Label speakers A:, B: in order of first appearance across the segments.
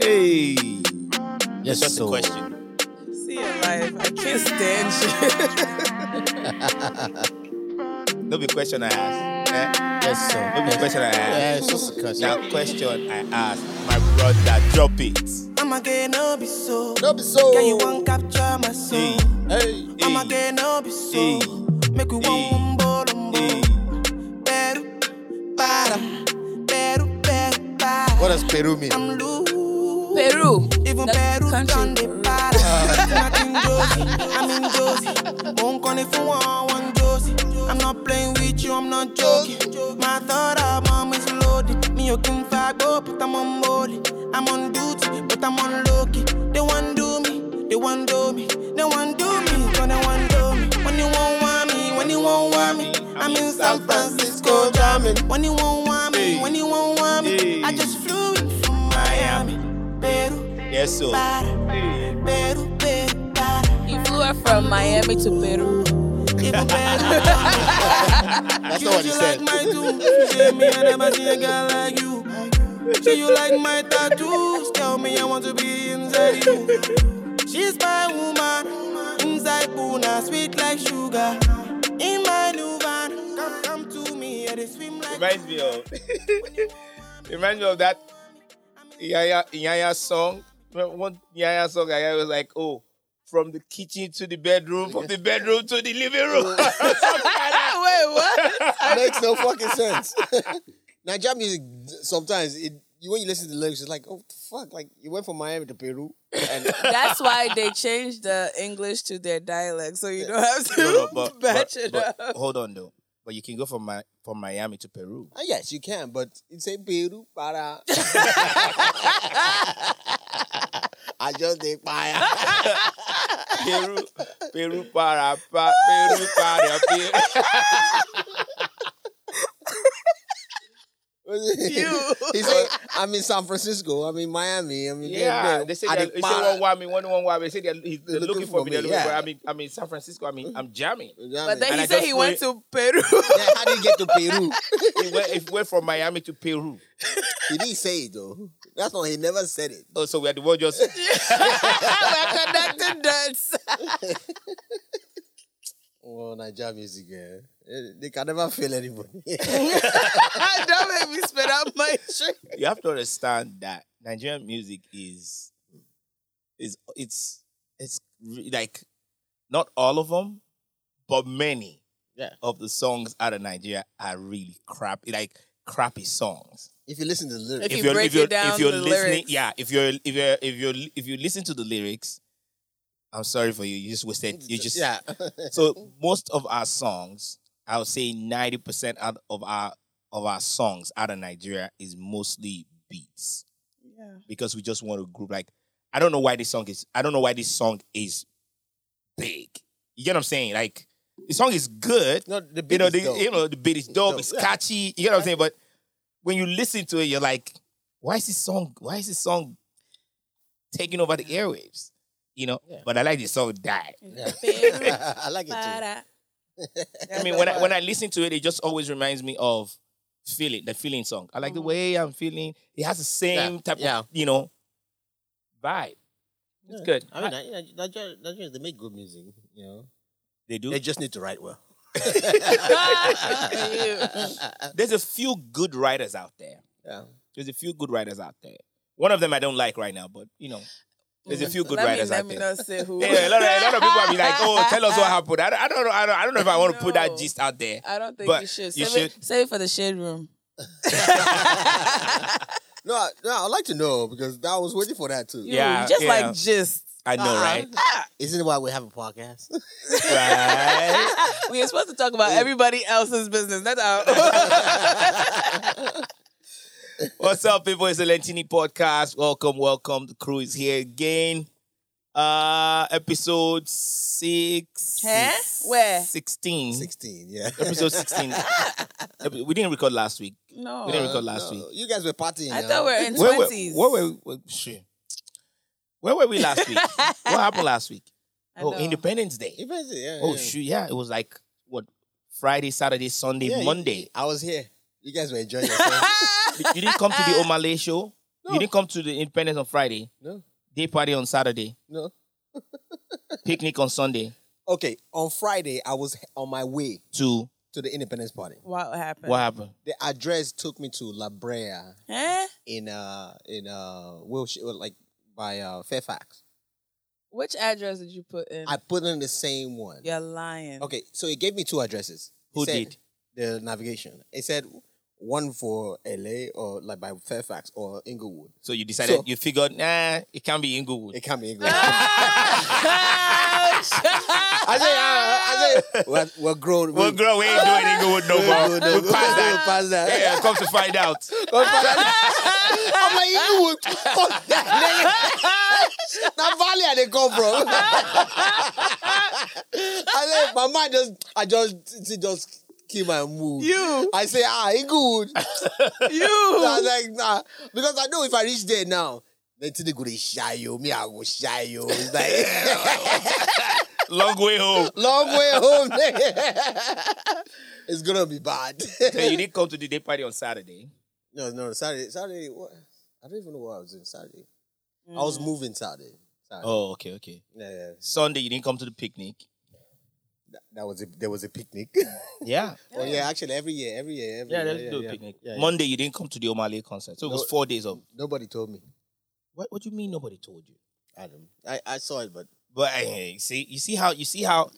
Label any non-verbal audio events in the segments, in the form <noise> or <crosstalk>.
A: Hey.
B: Yes,
C: That's
B: so.
C: the question.
D: See you live. I can't stand <laughs> shit.
C: No be question I ask. Eh?
B: Yes, so.
C: No be question I ask.
B: Yes, just a question.
C: Now question I ask. My brother, drop it.
D: I'm again, no be so.
B: No be so. Eh,
D: Can you want capture my soul?
C: Hey,
B: Hey.
D: I'm
C: hey,
D: again, no
B: eh,
D: be so.
C: Hey.
D: Make you
C: Hey.
D: want bolo
C: hey.
D: mbo.
B: eh.
D: Better, better, better, better, better.
B: What does Peru mean?
D: I'm loose.
E: Peru.
D: Even
E: That
D: Peru done
E: country.
D: the para. Nothing Josie, I'm in Josie. Won't call if you want one Josie. I'm not playing with you, I'm not joking. My thought of mom is loaded. Me, you can fag up, but I'm on molly. I'm on duty, but I'm on low key. They want do me, they want do me. They want do me, but they want do me. When you won't want me, when you won't want me. I'm in San Francisco jamming. When you won't want me, when you won't want me. I just flew in from Miami. Peru.
C: Yes, so.
D: Para, Peru, Peru, para,
E: He flew her from Miami to <laughs> Peru.
D: even better.
B: That's
D: You
B: not what he
D: you
B: said.
D: like my tune. If you see me, I never see a girl like you. She you like my tattoos. Tell me I want to be inside you. She's my woman. Inside Puna, sweet like sugar. In my new van, come, come to me, I dey swim like.
C: Reminds me of. <laughs> reminds me of that Yaya Yaya song. Remember One Yaya song I was like, oh, from the kitchen to the bedroom, from the bedroom to the living room.
E: Wait, what?
B: makes no fucking sense. Nigerian music sometimes it you- when you listen to the lyrics, it's like, oh fuck, like you went from Miami to Peru. And <laughs> ah,
E: That's why they changed the English to their dialect, so you don't have to
C: No, no, but- <laughs>
E: batch
C: but-
E: it
C: but
E: up.
C: Hold on though. But you can go from my from Miami to Peru.
B: Ah, yes, you can, but it's a Peru para. <laughs> I just did fire.
C: <laughs> Peru, <laughs> Peru para, pa, Peru para, <laughs> Peru.
B: you. <laughs> He said, I'm in San Francisco. I'm in Miami. I'm
C: <laughs>
B: in
C: Yeah, they say
B: I
C: they're,
B: did
C: they say
B: para.
C: one wami, one one wami. They say they're, he's- they're looking for me. They're looking
B: yeah.
C: for. I mean, I mean, San Francisco. I mean, I'm <laughs> jamming.
B: You know what I
E: But then
C: And
B: mean?
E: he
C: I
E: said
C: just
E: he
C: put
E: went
C: it-
E: to Peru.
C: <laughs>
B: Yeah, how do you get to Peru?
C: It went, it went from Miami to Peru.
B: he didn't say it though. That's why he never said it.
C: Oh, so we are the one <laughs> just.
E: <laughs> We're connecting dots.
B: Well, Nigerian music, yeah. Eh, They can never fail <laughs> anybody.
E: don't make me spit out my drink.
C: You have to understand that Nigerian music is, is it's it's re- like, not all of them, but many
B: Yeah.
C: of the songs out of Nigeria are really crap. Like crappy songs.
B: if you listen to the lyrics,
E: If you break it down, the
C: listening,
E: lyrics.
C: yeah, if you're if you're if you're if you listen to the lyrics, I'm sorry for you. You just wasted. You just
B: <laughs> yeah.
C: So most of our songs, I would say ninety percent out of our of our songs out of Nigeria is mostly beats
E: Yeah.
C: because we just want to group. Like I don't know why this song is. I don't know why this song is big. You get what I'm saying? Like the song is good
B: no, the
C: you
B: beat
C: know,
B: is
C: the,
B: dope.
C: you know, the beat is dope,
B: Dope,
C: it's
B: yeah.
C: catchy. You know what I'm saying? But when you listen to it, you're like, why is this song? Why is this song taking over the airwaves? You know.
B: Yeah.
C: But I like this song that.
B: Yeah.
E: Peru.
C: <laughs>
B: I like it too.
E: Para. <laughs>
C: I mean, when I when I listen to it, it just always reminds me of feeling the feeling song. I like the way I'm feeling. It has the same
B: Mm-hmm. Yeah,
E: uh,
C: type
B: yeah.
C: of you know vibe. It's good.
B: I mean, Ni- Ni- Nigeria, Nigeria, they make good music. You know,
C: they do.
B: they just need to write
C: <laughs>
B: well.
C: There's a few good writers out there.
B: Yeah.
C: There's a few good writers out there. One of them I don't like right now, but you know, there's a few good
E: Mm. let me-
C: writers
E: let
C: out
E: me
C: there.
E: not say who.
C: <laughs> Yeah, a lot, of, a lot of people are be like, "Oh, tell
E: <laughs>
C: us what happened." I don't, I don't know. I don't, I don't know if I want to put that
E: No.
C: gist out there.
E: I don't think
C: But
E: you should.
C: you
E: Save, It, save it for the shade room.
B: No, I- no, I'd like to know because I was waiting for that too.
E: You,
C: Yeah,
E: you just
C: yeah.
E: like gist.
C: I know,
E: Uh-uh.
C: right?
B: Isn't it why we have a podcast?
C: right?
E: We are supposed to talk about everybody else's business.
C: <laughs>
E: That's our.
C: What's up, people? It's the Lentini Podcast. Welcome, welcome. The crew is here again. Uh, episode six.
E: Huh? Where?
C: Sixteen.
B: Sixteen, yeah.
C: Episode
E: <laughs>
C: sixteen. Epi- we didn't record last week. We didn't
E: no.
C: record last week.
B: Oh, No, You guys were partying.
E: I
B: huh?
E: thought we were in
C: Where were,
E: 20s.
C: where were where, shit. Where were we last week? what
E: <laughs>
C: happened last week?
E: I
C: Oh,
E: know.
C: Independence Day.
B: You guys- yeah,
C: Oh
B: yeah.
C: shoot, yeah. It was like what Friday, Saturday, Sunday,
B: Yeah, you-
C: Monday.
B: <laughs>
E: <laughs>
B: I was here. You guys were enjoying yourself.
C: you didn't come to the Omale show.
B: No.
C: You didn't come to the independence on Friday.
B: No.
C: Day party on Saturday.
B: No.
C: Picnic on Sunday.
B: Okay, on Friday I was on my way
C: To
B: to the independence party.
E: What happened?
C: what happened?
B: The address took me to La Brea
E: Huh?
B: in uh in uh Wilshire, like by uh Fairfax.
E: Which address did you put in?
B: I put in the same one.
E: You're lying.
B: Okay, so it gave me two addresses. It
C: Who
B: said-
C: did?
B: the navigation? It said one for LA or like by Fairfax or Inglewood.
C: So you decided
B: So-
C: you figured nah, it can't be Inglewood.
B: It can't be <laughs> Inglewood.
C: <laughs>
E: Ouch!
B: I say, uh, I, I say, we're, we're grown.
C: Well, girl, we ain't <laughs> doing Inglewood no more.
B: We're grown.
C: We passed
B: We'll
C: that.
B: pass that.
C: Yeah, come to find out. <laughs>
B: We'll pass that. I'm like, Inglewood. <laughs> Fuck that nigga. That valley I they come from. <laughs> I say, my mind just, I just, it just kill my mood.
E: you,
B: I say, ah, <laughs> Inglewood. I was
E: you.
B: like, nah, because I know if I reach there now, then today go to shy you, me I go shy you. It's like <laughs>
C: Long way home.
B: long way home. <laughs> it's gonna be bad. <laughs>
C: So you didn't come to the day party on Saturday.
B: no, no, Saturday, Saturday. What? I don't even know what I was doing Saturday. I was moving Saturday. Saturday.
C: Oh, okay, okay.
B: Yeah, yeah.
C: Sunday you didn't come to the picnic.
B: That, that was a, there was a picnic.
C: Yeah.
B: <laughs> oh yeah, actually every year, every year, every
C: Yeah,
B: year.
C: let's do a picnic.
B: Yeah, yeah.
C: Monday you didn't come to the Omale concert. So it was
B: No.
C: four days of
B: Nobody told me.
C: what what do you mean nobody told you?
B: Adam. I, I saw it, but
C: But hey, see you see how you see how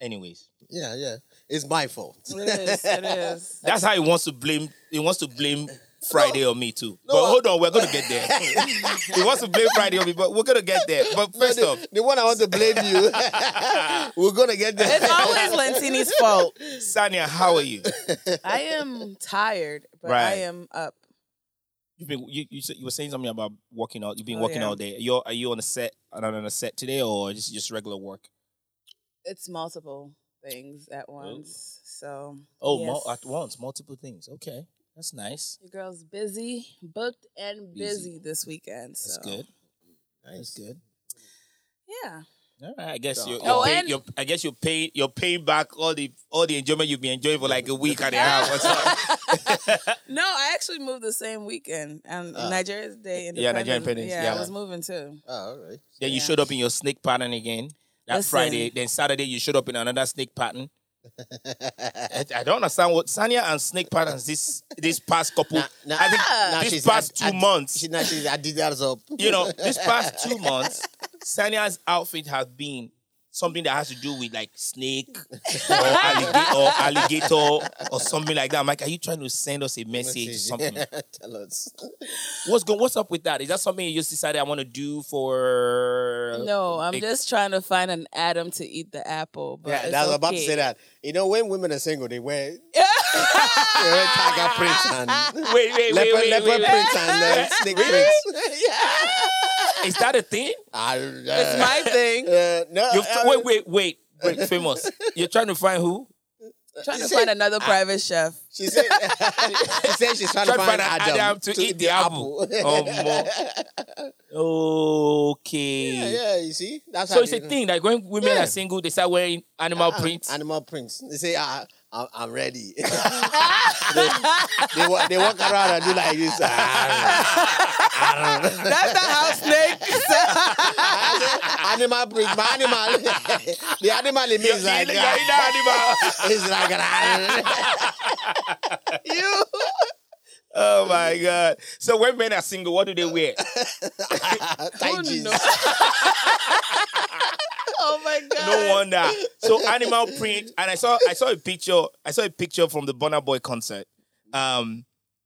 C: anyways.
B: yeah, yeah. It's my fault.
E: It is. It is.
C: That's how he wants to blame. He wants to <laughs> blame Friday on me too. but
B: I-
C: hold on, we're gonna get <laughs> there. he wants to <laughs> blame Friday on me, but we're gonna get there. But first
B: the,
C: off,
B: the one I want to blame you. <laughs> We're gonna get there.
C: <laughs>
E: It's always
B: <laughs>
E: Lentini's fault.
C: Sanya, how are you? <laughs>
E: I am tired, but I
C: Right.
E: am up.
C: You've been you, you, said- you were saying something about working out. You've been
E: Oh,
C: working
E: yeah.
C: all day. You're are you on a set? Not on a set today, or just just regular work?
E: It's multiple things at once. So
C: Oh,
E: yes.
C: mul- at once, multiple things. Okay, that's nice.
E: Your girl's busy, booked and busy,
C: Busy.
E: this weekend.
C: That's
E: so,
C: good. That's
B: Nice.
C: good.
E: Yeah.
C: All right, I guess
B: So-
C: you're, you're,
E: Oh,
C: paying,
E: and-
C: you're I guess you're paying you're paying back all the all the enjoyment you've been enjoying for like a week and a half. or so.
E: <laughs> No, I actually moved the same weekend. Um,
B: Ah.
E: Nigeria's Day Independence.
C: Uh, Yeah, Nigeria Independence,
E: Yeah, I
C: yeah.
E: was moving too.
B: Oh, all right.
C: Then you
E: Yeah.
C: showed up in your snake pattern again that
E: Listen.
C: Friday. Then Saturday you showed up in another snake pattern. I, I don't understand what Sanya and snake patterns this this past couple.
B: Nah, nah,
C: I think
B: nah,
C: this
B: she's-
C: past
B: I-
C: two
B: I-
C: months,
B: She, nah, she, I did that up.
C: you know, this <laughs> past two months, Sanya's outfit has been something that has to do with like snake or, alligator, <laughs> or alligator or something like that. I'm like, are you trying to send us a message? Something?
B: <laughs>
C: <laughs>
B: Tell us.
C: What's going? What's up with that? Is that something you just decided I want to do for?
E: No, I'm
C: Big-
E: just trying to find an Adam to eat the apple. But
B: Yeah,
E: it's
B: I was about to
E: okay.
B: say that. You know, when women are single, they wear, <laughs> they wear tiger prints and
C: Wait, wait, wait,
B: leopard,
C: wait,
B: leopard
C: wait, wait.
B: prints
C: <laughs>
B: and uh, snake prints. <laughs>
C: Is that a thing? <laughs>
B: I,
E: It's my thing.
B: <laughs> uh, no,
C: You've
B: I-
C: wait, wait, wait, wait, famous. You're trying to find who?
E: trying to find another private chef.
B: She said, <laughs> she said she's trying to
C: Trying
B: find Adam,
C: to, eat the apple.
B: <laughs>
C: Oh, <laughs> okay.
B: yeah, yeah, you see, that's
C: So
B: how
C: it's
B: they
C: a
B: do.
C: thing like when women
B: Yeah.
C: are single, they start wearing animal
B: Ah,
C: prints.
B: Animal prints. They say, ah, I'm, I'm ready. <laughs>
C: <laughs>
B: they, they, wa- they walk around and do like this. Ah,
E: That's the
C: <laughs>
E: house snake.
B: <laughs> animal print, my animal. <laughs> the animal in me
C: You're
B: is
C: eating-
B: like,
C: you're eating
B: ah,
C: animal.
B: <laughs> it's like, <laughs> ah.
E: you.
C: <laughs> oh my god! So when men are single, what do they wear?
B: <laughs> tight jeans.
E: <laughs> Oh my god.
C: <laughs> No wonder. So animal print, and I saw I saw a picture. I saw a picture from the Bonner Boy concert. Um,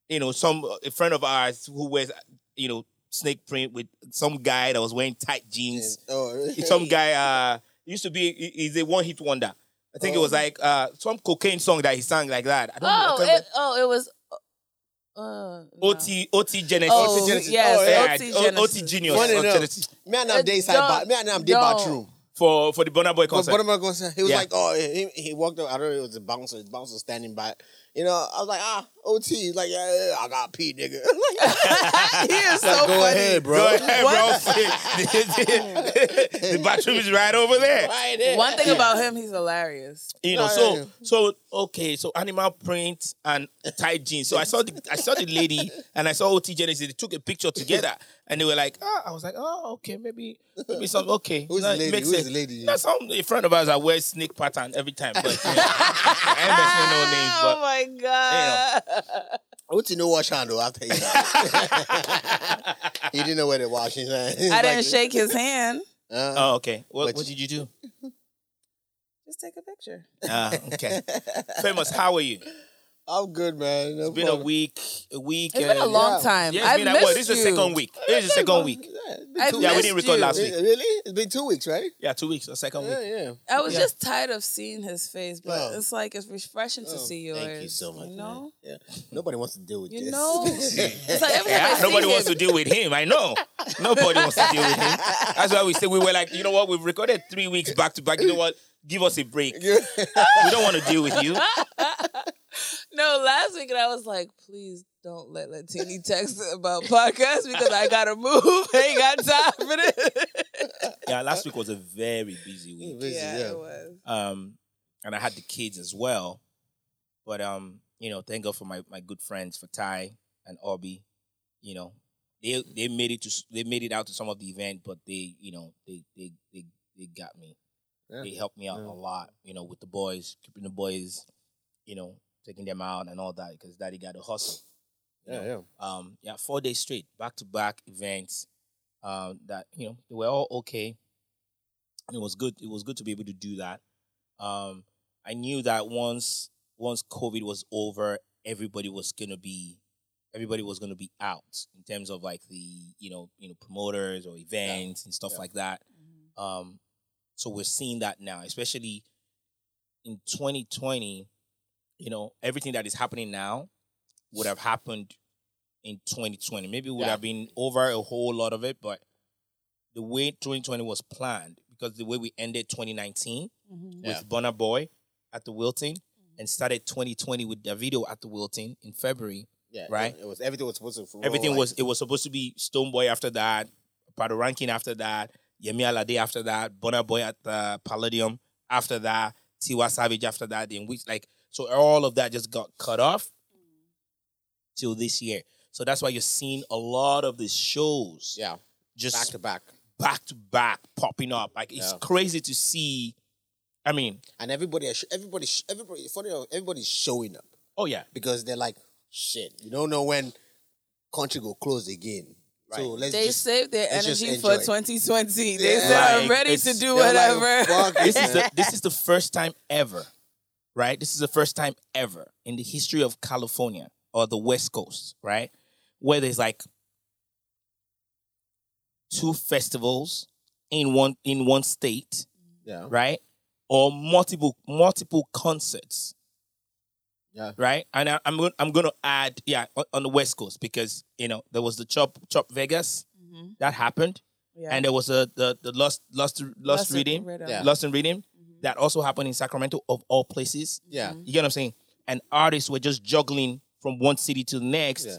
C: you know, some a friend of ours who wears you know snake print with some guy that was wearing tight jeans.
B: Oh,
C: Some guy uh used to be he- he's a one hit wonder. I think it was like uh some cocaine song that he sang like that. I don't know. I
E: Oh,
C: can't
E: it,
C: remember.
E: oh, it was. Uh, no.
C: OT OT Genesis.
E: Oh,
B: Genesis.
E: yes,
B: Oh,
C: Yeah,
E: OT
C: O-
E: Genesis.
C: OT Genius.
B: Funny
C: OT
B: enough.
C: Genesis.
B: <laughs> me and I'm
E: It's
B: day
E: dumb.
B: side, ba- me and I'm day
E: Dumb.
B: bathroom.
C: For for the Bonner Boy
B: But
C: concert.
B: Bonner Boy concert, he was
C: Yeah.
B: like, oh, he, he walked up. I don't know, it was a bouncer. The bouncer standing by. You know, I was like, ah, OT. He's like, yeah, yeah, I got P, nigga.
E: <laughs>
B: <laughs>
E: he is
B: go
E: so funny.
B: ahead, bro.
C: Go ahead,
E: What?
C: bro. the, <laughs> the- the bathroom is right over there.
B: Right there.
E: One thing
B: <laughs>
E: about him, he's hilarious.
C: You know,
B: Yeah,
C: so
B: yeah, yeah.
C: so okay, so animal print and tight jeans. So I saw the I saw the lady and I saw OT Genesis. They took a picture together and they were like, ah, I was like, oh, okay, maybe maybe some okay.
B: Who's
C: No,
B: the
C: it
B: lady?
C: makes
B: Who's
C: sense.
B: the lady?
C: No, some a friend of ours that wears snake pattern every time. But you know, I
E: Oh
C: ain't mentioning no names,
E: my god.
B: What you know what handle after he <laughs> He didn't know where to wash his hands. <laughs>
E: I didn't shake his hand.
C: but
B: Uh,
C: oh okay. What,
B: But-
C: what did you <laughs> do?
E: Just take a picture.
C: Ah, okay. Famous, how are you? It's
B: I'm good, man. No
C: been a
B: problem.
C: week, a week.
E: It's been
C: uh,
E: a long
B: yeah.
E: time.
C: Yeah, it's
E: I
C: been
E: missed
C: like, well, this
E: you.
C: is the second week. This is the second week.
B: Yeah, it's been
E: I
B: two
E: missed
C: Yeah, we
B: weeks.
C: didn't record
E: you.
C: last week.
B: Re- Really? It's been two weeks, right?
C: Yeah, two weeks, the second
B: Yeah,
C: week.
B: yeah.
E: I was
C: Yeah.
E: just tired of seeing his face, but
B: Oh.
E: it's like it's refreshing to see yours.
B: Thank you so much.
E: You know,
C: <laughs>
B: man. Yeah. Nobody wants to deal with
E: you
B: this. <laughs>
E: know. it's like every time
C: <laughs>
E: I
C: Yeah,
E: see
C: nobody
E: him,
C: wants to deal with him. I know. Nobody wants to deal with him. That's why we say we were like, you know what? We've recorded three weeks back to back. You know what? Give us a break. We don't want to deal with you. <laughs>
E: <laughs> No, last week and I was like, please don't let Latini text <laughs> about podcasts because I gotta move. <laughs> I ain't got time for this.
C: Yeah, last week was a very busy week.
B: Busy,
E: yeah,
B: yeah.
E: it was.
C: Um, and I had the kids as well. But um, you know, thank God for my, my good friends for Ty and Obi. You know, they they made it to s- they made it out to some of the event, but they you know they they they, they got me.
B: Yeah.
C: they helped me out
B: Yeah.
C: a lot, you know, with the boys, keeping the boys, you know, taking them out and all that because daddy got to hustle. you
B: Yeah,
C: know.
B: yeah.
C: Um, yeah, four days straight, back to back events. Um, that you know they were all okay. And it was good. It was good to be able to do that. Um, I knew that once once COVID was over, everybody was gonna be everybody was gonna be out in terms of like the you know you know promoters or events and stuff
B: Yeah.
C: like that. Um, so we're seeing that now, especially in 2020. You know, everything that is happening now would have happened in 2020. Maybe it would
B: Yeah.
C: have been over a whole lot of it, but the way 2020 was planned, because the way we ended 2019
E: Mm-hmm.
B: Yeah. Mm-hmm.
C: with Bonner Boy at the Wilton and started 2020 with Davido at the Wilton in February.
B: Yeah,
C: Right?
B: It, it was everything was supposed to. roll
C: Everything
B: like-
C: was it was supposed to be Stone Boy after that, Prado Ranking after that, Yemi Alade after that, Bonner Boy at the Palladium after that, Tiwa Savage after that, then which like so all of that just got cut off till this year. So that's why you're seeing a lot of these shows
B: yeah
C: just
B: back to back,
C: back to back popping up. Like it's
B: Yeah.
C: crazy to see. I mean,
B: and everybody, is- everybody, everybody, funny enough, everybody's showing up
C: oh yeah,
B: because they're like, shit, you don't know when country will close again. So let's
E: They
B: just
E: saved their
B: let's just
E: energy for
B: enjoy.
E: 2020. They
B: Yeah.
E: said, I'm
C: Like,
E: ready
C: it's-
E: to do
B: they're like,
E: whatever. <laughs>
B: fuck
C: this is
B: man. <laughs>
C: the this is the first time ever, right? This is the first time ever in the history of California or the West Coast, right, where there's like two festivals in one in one state,
B: yeah.
C: right, or multiple multiple concerts,
B: Yeah.
C: right. And I, I'm going I'm going to add, yeah, on, on the West Coast because you know there was the Chop Chop Vegas
E: Mhm.
C: that happened,
E: Yeah.
C: and there was a the the Lust Lust Lust
E: Lost
C: Reading.
E: rhythm.
B: Yeah.
C: Lost and Rhythm
E: Mm-hmm.
C: that also happened in Sacramento of all places.
B: Yeah.
C: You get what I'm saying? And artists were just juggling from one city to the next,
B: Yeah.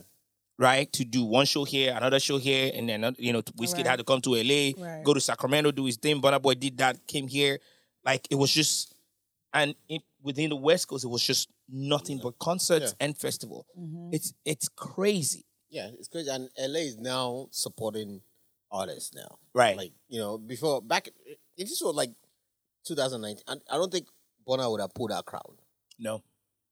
C: right? To do one show here, another show here, and then you know, Whiskey
E: Right.
C: had to come to LA,
E: Right.
C: go to Sacramento, do his thing. Burna Boy did that, came here. Like it was just, and it, within the West Coast, it was just nothing but concerts and festival.
E: Mm-hmm.
C: It's it's crazy,
B: Yeah, it's crazy. And LA is now supporting artists now.
C: right?
B: Like, you know, before back if this was like 2019, I, I don't think Bonner would have pulled that crowd.
C: no,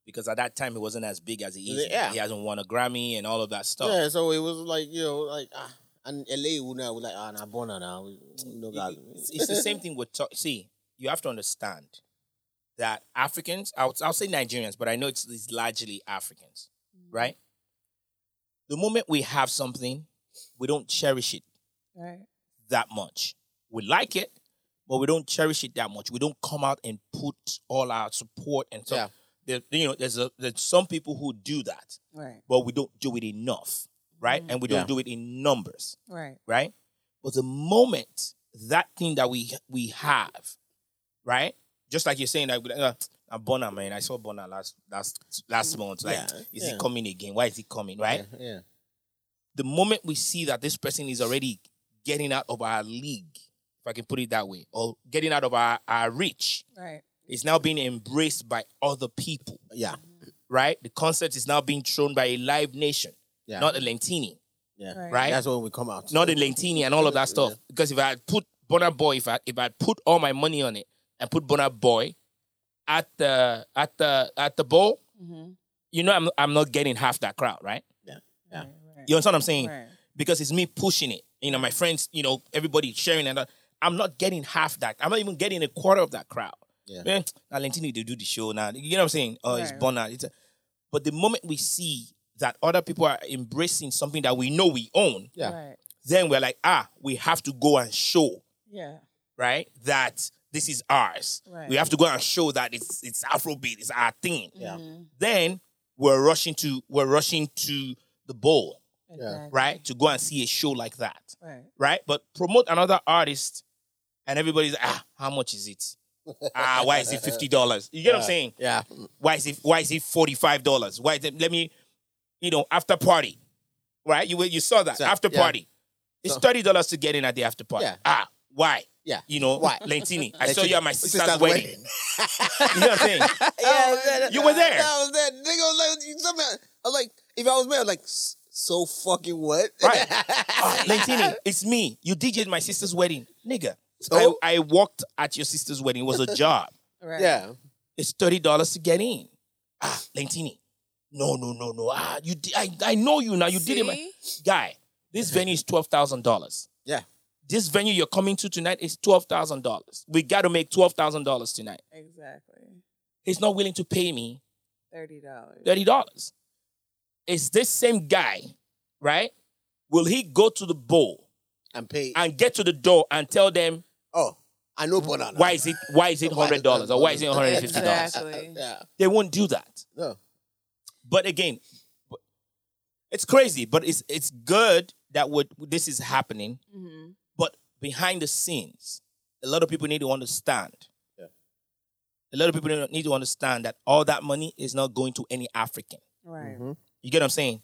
C: because at that time it wasn't as big as it is.
B: Yeah.
C: He hasn't won a Grammy and all of that stuff.
B: Yeah, so it was like, you know, like ah and LA would now would like ah nah Bonner now. We, no God.
C: it's, it's the same thing with talk. See, you have to understand that Africans, I'll, I'll say Nigerians, but I know it's, it's largely Africans, right? The moment we have something, we don't cherish it
E: Right.
C: that much. We like it, but we don't cherish it that much. We don't come out and put all our support and stuff. There, you know, there's a, there's some people who do that,
E: Right.
C: but we don't do it enough, right? And we don't
B: Yeah.
C: do it in numbers
E: Right.
C: right? But the moment that thing that we we have, right? Just like you're saying that uh, And Bonner, man, I saw Bonner last last last month. Like,
B: Mm, Yeah,
C: is
B: yeah.
C: he coming again? Why is he coming? Right.
B: Yeah.
C: The moment we see that this person is already getting out of our league, if I can put it that way, or getting out of our, our reach,
E: Right.
C: is now being embraced by other people.
B: Yeah.
C: Right. The concert is now being thrown by a live nation,
B: Yeah.
C: not a Lentini,
B: yeah.
E: Right.
C: right?
B: That's when we come out.
C: not a Lentini and all of that stuff. Because if I had put Bonner Boy, if I if I had put all my money on it and put Bonner Boy at the at the at the bowl,
E: Mm-hmm.
C: you know I'm I'm not getting half that crowd, right?
B: Yeah.
E: Right.
C: You understand what I'm saying?
E: Right.
C: Because it's me pushing it. You know, my friends, you know, everybody sharing and all. I'm not getting half that. I'm not even getting a quarter of that crowd.
B: Yeah.
C: Man, now Lentini they do the show now. You know what I'm saying? Oh, it's
E: Right.
C: Bonner. It's a, but the moment we see that other people are embracing something that we know we own,
B: Yeah.
E: Right.
C: then we're like, ah, we have to go and show
E: Yeah.
C: right? That this is ours.
E: Right.
C: We have to go and show that it's it's Afrobeat, it's our thing.
B: Yeah.
E: Mm-hmm.
C: Then we're rushing to we're rushing to the bowl,
E: Exactly.
C: right? To go and see a show like that,
E: Right.
C: right? But promote another artist, and everybody's ah, how much is it? Ah, why is it fifty dollars? You get what I'm saying?
B: Yeah.
C: Why is it why is it forty five dollars? Why? Is it, let me, you know, after party, right? You you saw that
B: So,
C: after
B: yeah.
C: party. It's
B: So-
C: thirty dollars to get in at the after party.
B: Yeah.
C: Ah, why?
B: Yeah.
C: You know,
B: Why?
C: <laughs> Lentini. I saw you at my sister's,
B: Sister's
C: wedding. you know what I'm saying?
B: <laughs>
C: <laughs>
B: Yeah,
C: You were there.
B: I was there. Nigga was like, you tell me- I was like, if I was mad, I was like, "S- so fucking what? <laughs>
C: Right. Ah, Lentini, it's me. You DJ'd my sister's wedding. Nigga.
B: So?
C: I, I walked at your sister's wedding. It was
B: <laughs>
C: a job.
E: Right.
B: yeah.
C: It's thirty dollars to get in. Ah, Lentini. No, no, no, no. Ah, you di- I, I know you now. You did it, my
E: See?
C: guy. This venue is twelve thousand dollars.
B: Yeah.
C: This venue you're coming to tonight is twelve thousand dollars. We gotta make twelve thousand dollars tonight.
E: Exactly.
C: He's not willing to pay me
E: Thirty dollars.
C: thirty dollars. Is this same guy, right? Will he go to the bowl
B: And pay.
C: and get to the door and tell them
B: oh, I know banana.
C: why is it why is it
B: Why
C: hundred dollars or why is it one hundred and fifty dollars?
E: Exactly.
B: <laughs> Yeah.
C: They won't do that.
B: No.
C: But again, but- it's crazy, but it's it's good that what this is happening.
E: Mm-hmm.
C: But behind the scenes, a lot of people need to understand.
B: Yeah.
C: A lot of people need to understand that all that money is not going to any African.
B: Mm-hmm.
E: Right.
C: You get what I'm saying?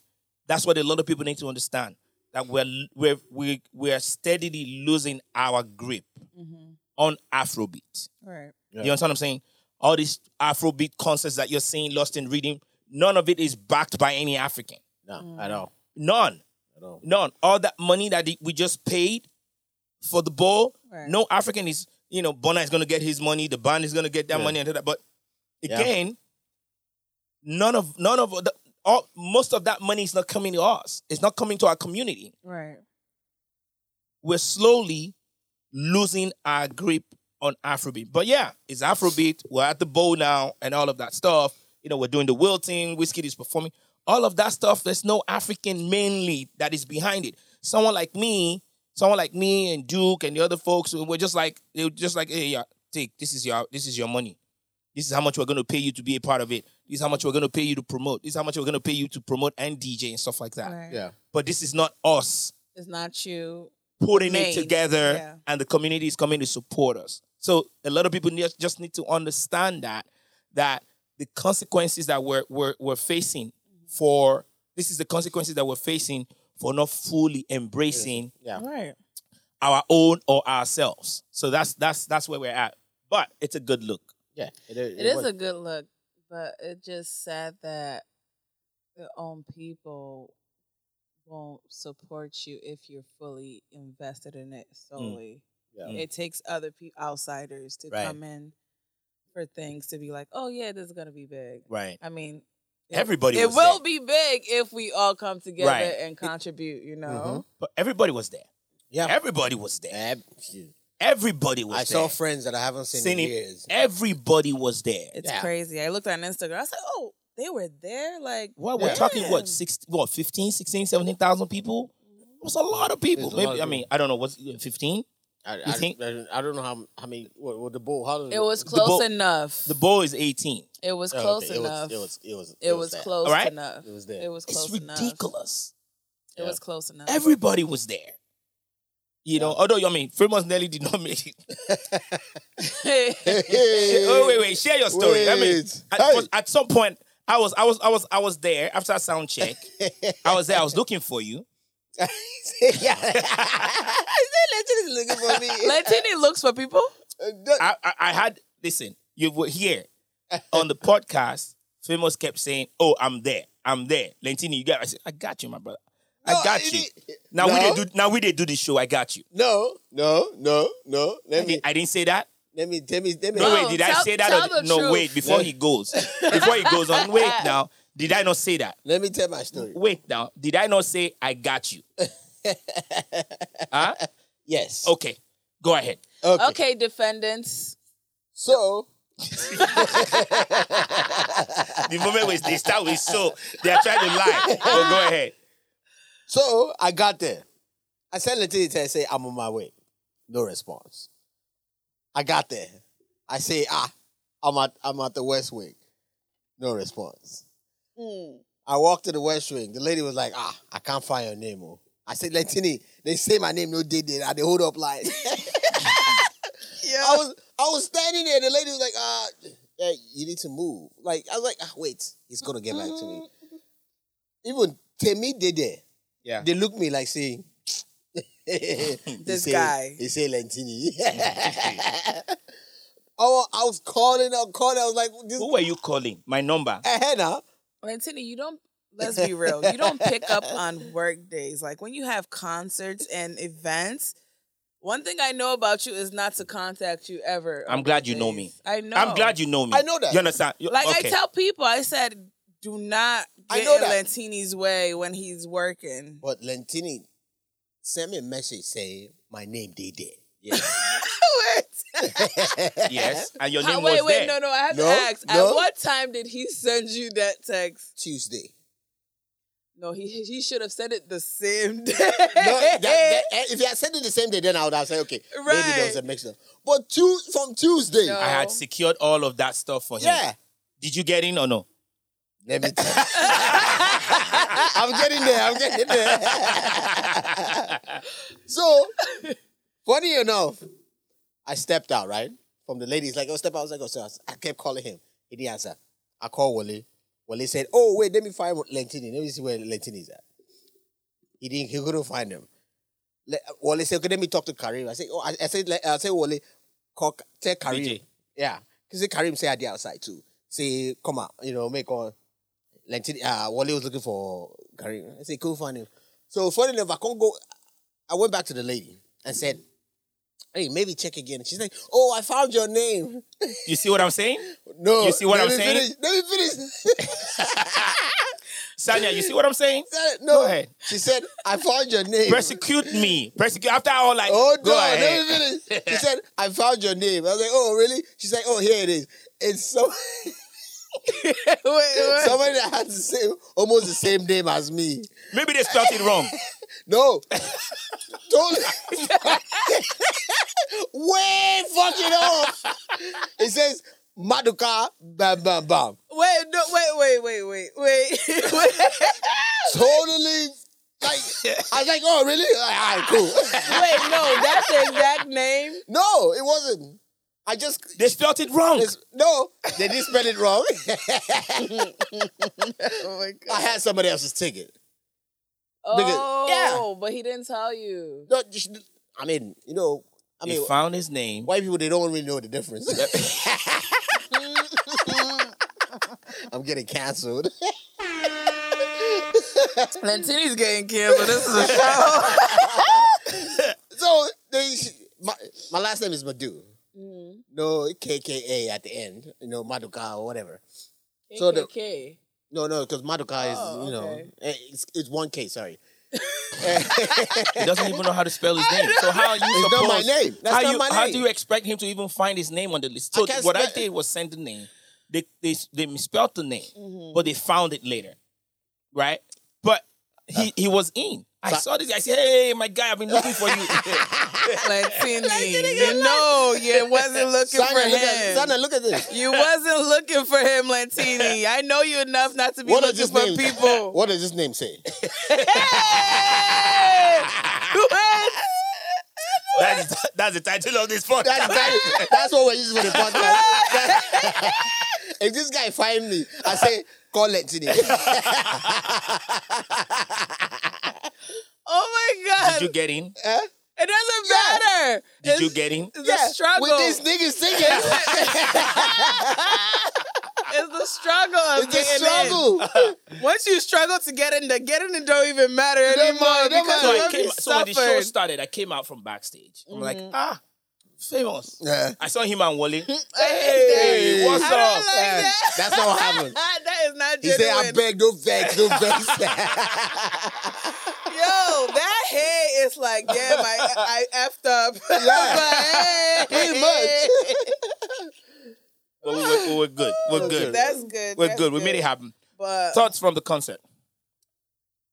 C: That's what a lot of people need to understand. That we're we're we we're steadily losing our grip
E: Mm-hmm.
C: on Afrobeat.
E: Right.
B: Yeah.
C: You understand what I'm saying? All these Afrobeat concerts that you're seeing, Lost in Reading, none of it is backed by any African.
B: No, at all.
C: None,
B: At all.
C: none. All that money that we just paid for the ball,
E: Right.
C: no African is. You know, Bona is gonna get his money. The band is gonna get that
B: Yeah.
C: money and all that. But
B: Yeah.
C: again, none of none of the, all most of that money is not coming to us. It's not coming to our community.
E: Right.
C: We're slowly losing our grip on Afrobeat. But yeah, it's Afrobeat. We're at the bowl now and all of that stuff. You know, we're doing the wilting. Whiskey is performing. All of that stuff. There's no African mainly that is behind it. Someone like me, someone like me and Duke and the other folks, we're just like they were just like, hey, yeah, take this is your this is your money. This is how much we're going to pay you to be a part of it. This is how much we're going to pay you to promote. This is how much we're going to pay you to promote and DJ and stuff like that.
E: Right.
B: Yeah.
C: But this is not us
E: It's not you.
C: putting
E: Made,
C: it together
E: yeah.
C: and the community is coming to support us. So a lot of people ne- just need to understand that that the consequences that we're we're, we're facing
E: Mm-hmm.
C: for this is the consequences that we're facing for not fully embracing
B: Yeah.
E: Right.
C: our own or ourselves. So that's that's that's where we're at. But it's a good look.
B: Yeah. It,
E: It is
B: was-
E: a good look, but it just sad that the own people won't support you if you're fully invested in it solely.
B: Mm. Yeah.
E: It takes other pe- outsiders to
C: Right.
E: come in for things to be like, oh yeah, this is gonna be big.
C: Right.
E: I mean, it-
C: Everybody
E: It
C: was
E: will
C: there.
E: be big if we all come together
C: Right.
E: and contribute. You know,
C: But everybody was there.
B: Yeah.
C: Everybody was there.
B: Eh, shoot.
C: Everybody was
B: I
C: there.
B: saw friends that I haven't seen,
C: Seen
B: in
C: it.
B: years.
C: Everybody was there.
E: it's
B: Yeah.
E: crazy. I looked on Instagram. I was like, oh, they were there. Like,
C: Well, we're
B: Yeah.
C: talking
E: Damn.
C: what six, what 15, 16, 17,000 people. It was a lot of people.
B: It's a
C: Maybe
B: lot of
C: I mean I don't know. What's fifteen?
B: I,
C: You think-
B: I, I don't know how how many. What, what the bowl? How did
E: it was
B: oh,
E: close
C: bo-
E: enough.
C: The bowl is eighteen.
E: it was
B: okay,
E: close
B: it was-
E: enough.
B: It was. It was. It,
E: It was
B: that.
E: close
C: All right.
E: enough.
B: It was there.
E: It was
C: It's
E: close enough.
C: ridiculous.
E: <laughs> It was close enough.
C: Everybody was there. You know, although you know, I mean, Famous Nelly did not <laughs> make it.
E: Hey,
B: Hey.
C: Oh wait, wait, share your story. I mean,
B: Wait.
C: at,
B: Hey.
C: at some point, I was, I was, I was, I was there after sound check. I was there. I was looking for
B: <laughs>
C: you.
B: <laughs>
C: <laughs>
B: yeah. Is that Latin is looking
E: <laughs>
B: for me?
E: Latini looks for people.
B: Uh, don't-
C: I, I, I had listen. You were here on the podcast. Famous kept saying, "Oh, I'm there. I'm there." Lentini, you got. I said, "I got you, my brother. I
B: No,
C: got
B: it
C: you."
B: is-
C: Now we
B: No.
C: they do. Now we they do this show. I got you.
B: no, no, no, no. Let me,
C: I didn't say that.
B: let me, let me, let me.
C: No,
E: No,
C: wait, did I
E: tell-
C: say that?
E: tell
C: or,
E: the
C: no,
E: truth.
C: wait, before he goes. Before he goes on, wait now. Did I not say that?
B: Let me tell my story.
C: Wait now. Did I not say I got you? huh?
B: Yes.
C: Okay. Go ahead.
B: Okay.
E: Okay, defendants.
C: <laughs>
B: So
C: The moment was they start with so they are trying to lie. But go ahead.
B: So I got there. I sent a to I say, I'm on my way. No response. I got there. I say, ah, I'm at I'm at the West Wing. No response.
E: Hmm.
B: I walked to the West Wing. The lady was like, ah, I can't find your name. Oh. I said, Lentini, they say my name, no did it. I they hold up like <laughs>
E: Yeah.
B: I was I was standing there. The lady was like, "Ah, yeah, you need to move." Like I was like, ah, "Wait, he's gonna get back to me."
E: Mm-hmm.
B: Even Temi did there.
C: Yeah.
B: they looked me like
E: <laughs>
B: saying, <laughs> "This
E: guy.
B: He said Lentini.
C: Mm-hmm.
B: oh, <laughs> I was calling. I was calling. I was like, "This
C: Who were
B: <laughs>
C: you calling? My number.
B: Hannah."
E: Lantini, you don't. Let's be real. You don't
B: <laughs>
E: pick up on work days. Like when you have concerts and events. One thing I know about you is not to contact you ever.
C: I'm
E: on
C: glad
E: those
C: you know
E: days.
C: me.
E: I know.
C: I'm glad you know me.
B: I know that.
C: You understand? You-
E: Like
C: okay.
E: I tell people, I said, do not
B: I
E: get
B: know
E: in
B: that.
E: Lantini's way when
B: <laughs>
E: he's working.
B: But Lentini sent me a message saying, "My name did there." <laughs>
E: wait,
C: Yes. And your name
E: Ah, wait,
C: was
E: wait,
C: there.
E: no, no. I have
B: No,
E: to ask.
B: no.
E: At what time did he send you that text?
B: Tuesday.
E: No, he he should have said it the same <laughs> day.
B: no, that, that, eh, if you had said it the same day, then I would have said, okay, maybe there was a
E: Right.
B: mix up. But two from Tuesday,
E: No.
C: I had secured all of that stuff for him.
B: yeah.
C: Did you get in or no?
B: Let me. Tell you. <laughs> I'm getting there. I'm getting there. <laughs> so, funny enough, I stepped out right from the ladies. Like, oh, step out. I was like, oh, so I kept calling him. He didn't answer. I called Wally. Wally said, oh wait, let me find Lentini. Let me see where Lentini is at. He didn't. He couldn't find him. Le- Wally said, okay, let me talk to Karim. I said, oh, I, I said, like, I said, Wally, call, tell Karim.
C: BJ.
B: Yeah, because Karim said I did outside too. Say, come out, you know, make on. Lentini, uh, Wally was looking for Karim. I said, couldn't find him. So funny enough, I can't go. I went back to the lady and said, hey, maybe check again. She's like, oh, I found your name. <laughs>
C: You see what I'm saying?
B: No,
C: You see what
B: let
C: I'm
B: me
C: saying?
B: Finish, <laughs> let me finish.
C: Sanya, you see what I'm saying?
B: no,
C: Go ahead.
B: she said, I found your name.
C: Persecute me. Persecute after all like
B: Oh
C: go
B: no,
C: ahead.
B: let me
C: <laughs>
B: finish. She said, I found your name. I was like, oh really? She's like, oh here it is. It's so
E: <laughs>
B: <laughs>
E: wait, wait.
B: somebody that has the same almost the same name as me.
C: Maybe they spelled it wrong. <laughs>
B: No. Don't <laughs> way fucking off. It says Maduka bam bam bam.
E: Wait, no, wait, wait, wait, wait, <laughs> wait.
B: Totally like I was like, oh really? Alright,
E: <laughs>
B: cool.
E: wait, no, that's the exact name.
B: No, it wasn't. I just
C: They spelled it wrong.
B: It's- no, they did spell it wrong. <laughs>
E: Oh my
B: I had somebody else's ticket.
E: Oh, but he didn't tell you.
B: No, just, I mean, you know, I mean,
C: you found his name.
B: white people they don't really know the difference. <laughs> I'm getting canceled.
E: Lantini's getting killed, but this is a show.
B: so they, my, my last name is Madu.
E: Mm-hmm.
B: No KKA at the end. You know Maduka or whatever. So the-
E: KKK.
B: No, no, because Maduka is
E: Oh,
B: you know
E: okay.
B: eh, it's, it's one K. Sorry,
C: He doesn't even know how to spell
B: <laughs>
C: his name. So how are you
B: it's
C: supposed
B: not my name. That's
C: how,
B: not
C: you,
B: my name.
C: how do you expect him to even find his name on the list? So
B: I can't
C: what I
B: spell-
C: did was send the name. They they they misspelled the name,
B: Mm-hmm.
C: but they found it later, right? But he he was in. I saw this. I said, "Hey, my guy, I've been looking for
B: <laughs>
C: you." <laughs>
E: Lantini, you know you wasn't looking
B: Sanya,
E: for
B: look at,
E: him.
B: Sanya, look at this.
E: <laughs> You wasn't looking for him, Lantini. I know you enough not to be
B: What does
E: looking
B: this name?
E: for people.
B: <laughs> What does this name say?
E: Hey! What?
C: That's, the ti- that's the title of this podcast.
B: That's, that, that's what we're using for the podcast. <laughs> if this guy find me, I say, call Eh? Lentini.
E: Oh my god!
C: Did you get in?
B: Eh?
E: it doesn't
B: Yeah.
E: matter.
C: Did
E: it's,
C: you get in?
E: It's
B: Yeah,
E: the struggle.
B: With these niggas singing.
E: it's the struggle. Of
B: it's a
E: getting in.
B: struggle.
E: Once you struggle to get in, the getting in don't even matter
B: It don't
E: anymore
B: matter, it don't
E: because
B: matter.
E: you
C: So, I
E: already
C: came, so when the show
E: suffered.
C: started, I came out from backstage. I'm like, ah, famous.
B: Mm-hmm. Yeah.
C: I saw him and Wally.
E: Hey,
C: Hey, what's
E: I
C: up?
E: don't like
B: Yeah,
E: that.
B: that's not what happened.
E: <laughs> that is not
B: He said, I
E: genuine.
B: beg, don't vex, don't vex. <laughs>
E: Yo, that head is like, yeah,
C: <laughs>
E: I, I effed up. <laughs>
B: Yeah.
E: But,
B: Pretty
E: <laughs>
B: much.
C: But we were, we were good.
B: <laughs>
C: We're good.
E: That's good.
C: We're
E: that's
C: good. We made it happen.
E: But
C: Thoughts from the concert.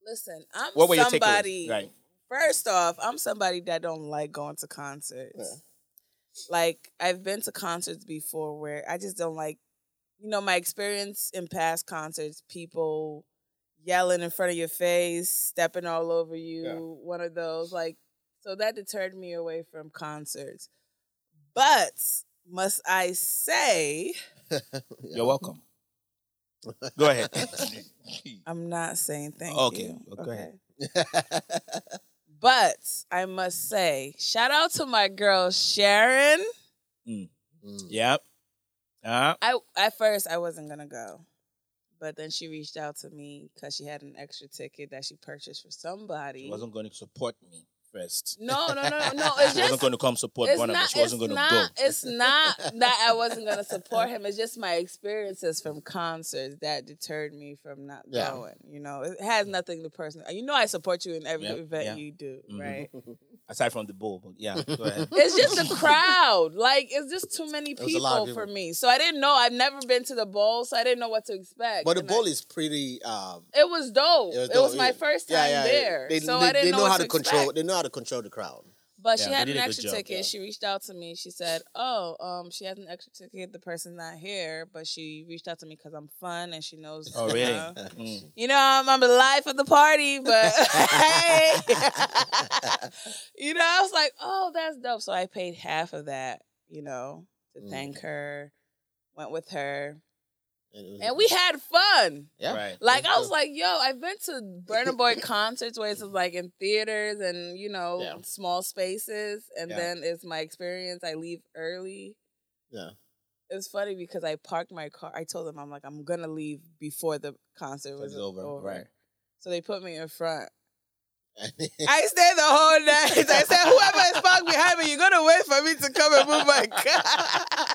E: listen, I'm
C: What were your
E: somebody.
C: takeaways? Right.
E: First off, I'm somebody that don't like going to concerts. Like I've been to concerts before where I just don't like, you know, my experience in past concerts, people yelling in front of your face, stepping all over you,
C: Yeah.
E: one of those like so that deterred me away from concerts. But must I say,
C: You're welcome. Go <laughs> ahead.
E: I'm not saying thank
C: Okay,
E: you.
C: well, go ahead. <laughs>
E: But I must say, shout out to my girl Sharon.
B: Mm.
C: yep. Uh,
E: I at first I wasn't gonna go, but then she reached out to me because she had an extra ticket that she purchased for somebody.
C: she wasn't going to support me first.
E: no, no, no,
C: <laughs>
E: no, no. It's
C: She
E: just
C: wasn't going to come support
E: it's
C: one of
E: not.
C: us. She wasn't
E: it's
C: going to go.
E: not. It's not that I wasn't gonna support him. It's just my experiences from concerts that deterred me from not
B: Yeah.
E: going. You know, it has nothing to personal. You know, I support you in every
C: Yeah,
E: event
C: yeah.
E: you do,
B: Mm-hmm.
C: Mhm.
B: <laughs>
E: right?
C: Aside from the bowl, but <laughs> yeah, go ahead.
E: It's just the crowd. Like it's just too many
B: was a lot
E: people,
B: of
E: for
B: people.
E: me. So I didn't know. I've never been to the bowl, so I didn't know what to expect.
B: But the
E: And I-
B: bowl is pretty. Um,
E: It was dope.
B: it
E: It was,
B: was dope,
E: my
B: yeah.
E: first time
B: yeah, yeah, yeah.
E: there,
B: They,
E: so
B: they,
E: I didn't
B: they
E: know,
B: know,
E: what
B: how
E: to
B: to control.
E: expect.
B: They know how to control the crowd.
E: But
C: Yeah,
E: she
C: they
E: had
C: did a
E: an
C: good
E: extra
C: job,
E: ticket.
C: yeah.
E: She reached out to me. She said, "Oh, um, she has an extra ticket. The person's not here, but she reached out to me because I'm fun and she knows.
C: Oh,
E: you
C: really?
E: know,
B: <laughs>
C: Mm.
E: <laughs> You know, I'm, I'm the life of the party, but <laughs>
B: <laughs>
E: hey, <laughs> you know, I was like, oh, that's dope. So I paid half of that, you know, to
B: Mm.
E: thank her. Went with her,
B: And, it was-
C: Mm.
E: <laughs> and we had fun.
B: yeah.
C: Right.
E: Like
B: That's
E: I was
B: dope.
E: like, yo, I've been to Burna Boy concerts where it's like in theaters and you know
B: Yeah.
E: small spaces, and
C: Yeah.
E: then it's my experience. I leave early.
B: Yeah.
E: It's funny because I parked my car. I told them I'm like I'm gonna leave before the concert was
C: It's over, right.
E: So they put me in front.
B: <laughs>
E: I stayed the whole night. I said, whoever is parked behind me, you're gonna wait for me to come and move my car.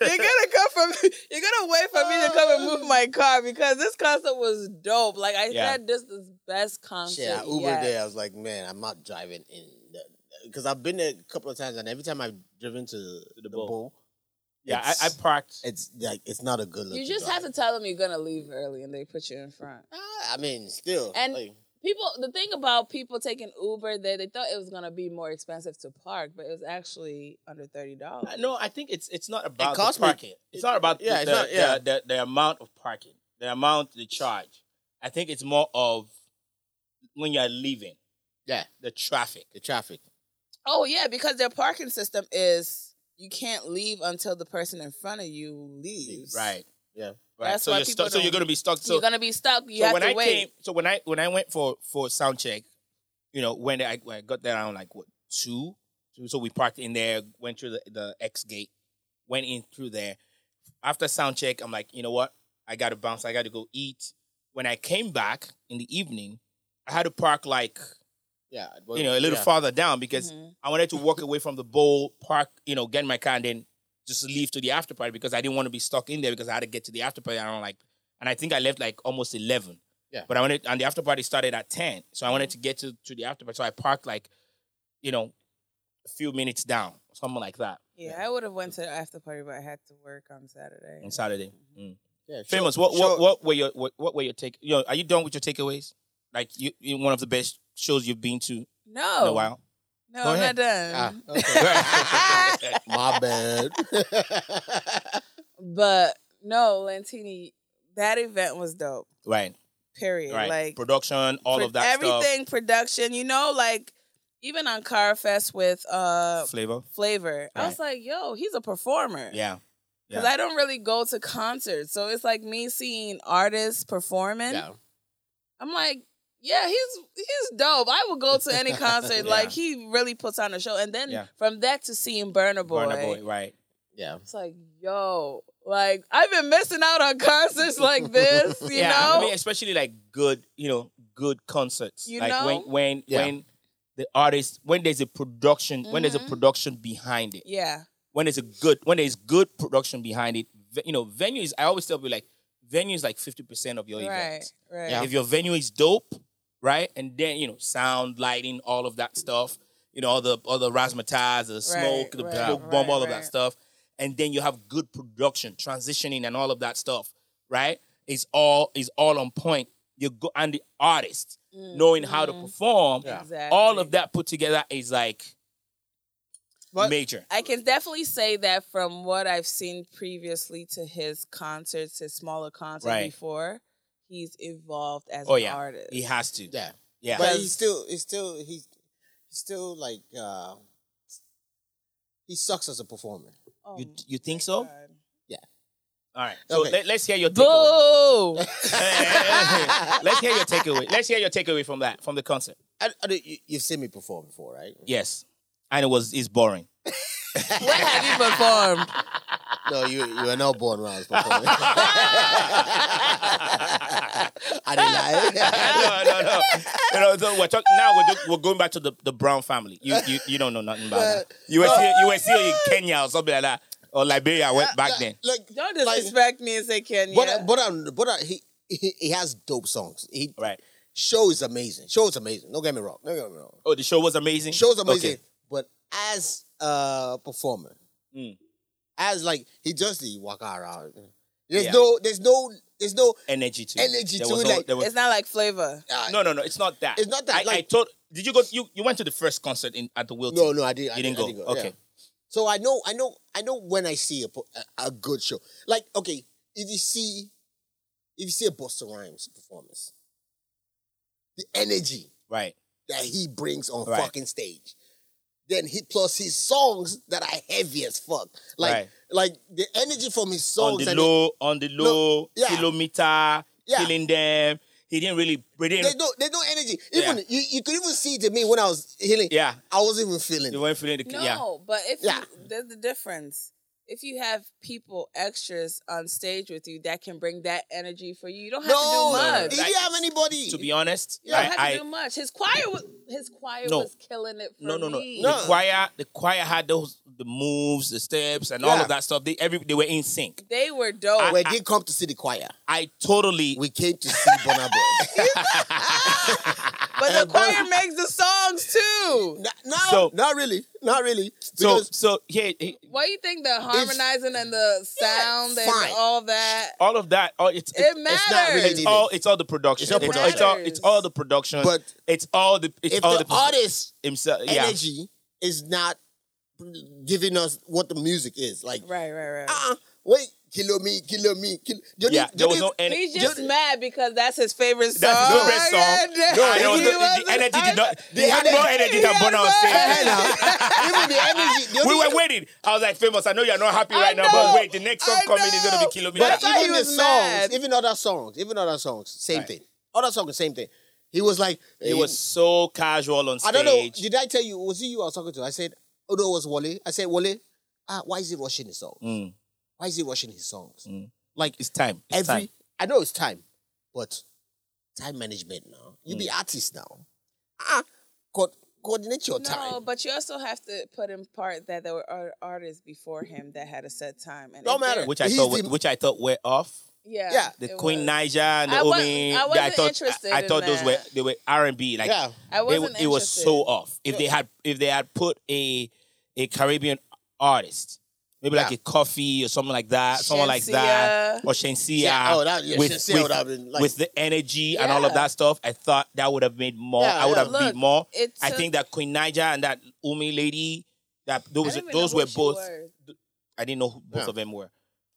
E: you're gonna come from you're gonna wait for me to come and move my car because this concert was dope. Like I
C: Yeah.
E: said, this is best concert.
B: Yeah, I Uber
E: yet.
B: there. I was like, man, I'm not driving in because I've been there a couple of times, and every time I've driven to the,
C: bowl.
B: bowl,
C: Yeah, I, I
B: it's-
C: parked.
B: it's like it's not a good look.
E: You just have to tell them you're gonna leave early and they put you in front.
B: Ah, I mean, still,
E: And-
B: like,
E: People the thing about people taking Uber there, they thought it was gonna be more expensive to park, but it was actually under thirty dollars.
C: No, I think it's it's not about the
B: cost me-
C: parking. it's not about
B: Yeah,
C: the,
B: it's not- yeah.
C: the, the, the amount of parking, the amount they charge. I think it's more of when you're leaving.
B: Yeah.
C: The traffic.
B: the traffic.
E: Oh yeah, because their parking system is you can't leave until the person in front of you leaves.
C: Right.
B: Yeah.
C: Right.
E: That's
C: so
E: why
C: you're
E: people
C: stuck. So you're
E: don't-
C: gonna be stuck. So
E: You're gonna be stuck. You
C: so
E: have
C: when
E: to
C: I
E: wait.
C: came, so when I when I went for for sound check, you know, when I, when I got there around like what two, two, so we parked in there, went through the, the X gate, went in through there. After sound check, I'm like, you know what? I got to bounce. I got to go eat. When I came back in the evening, I had to park like
B: Yeah,
C: you know a little farther down because
E: Mhm.
C: I wanted to walk away from the bowl, park, you know, get in my car, and then just leave to the after party because I didn't want to be stuck in there because I had to get to the after party. I don't like, and I think I left like almost eleven.
B: Yeah.
C: But I wanted, and the after party started at ten, so I wanted to get to to the after party. So I parked like, you know, a few minutes down, something like that,
E: Yeah, I would have went to the after party, but I had to work on Saturday.
C: on Saturday. Mm.
B: Yeah, sure,
C: Famous. What,
B: sure.
C: what what were your what, what were your take? You know, are you done with your takeaways? Like you, you one of the best shows you've been to
E: No,
C: in a while.
E: no,
C: Go
E: I'm
C: ahead.
E: not done.
B: Ah,
C: Ah, <laughs>
B: <laughs> okay. My bad.
E: <laughs>
B: <laughs>
E: But no, Lantini, that event was dope.
C: right.
E: Period.
C: Right.
E: Like
C: Production, all
E: pro-
C: of that stuff.
E: everything, production. You know, like even on Car Fest with uh
C: Flavor.
E: Flavor, I
C: Right.
E: was like, yo, he's a performer.
C: Yeah.
E: Because
C: Yeah.
E: I don't really go to concerts. So it's like me seeing artists performing.
B: Yeah.
E: I'm like, yeah, he's he's dope. I will go to
C: <laughs>
E: any concert.
C: Yeah.
E: Like he really puts on a show. And then
C: Yeah.
E: from that to seeing Burner Boy,
C: Burna Boy, right.
B: Yeah.
E: it's like, yo, like I've been missing out
C: <laughs>
E: on concerts like this, you know?
C: I mean, especially like good, you know, good concerts.
E: You
C: like
E: know?
C: when when
B: Yeah.
C: when the artist when there's a production when there's a
E: Mhm.
C: production behind it
E: yeah.
C: when there's a good when there's good production behind it ve- you know venue is I always tell people like venue is like fifty percent of your
E: Right.
C: event
E: Right.
C: if your venue is dope right and then you know sound lighting all of that stuff you know all the all the razzmatazz the smoke the
E: right,
C: smoke
E: right,
C: bomb all of that
E: right.
C: stuff and then you have good production transitioning and all of that stuff right it's all is all on point you go and the artist knowing how to
E: Mhm.
C: perform
B: Yeah.
E: Exactly.
C: all of that put together is like
B: But-
C: major
E: I can definitely say that from what I've seen previously to his concerts, his smaller concerts
C: Right.
E: before, he's evolved as
C: Oh,
E: an
C: yeah.
E: artist.
C: he has to
B: Yeah.
C: yeah
B: But he's still, he's still, he, he's still like, uh, he sucks as a performer.
E: Oh
C: you,
E: my
C: you think so all
E: God.
C: right so
B: Okay.
C: let, let's hear your takeaway.
E: Boo!
C: <laughs> Let's hear your takeaway. Let's hear your takeaway from that, from the concert.
B: I, I, you, you've seen me perform before, right?
C: Yes, and it was it's boring. <laughs>
E: Where have you performed?
B: No, you you were not born when I was performing. <laughs> I didn't lie.
C: no, no, no. You know, so we're talking now. We're, do- we're going back to the, the Brown family. You, you you don't know nothing about that. You were still, you were still in Kenya or something like that, or Liberia. I went back then.
B: Look,
E: Don't
B: Like-
E: disrespect me and say Kenya.
B: but but um, but uh, he, he he has dope songs. He
C: Right.
B: show is amazing. Show is amazing. Don't get me wrong. Don't get me wrong.
C: Oh, the show was amazing.
B: Show's amazing.
C: Okay.
B: But as a performer,
C: Mm.
B: as like he just he walk around. There's
C: Yeah.
B: no there's no there's no
C: Energy too.
B: Energy
C: There
B: to
C: was
B: it,
C: all-
B: like-
C: there was-
E: it's not like flavor.
B: uh,
C: no, no, no. It's not that.
B: It's not that,
C: I, I
B: like-
C: told. Did you go? You you went to the first concert in at the Wilton?
B: no no I didn't I
C: You didn't
B: I
C: go.
B: yeah.
C: okay.
B: So I know, I know, I know when I see a po- a, a good show. Like, okay, if you see, if you see a Busta Rhymes performance, the energy
C: Right.
B: that he brings on
C: Right.
B: fucking stage, then he plus his songs that are heavy as fuck. Like,
C: Right.
B: like the energy from his
C: on
B: songs
C: the
B: and
C: low, on the low,
B: yeah.
C: kilometer,
B: Yeah.
C: killing them. He didn't really, we
B: the-
C: didn't,
B: there's no, there's no energy.
C: Yeah.
B: Even you, you could even see to me when I was healing.
C: yeah,
B: I wasn't even feeling.
C: they
B: it.
C: weren't feeling the,
E: No,
C: yeah,
E: but if
B: Yeah.
E: you, there's the difference. If you have people extras on stage with you that can bring that energy for you, you don't have
B: No,
E: to do much.
B: he didn't have anybody.
C: to be honest,
E: You don't have to
C: I, I,
E: do much. His choir was his choir
C: No.
E: was killing it for
C: no, no, no,
E: me.
C: the choir, the choir had those, the moves, the steps, and all
B: Yeah.
C: of that stuff. They, every, they were in sync.
E: They were dope.
B: we did come to see the choir.
C: I totally,
B: We came to see Bonner Boy.
C: <laughs>
E: but the choir makes the songs too.
B: No, no,
C: So-
B: not really, not really.
C: so,
B: Because
C: so, yeah, he-
E: Why do you think the harmonizing and the sound
B: fine.
E: and all that?
C: all of that, all, it's,
E: It
B: it's not really
E: matters.
B: the-
C: it's all, it's all the production.
B: It's all
C: it's,
E: production.
C: it's all, it's all the production.
B: But-
C: it's all the, it's
B: if
C: all
B: the
C: the,
B: artist
C: himself, yeah,
B: energy is not giving us what the music is,
C: Oh.
B: like
E: right, right, right.
B: uh-uh, wait, kill me, kill me, kill. Johnny-
C: yeah. There was
B: Johnny-
C: no energy.
E: He's just mad because that's his favorite song.
C: That's his favorite
E: And
C: song.
E: <laughs>
C: No,
E: then
C: there was
E: Oh he
C: no, the,
E: wasn't-
C: the energy did not. They had
B: energy-
C: more energy than
E: Yeah,
C: Bono on
B: Hey,
C: stage.
B: now, <laughs> even the energy. the
C: We
B: only-
C: were waiting. I was like, famous. I know you're not happy
E: I
C: right now, but
E: know.
C: wait, the next song
E: I
C: coming is gonna
E: know.
C: be Kilometer.
E: But
B: But
E: I thought he
B: even the
E: was
B: songs,
E: mad.
B: even other songs, even other songs, same
C: Right.
B: thing. Other songs, same thing. He was like,
C: It was so casual on stage.
B: I don't know. Did I tell you? Was it you I was talking to? I said, oh no, it was Wale. I said, Wale, ah, why is he rushing his songs?
C: Mm.
B: Why is he rushing his songs?
C: Mm.
B: Like
C: It's time. It's
B: every
C: time.
B: I know it's time, but time management now. You
C: Hmm.
B: be artist now. Ah, co- coordinate your time.
E: No, but you also have to put in part that there were ar- artists before him that had a set time. And
B: Don't
E: it didn't-
B: matter.
C: Which I
B: He's
C: thought, wa-
B: the-
C: which I thought were off.
E: Yeah.
B: Yeah.
C: The
E: it
C: Queen
E: was.
C: Naija and the
E: I wa-
C: Omi.
E: I wasn't
C: thought.
E: interested
C: I, I
E: in
C: thought those were
E: that.
C: they were R and B. Like
B: yeah,
E: I
C: they-
E: wasn't
C: it was so
E: interested.
C: off. If they had if they had put a a Caribbean artist, maybe like
B: Yeah.
C: a Coffee or something like that, someone like that,
E: Shensia.
C: or Shensia,
B: Yeah, oh, that- yeah,
C: with,
B: Shensia
C: with,
B: would have been, like-
C: with the energy and all of
E: Yeah.
C: that stuff, I thought that would have made more.
B: Yeah,
C: I would
B: yeah.
C: have made
E: Look,
C: more.
E: it
C: I
E: took-
C: think that Queen Naija and that Umi lady, that
E: I
C: those
E: don't even
C: those
E: know
C: were
E: who she
C: both.
E: was.
C: I didn't know who both
B: Yeah.
C: of them were.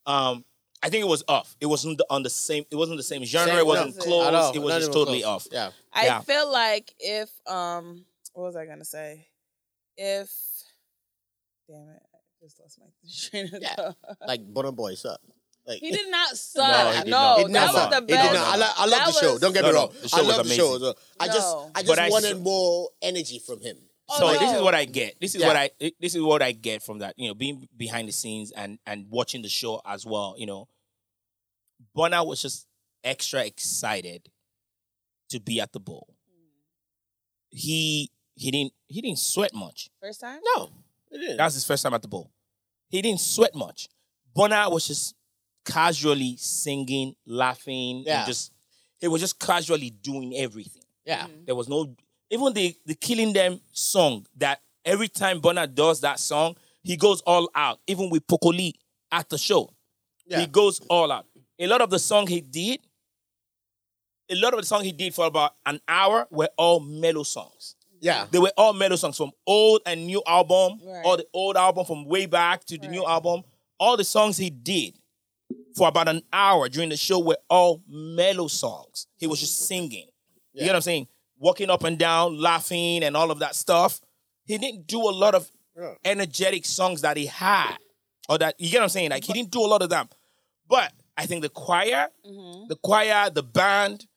C: Um, I think it was off. It wasn't the- on the same. It wasn't the same genre.
B: Same-
C: it wasn't
E: no,
C: close.
B: At all.
C: It was
B: Not
C: just
B: even
C: totally
B: close.
C: off.
B: Yeah,
E: I
C: Yeah.
E: feel like if um what was I gonna say? If damn it, I just lost my <laughs> train of
B: Yeah.
E: thought.
B: Like Bonner Boy, suck. Like,
E: He did
C: No,
E: not
C: he
E: suck.
C: did
E: No,
C: not.
B: It did
E: that
B: not
E: was
B: suck.
E: the
B: It did
E: best.
B: not. I, lo- I love
E: That
B: the show.
E: was-
B: Don't get
C: No,
B: me
C: no,
B: wrong.
C: the show
B: I
C: was
B: love the show.
C: amazing.
B: I just,
E: No.
B: I just
C: But I
B: wanted
C: saw-
B: more energy from him.
E: Oh,
C: so
E: no.
C: this is what I get. This is
B: Yeah.
C: what I this is what I get from that. You know, being behind the scenes and and watching the show as well. You know, Bonner was just extra excited to be at the bowl. He he didn't he didn't sweat much.
E: First time?
B: No, it didn't.
C: That was his first time at the bowl. He didn't sweat much. Bonner was just casually singing, laughing,
B: Yeah.
C: and just he was just casually doing everything.
B: yeah,
E: Mm-hmm.
C: There was no even the the killing them song that every time Bonner does that song, he goes all out. Even with Pokoli at the show,
B: yeah.
C: he goes all out. A lot of the song he did, a lot of the song he did for about an hour were all mellow songs.
B: yeah.
C: They were all mellow songs from old and new album,
E: Right.
C: or the old album from way back to the new
E: Right.
C: album. All the songs he did for about an hour during the show were all mellow songs. He was just singing. You
B: Yeah.
C: know what I'm saying? Walking up and down, laughing, and all of that stuff. He didn't do a lot of
B: Yeah.
C: energetic songs that he had, or that you get what I'm saying. Like he didn't do a lot of them. But I think the choir,
B: Mm-hmm.
C: the choir, the band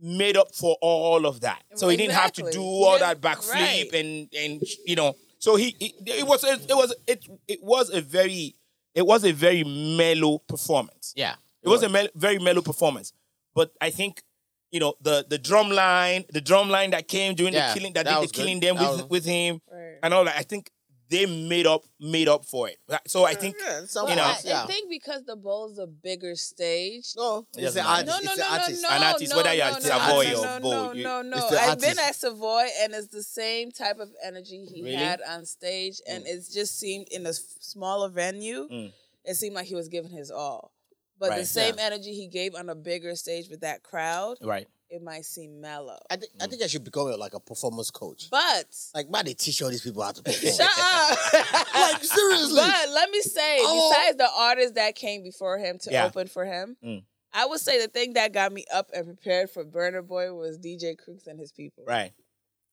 C: made up for all of that. So he didn't have to
E: Exactly.
C: do
E: He
C: all that
E: didn't-
C: backflip
E: right.
C: and and you know. So he it, it was it, was it it was a very it was a very mellow performance.
B: Yeah.
C: It was a mel- very mellow performance, but I think you know the the drum line, the drum line that came during
B: Yeah,
C: the killing that,
B: that
C: did
B: was
C: the
B: good.
C: killing them
B: That
C: with,
B: was-
C: with him
E: Right.
C: and all that. I think they made up made up for it. So I think
B: Yeah, so
C: You know.
E: I,
B: much, yeah.
E: I think because the bowl's a bigger stage.
B: no,
C: It
B: it's
C: doesn't
B: an
C: matter.
B: artist.
E: No, no,
B: it's
E: no,
B: an
E: no,
B: artist.
E: no,
C: An artist,
E: no,
C: whether you're
E: no,
C: at
B: Savoy
E: no,
B: or
E: no,
C: Bowl, you-
E: No, no,
B: it's
E: no.
B: the
E: I've been
B: artist.
E: at Savoy, and it's the same type of energy he
C: Really?
E: had on stage, and it just seemed in a s- smaller venue,
C: Mm.
E: it seemed like he was giving his all. But the
C: Right.
E: same energy he gave on a bigger stage with that crowd,
C: right.
E: it might seem mellow.
B: I, thi- I think I should become like a performance coach.
C: <laughs>
E: But
B: Like, man, they teach all these people how
E: <laughs>
B: to perform.
E: shut up.
B: like,
E: <laughs>
B: seriously.
E: But let me say,
B: Oh.
E: besides the artists that came before him to
C: Yeah.
E: open for him,
C: Mm.
E: I would say the thing that got me up and prepared for Burner Boy was DJ Crooks and his people.
C: Right.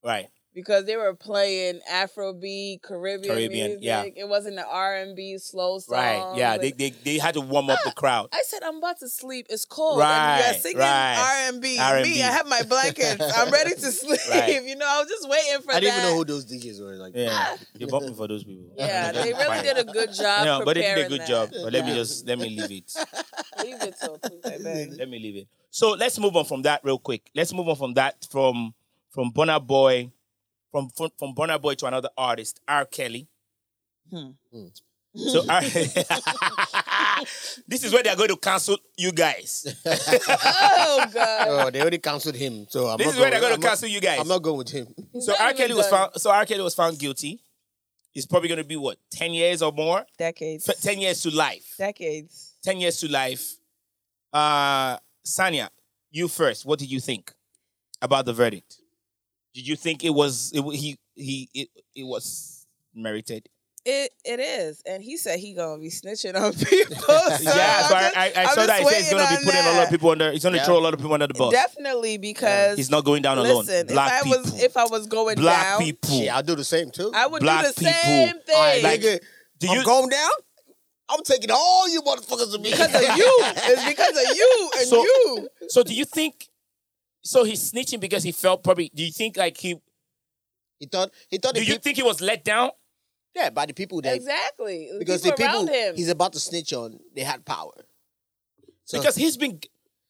C: Right.
E: Because they were playing Afrobeat, Caribbean,
C: Caribbean,
E: music.
C: yeah.
E: It wasn't the R and B slow song.
C: Right. Yeah. They, they they had to warm up
E: <laughs>
C: the crowd.
E: I said I'm about to sleep. It's cold. and you're
C: Right,
E: singing
C: right.
E: R and B.
C: R&B.
E: Me, I have my blankets. I'm ready
C: <laughs>
E: to sleep.
C: Right.
E: <laughs> You know, I was just waiting for
B: I didn't
E: that.
B: even know who those DJs were. Like,
E: <laughs>
C: Yeah. You're bumping for those people. <laughs>
E: yeah, they really
C: Fine.
E: did a good job.
C: No, but they did a
E: preparing
C: good
E: that.
C: job. But let me
E: Yeah.
C: just let me leave
E: <laughs>
C: it.
E: Leave it till Tuesday, babe.
C: Let me leave it. So let's move on from that real quick. Let's move on from that from from Bonner Boy, from from, from Bonner Boy to another artist, R. Kelly.
E: Hmm. <laughs>
C: So R- <laughs> this is where they're going to cancel you guys. <laughs>
E: Oh god.
B: <laughs> oh, they already canceled him. So I'm
C: This
B: not
C: is where they're
B: going
C: going to cancel you guys.
B: I'm not going with him.
C: So
E: not
C: R.
E: even
C: Kelly was
E: done.
C: found. So R. Kelly was found guilty. He's probably going to be what ten years or more.
E: Decades.
C: F- Ten years to life.
E: Decades.
C: Ten years to life. Uh, Sanya, you first. What did you think about the verdict? Did you think it was it, wa- he he it, it was merited?
E: It it is, and he said he gonna be snitching
C: <laughs>
E: on <laughs> people. So
C: yeah,
E: I'm
C: so
E: just-
C: I, I, I
E: Uh, I'm
C: saw
E: just
C: that. He said he's
E: waiting
C: gonna be
E: on
C: putting a lot
E: that.
C: of people under. He's gonna
B: Yeah.
C: throw a lot of people under the bus.
E: Definitely because
C: He's not going down alone.
E: listen,
C: Black
E: if I
C: people.
E: was if I was going
C: black
E: down,
C: people.
B: Shit, I'll do the same too.
E: I would
C: Black
E: do the
C: people.
E: same thing.
B: All right,
C: Like,
B: nigga,
C: do
B: I'm
C: you-
B: going down. I'm taking all you motherfuckers with me. <laughs>
E: because of you, it's because of you
C: <laughs>
E: and
C: So-
E: you.
C: so do you think? So he's snitching because he felt probably. Do you think like he?
B: He thought he thought
C: Do
B: the
C: you
B: people,
C: think he was let down?
B: yeah, by the people that
E: Exactly, The
B: because
E: people
B: the people
E: around him.
B: he's about to snitch on, they had power. So,
C: Because he's been,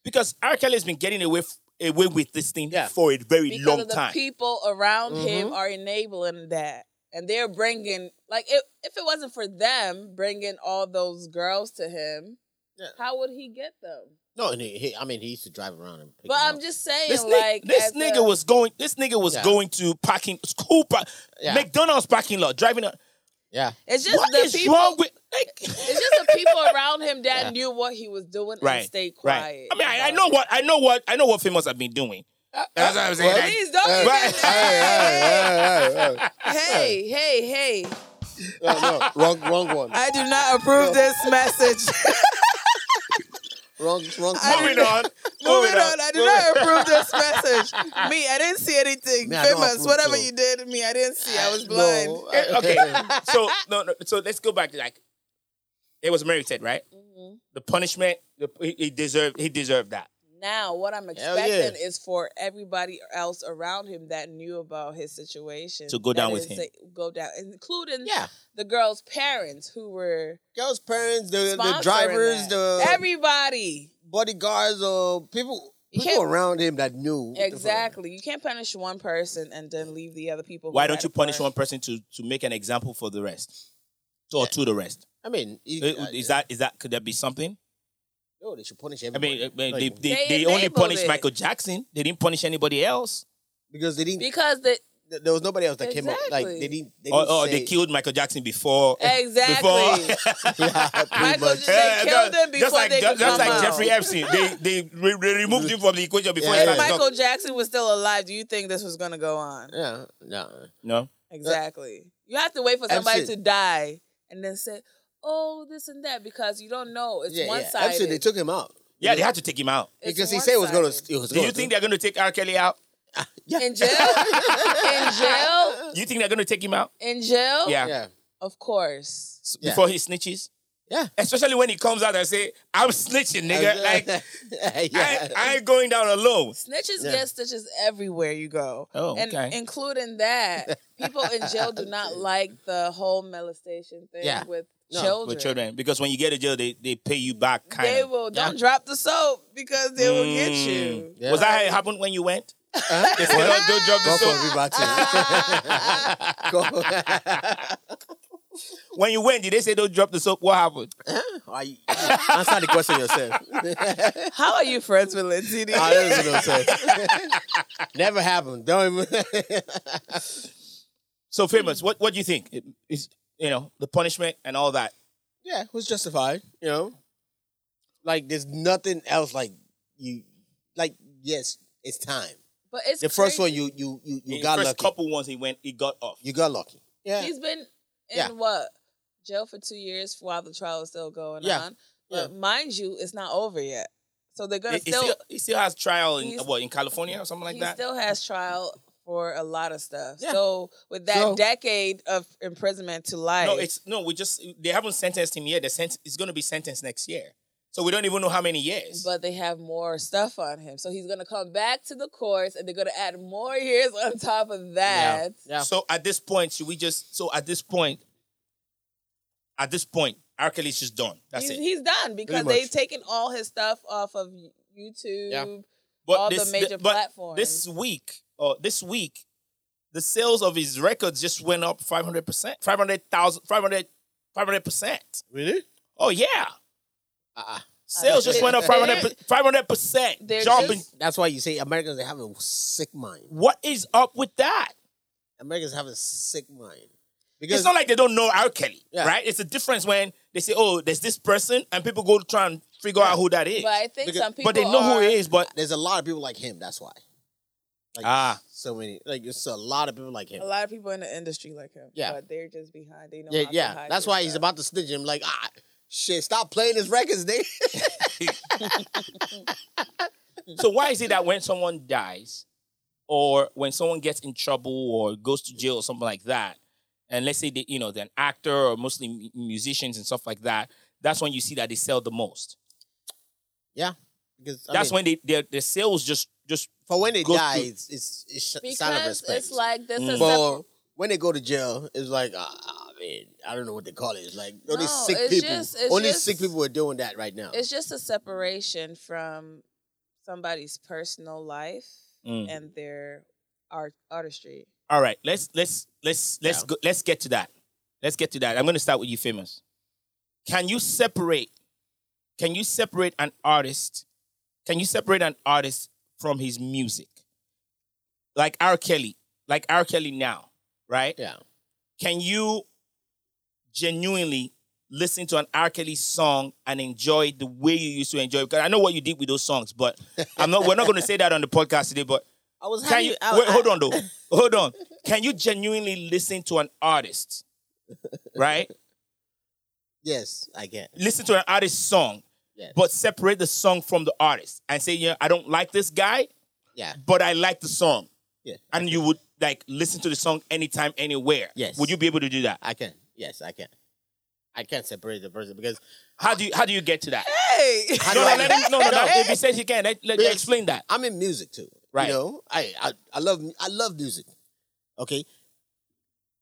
C: because R. Kelly has been getting away f- away with this thing
B: Yeah.
C: for a very
E: because
C: long
E: of the
C: time.
E: people around him are enabling that and they're bringing like if, if it wasn't for them bringing all those girls to him
B: Yeah.
E: how would he get them
B: no, and he, he, I mean he used to drive around and. Pick
E: but
B: them
E: i'm
B: up.
E: just saying
C: This, ni-
E: like
C: this
E: as
C: nigga
E: a-
C: was going. This nigga was
B: Yeah.
C: going to parking school, par-
B: Yeah.
C: McDonald's parking lot, driving. A,
B: yeah,
E: it's just
C: what
E: the
C: is
E: people
C: wrong with? Like,
E: <laughs> it's just the people around him that
B: Yeah.
E: knew what he was doing
C: <laughs>
E: and
C: right,
E: stayed
C: right.
E: quiet Uh,
C: I mean, I, I
E: about
C: know
E: it.
C: what I know what I know what famous have been doing. That's what I'm saying.
B: What?
C: Like,
E: please don't
B: Hey,
E: even-
C: hey,
E: hey hey hey
B: no, no, wrong, wrong one.
E: <laughs> i do not approve this message
B: Wrong, wrong.
E: I <laughs>
C: Moving
E: didn't-
C: on.
E: Moving on. I did not
C: Moving on.
E: approve this message. Me, I didn't see anything
B: Me, I don't
E: famous.
B: approve
E: Whatever
B: too.
E: you did, me, I didn't see. I
B: No,
E: was blind.
B: I-
C: Eh,
E: <laughs>
C: okay.
B: <laughs>
C: So no, no. So let's go back to like it was merited, right?
E: Mm-hmm.
C: The punishment. The, he, he deserved. He deserved that.
E: Now, what I'm
B: Hell yeah.
E: expecting is for everybody else around him that knew about his situation
C: To go
E: that
C: down with
E: is,
C: him.
E: say, Go down, including
B: Yeah.
E: the girl's parents who were
B: Girls' parents, the, the
E: sponsoring
B: drivers,
E: that.
B: the
E: everybody.
B: bodyguards, or people
E: You
B: people
E: can't-
B: around him that knew. what the fuck.
E: Exactly. You can't punish one person and then leave the other people. who
C: Why
E: had
C: don't you
E: a
C: punish
E: part.
C: one person to to make an example for the rest, To- or to the rest?
B: I mean, he-
C: Uh, Is that is that could that be something?
B: No, they should punish
C: I
B: everybody.
C: mean, uh, they they,
B: Like,
C: they,
E: They
C: only
E: enabled
C: punished
E: it.
C: Michael Jackson. They didn't punish anybody else.
B: because they didn't.
E: Because the
B: th- There was nobody else that came up. Like
E: Exactly.
B: they didn't. They
C: Or, or
B: didn't say,
C: Oh, they
B: <laughs>
C: killed Michael Jackson before.
E: <laughs> exactly. <laughs>
B: Yeah, pretty
E: Michael
B: much.
C: <laughs>
E: Jackson- They killed him before
C: just like,
E: they
C: just,
E: could
C: just
E: come
C: like
E: out.
C: Jeffrey Epstein. They they, re- they removed him from the equation before
B: Yeah,
E: if
C: he started
E: Michael Jackson was still alive, do you think this was going to go on?
B: Yeah, yeah.
C: No.
E: Exactly. You have to wait for somebody
B: Epstein.
E: to die and then say, "Oh, this and that," because you don't know. It's
B: yeah,
E: one
B: yeah.
E: sided.
B: Absolutely, they took him out
C: Yeah, they had to take him out.
B: because he said it was going to. It was
C: Do
B: gonna
C: you think they're going to take R. Kelly out?
E: in jail,
B: <laughs>
E: in jail,
C: You think they're going to take him out
E: in jail.
C: Yeah.
B: Yeah,
E: Of course.
C: S-
B: Yeah.
C: before he snitches?
B: yeah.
C: Especially when he comes out and say, "I'm snitching,
B: <laughs>
C: nigga." Like
B: yeah.
C: I, I ain't going down alone.
E: Snitches
B: Yeah.
E: get stitches everywhere you go.
C: Oh,
E: and
C: okay.
E: including that, people in jail
B: <laughs>
E: do not like the whole molestation thing
B: Yeah.
E: with
B: No,
E: children.
C: With children, because when you get a jail, they, they pay you back. Kind
E: They
C: of.
E: will
B: Yeah.
E: don't drop the soap because they will get you.
B: Mm, Yeah.
C: Was that how it happened when you went?
B: Huh?
C: They said, "Don't- don't drop
B: Go
C: the
B: for
C: soap."
B: <laughs> Ribati.
C: When you went, did they say don't drop the soap? What happened?
B: Go. Are you- Answer the question yourself. <laughs>
E: <laughs> How are you friends with Lentini?
B: I don't even know what I'm saying. Never happened. Don't even. <laughs>
C: So famous. What what do you think? It- It's you know the punishment and all that.
B: yeah, it was justified. You know, like there's nothing else. Like you, like yes, it's time.
E: But it's
B: The first
E: crazy.
B: one you you you, you
C: the
B: got
C: first
B: lucky.
C: couple ones he went, he got off.
B: You got lucky. Yeah,
E: He's been in
B: Yeah.
E: what jail for two years while the trial is still going
B: Yeah.
E: on. But mind you, it's not over yet, so they're gonna
C: He, he
E: still.
C: still, he still has trial in
E: he's-
C: what in California or something like
E: he
C: that.
E: still has trial for a lot of stuff.
B: Yeah.
E: So with that
B: So-
E: decade of imprisonment to life,
C: no, it's no. We just they haven't sentenced him yet. The sent it's going to be sentenced next year. So we don't even know how many years.
E: but they have more stuff on him, so he's gonna come back to the courts, and they're gonna add more years on top of that.
B: yeah.
C: So at this point, should we just? So at this point, at this point, R. Kelly's just done. That's
E: he's,
C: it.
E: he's done because
B: much.
E: they've taken all his stuff off of YouTube.
B: Yeah.
E: all the major
C: but
E: platforms.
C: This week, or this week, the sales of his records just went up 500 percent, 500,000, 500, 500 percent.
B: really?
C: Oh yeah,
B: Uh-uh.
C: sales just went up 500 500 percent.
E: They're
C: Jumping.
E: just-
B: That's why you say Americans they have a sick mind.
C: What is up with that?
B: Americans have a sick mind because
C: It's not like they don't know R. Kelly,
B: Yeah.
C: right? It's a difference when they say, "Oh, there's this person," and people go try and figure out who that is.
E: But I think
B: Because-
E: some people
C: But they know who
E: are-
C: it is. But
B: there's a lot of people like him. That's why. Like,
C: Ah.
B: so many. Like it's a lot of people like him.
E: a lot of people in the industry like him.
B: Yeah.
E: but they're just behind. They know.
B: Yeah,
E: how to
B: yeah.
E: hide
B: That's
E: their
B: why he's
E: stuff.
B: about to snitch him. Like ah. Shit, stop playing his records, nigga.
C: <laughs>
B: <laughs>
C: so why is it that when someone dies or when someone gets in trouble or goes to jail or something like that and let's say they, you know they're an actor or mostly mu- musicians and stuff like that that's when you see that they sell the most
B: yeah. Because I
C: that's
B: mean,
C: when they their, their sales just just
B: for when they
C: go
B: die,
C: through-
B: it's it's, it's sh- sign of
E: because
B: respect.
E: it's like this
C: Mm.
E: is
B: but when they go to jail, it's like ah, I mean, I don't know what they call it. It's like only
E: No,
B: sick
E: it's
B: people.
E: just- it's
B: only
E: just-
B: sick people are doing that right now.
E: it's just a separation from somebody's personal life
C: mm.
E: and their art artistry.
C: all right let's let's let's let's
B: Yeah.
C: go, let's get to that let's get to that i'm going to start with you famous can you separate can you separate an artist can you separate an artist from his music like r kelly like r kelly now right
B: yeah.
C: can you genuinely listen to an R. Kelly song and enjoy it the way you used to enjoy? it? Because I know what you did with those songs, but I'm not. We're not going to say that on the podcast today. But
B: <laughs> I was
C: can you wait? Hold on, though. Hold on. Can you genuinely listen to an artist, right?
B: Yes, I can.
C: Listen to an artist's song
B: Yes.
C: but separate the song from the artist and say, yeah, I don't like this guy,
B: Yeah.
C: but I like the song.
B: Yeah.
C: And you would like listen to the song anytime, anywhere.
B: Yes.
C: Would you be able to do that?
B: I can. Yes, I can. I can't separate the person because
C: How do you how do you get to that?
E: Hey.
B: I
C: No,
B: do
C: no,
B: I
C: let
B: get-
C: him, no, no, no. If he says he can, let, let
B: Yes.
C: explain that.
B: I'm in music too.
C: Right.
B: You know, I, I I love I love music. Okay.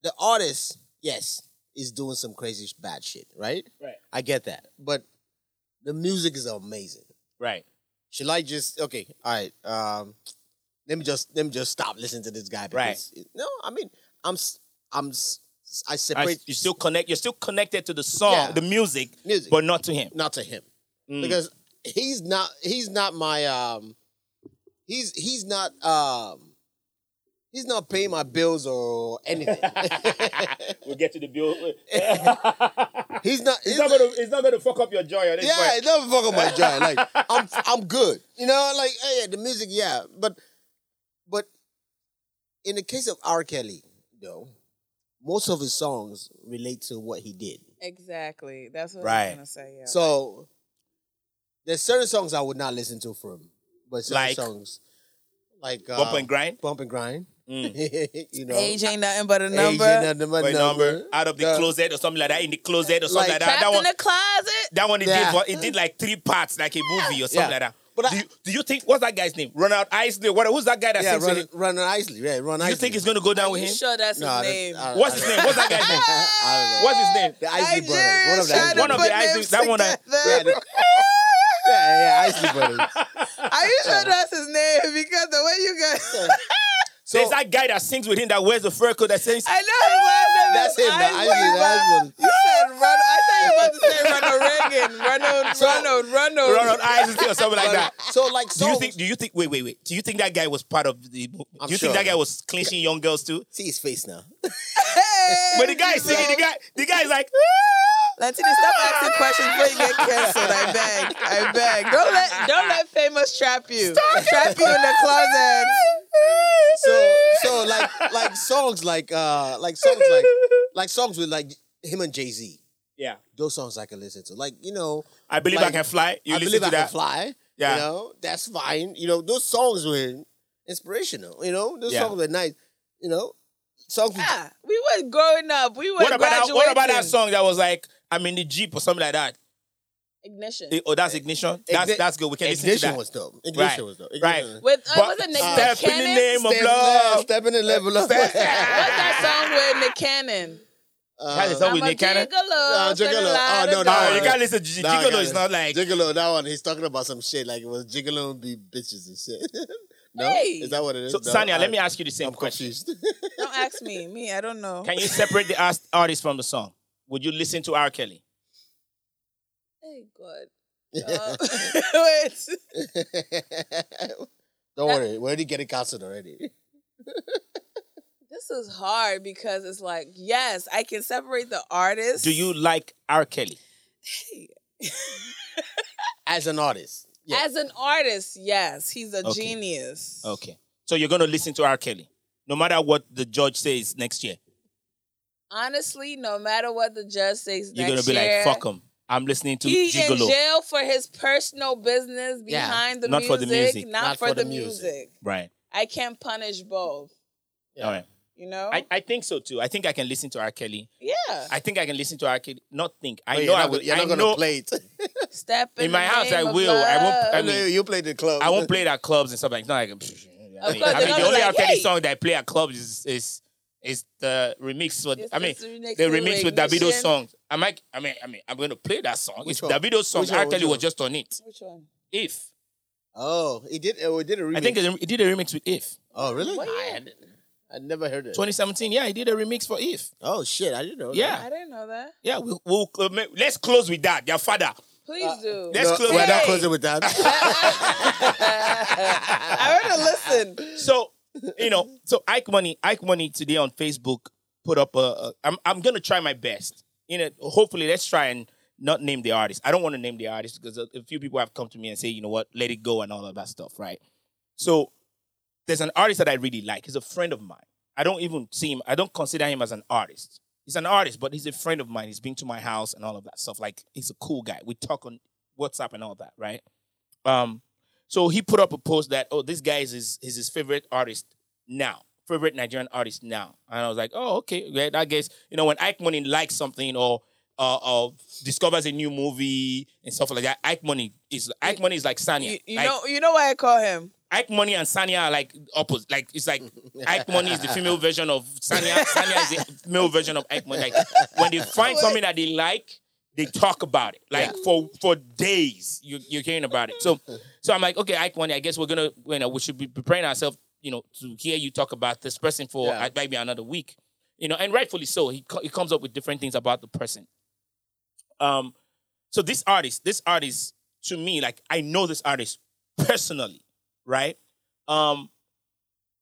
B: The artist, yes, is doing some crazy sh- bad shit, right?
C: Right.
B: I get that. But the music is amazing.
C: Right.
B: Should I just okay, all right. Um let me just let me just stop listening to this guy because no, I mean I'm s- I'm s- I
C: I,
B: separate
C: you still connect. You're still connected to the song,
B: Yeah.
C: the music,
B: Music.
C: but not to him.
B: not to him.
C: Mm.
B: because he's not he's not my um he's he's not um he's not paying my bills or <laughs> anything.
C: <laughs> we'll get to the
B: <laughs>
C: bill.
B: he's not he's not-
C: it's not going to fuck up your joy. At
B: yeah, it never fuck up <laughs> my joy. Like I'm I'm good. You know, like hey, the music, yeah, but but in the case of R. Kelly, though, most of his songs relate to what he did.
E: Exactly. That's what I
C: Right.
E: was gonna say. Yeah.
B: So there's certain songs I would not listen to from, but certain
C: Like?
B: songs like uh,
C: Bump and grind.
B: bump and grind. <laughs> you know,
E: age ain't nothing but a
B: Age
E: number.
B: ain't nothing but
C: By number,
B: number.
C: out of the
B: uh, Yeah.
C: closet or something like that. In the closet or something
B: Like-
C: like, that.
E: Trapped
C: That
E: in
C: one,
E: the closet.
C: that one, it
B: Yeah.
C: did. One, it did like three parts, like a movie or something
B: Yeah.
C: like that.
B: But
C: do,
B: I-
C: you, do you think what's that guy's name? Ronald Isley. What? Who's that guy that
B: Yeah,
C: sings? with
B: run,
C: him?
B: run on Isley. Yeah, run
C: Do
B: Isley.
C: you think it's going to go down
E: Are
C: with
E: you
C: him?
E: sure that's
B: No, I
E: his
B: don't-
E: name?
B: I don't-
C: What's his name? What's that guy's name?
B: <laughs> I
C: What's his name?
B: don't know. The Isley
E: Nigerian
B: brothers. One of the
C: One of
B: Isley
E: trying to put
C: the Isley-
E: names
C: that one I-
E: together.
B: Yeah, the- yeah, yeah, Isley brothers.
E: Are you sure that's his name? Because the way you
C: <laughs>
E: guys,
B: So
C: There's that guy that sings with him that wears the fur coat that sings.
E: I know his last
B: that's
E: name.
B: him.
E: is
B: The
E: Isley,
B: Isley, the
E: but
B: Isley brothers.
E: You said Ronald. I
C: <laughs>
E: thought you were about to say Ronald Reagan. Ronald, Ronald, Ronald.
C: Ronald Isley or something like that.
B: So like,
C: Do you
B: songs,
C: think? Do you think? Wait, wait, wait. Do you think that guy was part of the? Do
B: I'm
C: you
B: sure.
C: think that guy was clinching young girls too?
B: see his face now.
E: Hey, <laughs>
C: But the guy is singing, the guy, the guy is like, "Ah."
E: Lantini, stop asking questions before you get canceled. I beg, I beg. Don't let don't let famous trap you. Trap you in the closet.
B: So so like like songs like uh like songs
C: <laughs>
B: like like songs with like him and Jay Z.
C: yeah.
B: Those songs I can listen to. Like you know,
C: I believe I
B: Like,
C: can fly. You
B: I
C: listen
B: believe
C: to
B: I
C: that.
B: can fly.
C: Yeah.
B: You know, that's fine. You know, those songs were inspirational. You know, those
C: Yeah.
B: songs were nice. You know, songs. with-
E: Yeah, we were growing up. We were
C: What about that?
E: graduating.
C: What about that song that was like I'm in the jeep or something like that?
E: Ignition.
C: Eh, Oh, that's ignition. That's
B: Igni-
C: that's good. We can listen to
B: Ignition
C: that.
B: was dope. Ignition
C: Right.
B: was dope.
C: Right.
B: Ignition was-
E: With uh,
C: But
E: wasn't it
C: step
E: Nick
C: in the
E: Cannon?
C: name of
B: Step in
C: love.
B: the- Step in the level of <laughs>
E: What's that song with Nick Cannon?
B: Uh,
C: That is a- with
E: I'm a
C: Nick Cannon?
E: gigolo.
B: Uh,
E: finna
B: gigolo.
E: lie
B: Oh, no,
E: to
B: no,
E: God.
C: Oh, you gotta listen to G-
B: Nah, I
C: Gigolo.
B: got
C: It's
B: it.
C: not like
B: Gigolo, that one. He's talking about some shit like it was Gigolo and be bitches and shit. <laughs> no,
E: Hey.
B: is that what it is?
C: So,
B: No,
C: Sanya,
B: I-
C: let me ask you the same
B: I'm
C: question.
B: confused. <laughs>
E: Don't ask me. Me, I don't know.
C: Can you separate the art- artist from the song? Would you listen to R. Kelly?
E: Hey
C: <laughs>
E: God. Uh, <laughs> wait.
B: Don't worry, we're already getting canceled already.
E: This is hard because it's like, yes, I can separate the artist.
C: Do you like R. Kelly?
B: <laughs> As an artist, yeah,
E: As an artist, yes, he's a
C: Okay.
E: genius.
C: Okay. So you're gonna listen to R. Kelly, no matter what the judge says next year.
E: Honestly, no matter what the judge says,
C: You're
E: next
C: gonna be
E: year,
C: like, fuck him. I'm listening to
E: He in
C: Gigolo.
E: jail for his personal business
B: Yeah,
E: behind the,
C: not
E: music,
C: for the music,
E: not, for, the, music.
C: Right.
E: I can't punish both.
B: Yeah.
C: All right.
E: You know?
C: I, I think so too. I think I can listen to R. Kelly.
E: yeah.
C: I think I can listen to R. Kelly. Not think. I
B: But
C: know
B: you're
C: I
B: not,
C: will.
B: gonna- you're
C: I
B: not gonna
C: know <laughs>
B: play it.
E: <laughs> Step in,
C: in my
E: the
C: house. I
E: name of
C: will. I won't. I
E: love.
C: mean,
B: you played the club. <laughs>
C: I won't play it at clubs and stuff like. It's not like. I
E: Of
C: mean,
E: course,
C: <laughs> I
E: they're
C: mean
E: gonna
C: the
E: be
C: only
E: like,
C: R. Kelly
E: "Hey."
C: song that I play at clubs is is is the remix. For,
E: It's
C: I mean,
E: just remix
C: the
E: to
C: remix with Davido
E: Ignition.
C: song. I might. I mean, I mean, I'm gonna play that song.
B: Which
C: it's
B: one?
C: Davido's song.
B: Which
C: R.
B: one? Which
C: Kelly was
B: one?
C: just on it.
E: Which one?
C: If
B: Oh, he did. Oh, he did a remix.
C: I think it, it did a remix with If
B: Oh, really?
E: What year?
B: I, I never heard it.
C: 2017. Yeah, he did a remix for If.
B: Oh shit, I didn't know.
C: Yeah.
E: I didn't know that.
C: Yeah, we'll, we'll cl- ma- let's close with that. Your father.
E: Please
C: Uh,
E: do.
B: that.
C: Let's
B: No,
C: close
B: We're
C: with
B: not
E: Hey.
B: closing with <laughs> that.
E: I
C: <laughs>
E: want to listen.
C: So you know, so Ike Money, Ike Money today on Facebook put up a. a I'm I'm gonna try my best. You know, hopefully let's try and not name the artist. I don't want to name the artist because a, a few people have come to me and say, you know what, let it go and all of that stuff, right? So there's an artist that I really like. He's a friend of mine. I don't even see him. I don't consider him as an artist. He's an artist, but he's a friend of mine. He's been to my house and all of that stuff. Like he's a cool guy. We talk on WhatsApp and all that, right? Um, so he put up a post that, oh, this guy is his, is his favorite artist now, favorite Nigerian artist now. And I was like, oh, okay. Right? I guess, you know, when Ike Money likes something or uh, or discovers a new movie and stuff like that, Ike Money is Ike Money is like Sanya.
E: You, you
C: Like,
E: know, you know why I call him.
C: Ike Money and Sanya are like opposite. Like it's like Ike Money is the female version of Sanya. Sanya is the male version of Ike Money. Like when they find something that they like, they talk about it. Like for for days, you you're hearing about it. So so I'm like, okay, Ike Money. I guess we're gonna you know we should be preparing ourselves you know to hear you talk about this person for
B: Yeah.
C: uh, maybe another week. You know, and rightfully so. He co- he comes up with different things about the person. Um, so this artist, this artist to me, like I know this artist personally, right? Um,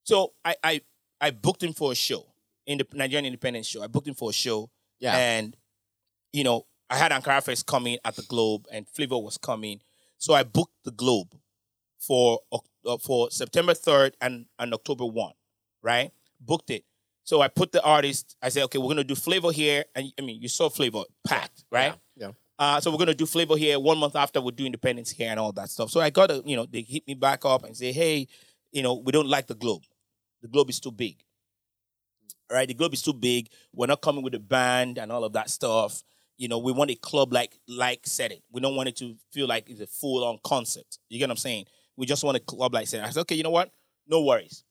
C: so I I I booked him for a show in the Nigerian Independence show. I booked him for a show,
B: Yeah.
C: and you know I had Ankara Fest coming at the Globe, and Flavor was coming, so I booked the Globe for Oc- uh, for September third and and October one, right? Booked it. So I put the artist. I said, okay, we're gonna do Flavor here, and I mean you saw Flavor packed, right?
B: Yeah.
C: Uh, so we're gonna do flavor here. One month after we'll do independence here and all that stuff. So I got to, you know, they hit me back up and say, hey, you know, we don't like the globe. The globe is too big. All right, the globe is too big. We're not coming with a band and all of that stuff. You know, we want a club like like setting. We don't want it to feel like it's a full on concert. You get what I'm saying? We just want a club like setting. I said, okay, you know what? No worries.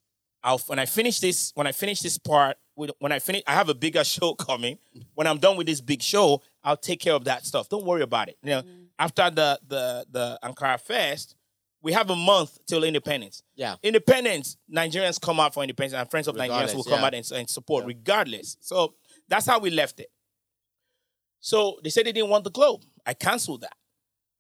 C: I'll when I finish this when I finish this part with- when I finish I have a bigger <laughs> show coming. When I'm done with this big show, I'll take care of that stuff. Don't worry about it. You know, after the the the Ankara Fest, we have a month till Independence.
B: Yeah.
C: Independence, Nigerians come out for Independence, and friends of
B: Regardless,
C: Nigerians will come
B: yeah.
C: out and, and support regardless. So that's how we left it. So they said they didn't want the globe. I canceled that.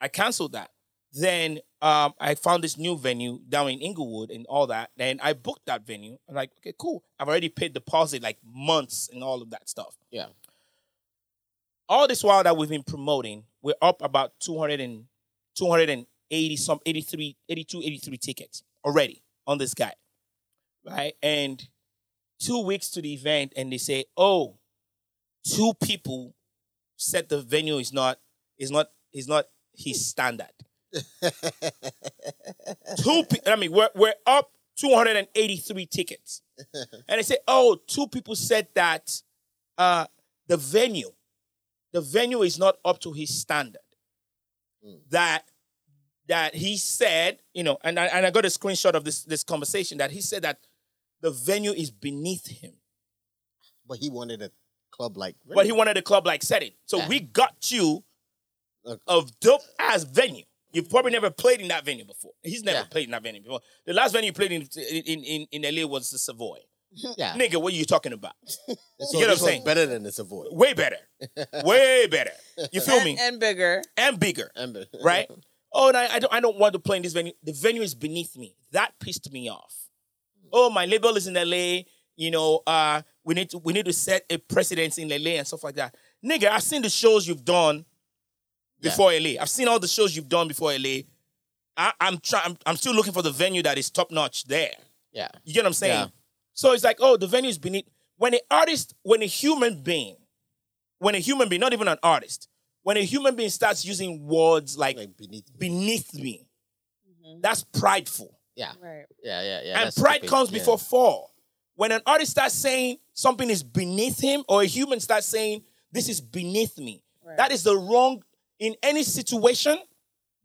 C: I canceled that. Then um, I found this new venue down in Inglewood and all that. Then I booked that venue. I'm like, okay, cool. I've already paid deposit like months and all of that stuff.
B: Yeah.
C: All this while that we've been promoting, we're up about 200 and 280 some 83 82 83 tickets already on this guy. Right? And two weeks to the event and they say, "Oh, two people said the venue is not is not is not his standard." two people. I mean, we're we're up 283 tickets, and they say, "Oh, two people said that uh, the venue, the venue is not up to his standard."
B: Hmm.
C: That that he said, you know, and I, and I got a screenshot of this this conversation that he said that the venue is beneath him.
B: But he wanted a club like.
C: But he wanted a club like setting. So we got you
B: Okay.
C: a dope ass venue. You've probably never played in that venue before. He's never
B: Yeah.
C: played in that venue before. The last venue he played in in, in, in LA was the Savoy.
B: Yeah.
C: Nigga, what are you talking about?
B: So
C: you get what
B: this
C: I'm
B: was
C: saying?
B: Better than the Savoy.
C: Way
B: <laughs>
C: better. Way better. You feel me?
E: And, and bigger.
C: And bigger.
B: Remember? <laughs>
C: Right? Oh, and I, I don't I don't want to play in this venue. The venue is beneath me. That pissed me off. Oh, my label is in LA. You know, uh, we need to we need to set a precedence in LA and stuff like that. Nigga, I've seen the shows you've done before LA. I've seen all the shows you've done before LA. I, I'm trying. I'm, I'm still looking for the venue that is top notch there.
B: Yeah.
C: You get what I'm saying?
B: Yeah.
C: So it's like, oh, the venue is beneath. When an artist, when a human being, when a human being, not even an artist, when a human being starts using words like
B: Like beneath.
C: beneath me. That's prideful.
B: Yeah.
E: Right.
B: Yeah. Yeah. Yeah.
C: and
B: that's
C: pride
B: stupid.
C: comes
B: Yeah.
C: before fall. When an artist starts saying something is beneath him, or a human starts saying, This is beneath me,
E: Right.
C: that is the wrong, in any situation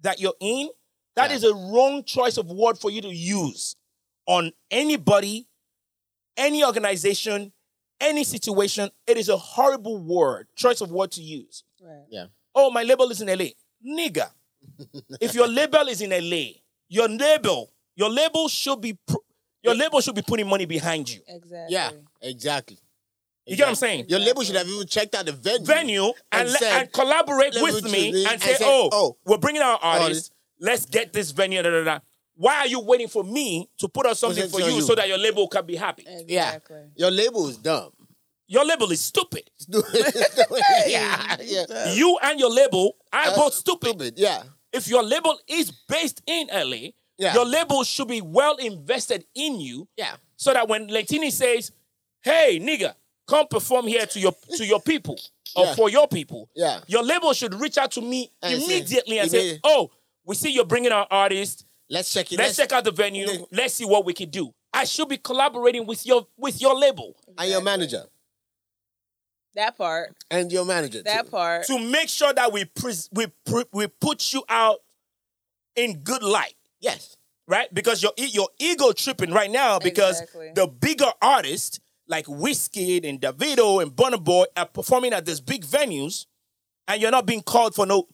C: that you're in, that
B: Yeah.
C: is a wrong choice of word for you to use on anybody, any organization, any situation. It is a horrible word, choice of word to use
E: Right.
B: Yeah.
C: oh, my label is in LA. Nigga,
B: <laughs>
C: if your label is in LA, your label, your label should be pr- your label should be putting money behind you.
E: Exactly.
B: Yeah. Exactly.
C: You get what I'm saying?
B: Your label should have even checked out the venue.
C: Venue and,
B: And
C: le-
B: said-
C: and collaborate
B: Let
C: with
B: me
C: me
B: choose-
C: and
B: and
C: say,
B: say,
C: oh,
B: oh,
C: we're bringing our artists.
B: artist.
C: Let's get this venue. Da, da, da. Why are you waiting for me to put out something
B: it
C: for
B: to
C: you,
B: you?
C: so that your label can be happy?
B: <laughs> Yeah.
E: Exactly.
B: Your label is dumb. <laughs>
C: Your label is stupid. <laughs>
B: yeah. <laughs> Yeah.
C: You and your label are both stupid.
B: Uh, Stupid. Yeah.
C: if your label is based in LA,
B: Yeah.
C: your label should be well invested in you
B: Yeah.
C: so that when Latini says, hey, nigga, come perform here to your to your people or
B: Yeah.
C: for your people.
B: Yeah.
C: Your label should reach out to me
B: And say-
C: immediately and say,
B: immediate-
C: "Oh, we see you're bringing our artist.
B: Let's check it.
C: Let's check out the venue.
B: let's-
C: Let's see what we can do. I should be collaborating with your with your label
B: And your manager.
E: That part.
B: And your manager.
E: That
B: too.
E: part.
C: to make sure that we pres we pre- we put you out in good light."
B: Yes.
C: right? Because your e- your ego tripping right now because
E: Exactly.
C: the bigger artists like Whiskey and Davido and Burna Boy are performing at these big venues, and you're not being called for no.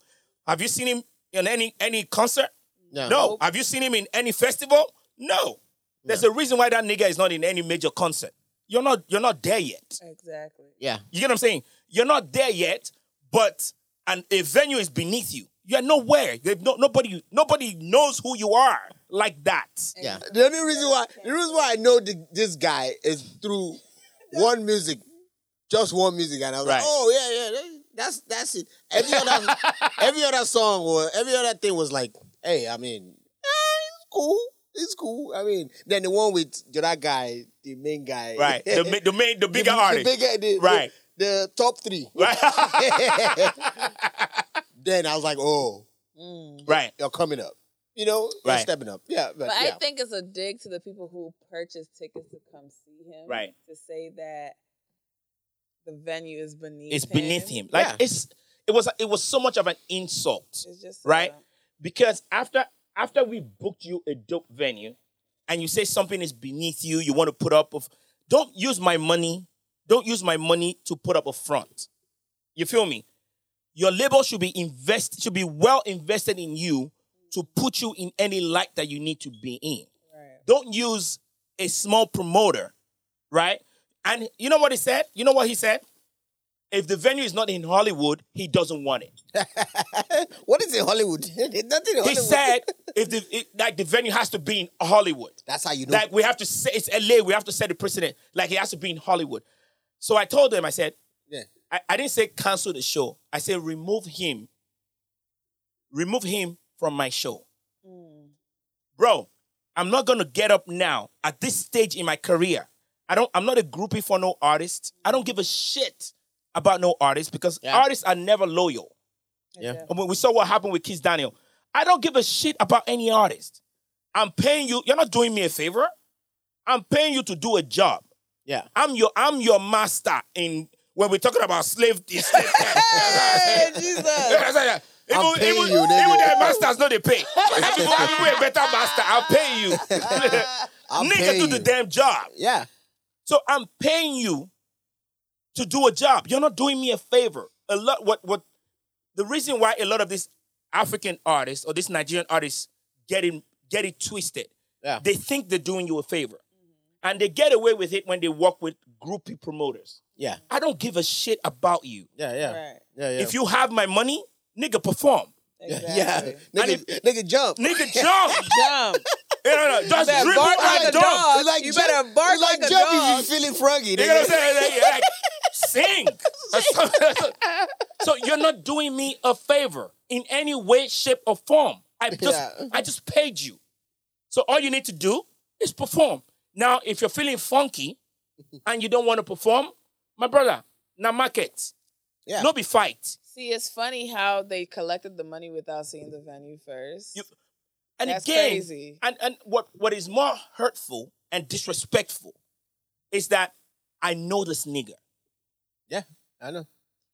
C: Have you seen him in any any concert?
B: No.
C: No. Have you seen him in any festival? No. There's a reason why that nigga is not in any major concert. You're not you're not there yet.
E: Exactly.
B: Yeah.
C: You get what I'm saying? You're not there yet, but and a venue is beneath you. You're nowhere. They've no, nobody nobody knows who you are like that.
B: Yeah. The only reason why the reason why I know the, this guy is through one music, just one music, and I was
C: Right.
B: like, oh yeah, yeah, that- that's that's it. Every
C: <laughs>
B: other every other song or every other thing was like, hey, I mean, eh, it's cool, it's cool. I mean, then the one with the other guy, the main guy,
C: Right. The,
B: <laughs>
C: ma- the main, the bigger
B: the,
C: artist.
B: the bigger, the,
C: Right.
B: the, the top three.
C: <laughs>
B: <laughs>
C: right. <laughs>
B: then I was like, oh,
C: right.
B: you're coming up, you know, you're
C: Right.
B: stepping up, yeah, but,
E: Mm. But
B: yeah.
E: I think it's a dig to the people who purchased tickets to come see him.
C: Right.
E: To say that the venue is beneath
C: It's
E: him.
C: beneath him. Like
B: Yeah.
C: it's it was it was so much of an insult,
E: It's just
C: right?
E: uh,
C: Because after after we booked you a dope venue, and you say something is beneath you, you want to put up of don't use my money, don't use my money to put up a front. You feel me? Your label should be invest should be well invested in you to put you in any light that you need to be in.
E: right.
C: don't use a small promoter, right? And you know what he said? You know what he said? If the venue is not in Hollywood, he doesn't want it.
B: What is in Hollywood? <laughs> There's Nothing in
C: He
B: Hollywood.
C: said, if the it, like the venue has to be in Hollywood,
B: <laughs> That's how you know.
C: like we have to say it's LA, we have to set the precedent. Like it has to be in Hollywood. So I told him, I said,
B: yeah.
C: I, I didn't say cancel the show. I said remove him. Remove him from my show.
B: Mm.
C: Bro, I'm not gonna get up now at this stage in my career. I don't I'm not a groupie for no artist. I don't give a shit about no artist because
B: Yeah.
C: artists are never loyal.
B: Yeah.
C: And when we saw what happened with Kiss Daniel, I don't give a shit about any artist. I'm paying you, you're not doing me a favor. I'm paying you to do a job.
B: Yeah.
C: I'm your I'm your master in when we're talking about slave. <laughs> slave
E: Hey,
C: <laughs>
E: Jesus.
C: even,
B: I'm paying
C: even,
B: you, nigga.
C: even their masters know they
B: <laughs>
C: pay. I people, I people a better master. I'll pay you.
B: I'll
C: <laughs>
B: pay
C: nigga, do the
B: you.
C: damn job.
B: Yeah.
C: So I'm paying you to do a job. You're not doing me a favor. A lot what what the reason why a lot of these African artists or these Nigerian artists get in, get it twisted.
B: Yeah.
C: They think they're doing you a favor. And they get away with it when they work with groupie promoters.
B: Yeah.
C: I don't give a shit about you.
B: Yeah.
C: <laughs>
B: Yeah.
E: Right.
B: Yeah. Yeah.
C: If you have my money, nigga perform.
B: yeah.
E: Exactly.
C: And
B: <laughs> Nigga, nigga, jump. <laughs>
C: Nigga jump.
E: Jump.
C: No, no, no. Just
E: better
C: dribble
E: bark
C: and
E: like a
C: dunk.
E: dog.
B: It's like
E: You
B: jump-
E: better bark
B: it's like
E: like a
B: jump
E: dog.
B: if you feeling froggy.
C: You know what I'm
B: Nigga.
C: saying? Like, like, sing. <laughs> Or something. so you're not doing me a favor in any way, shape, or form. I just,
B: Yeah.
C: I just paid you. So all you need to do is perform. Now, if you're feeling funky and you don't want to perform, my brother, now market.
B: Yeah.
C: No be fight.
E: See, it's funny how they collected the money without seeing the venue first.
C: You- And
E: That's
C: again,
E: crazy.
C: and and what what is more hurtful and disrespectful is that I know this nigga.
B: Yeah. I know.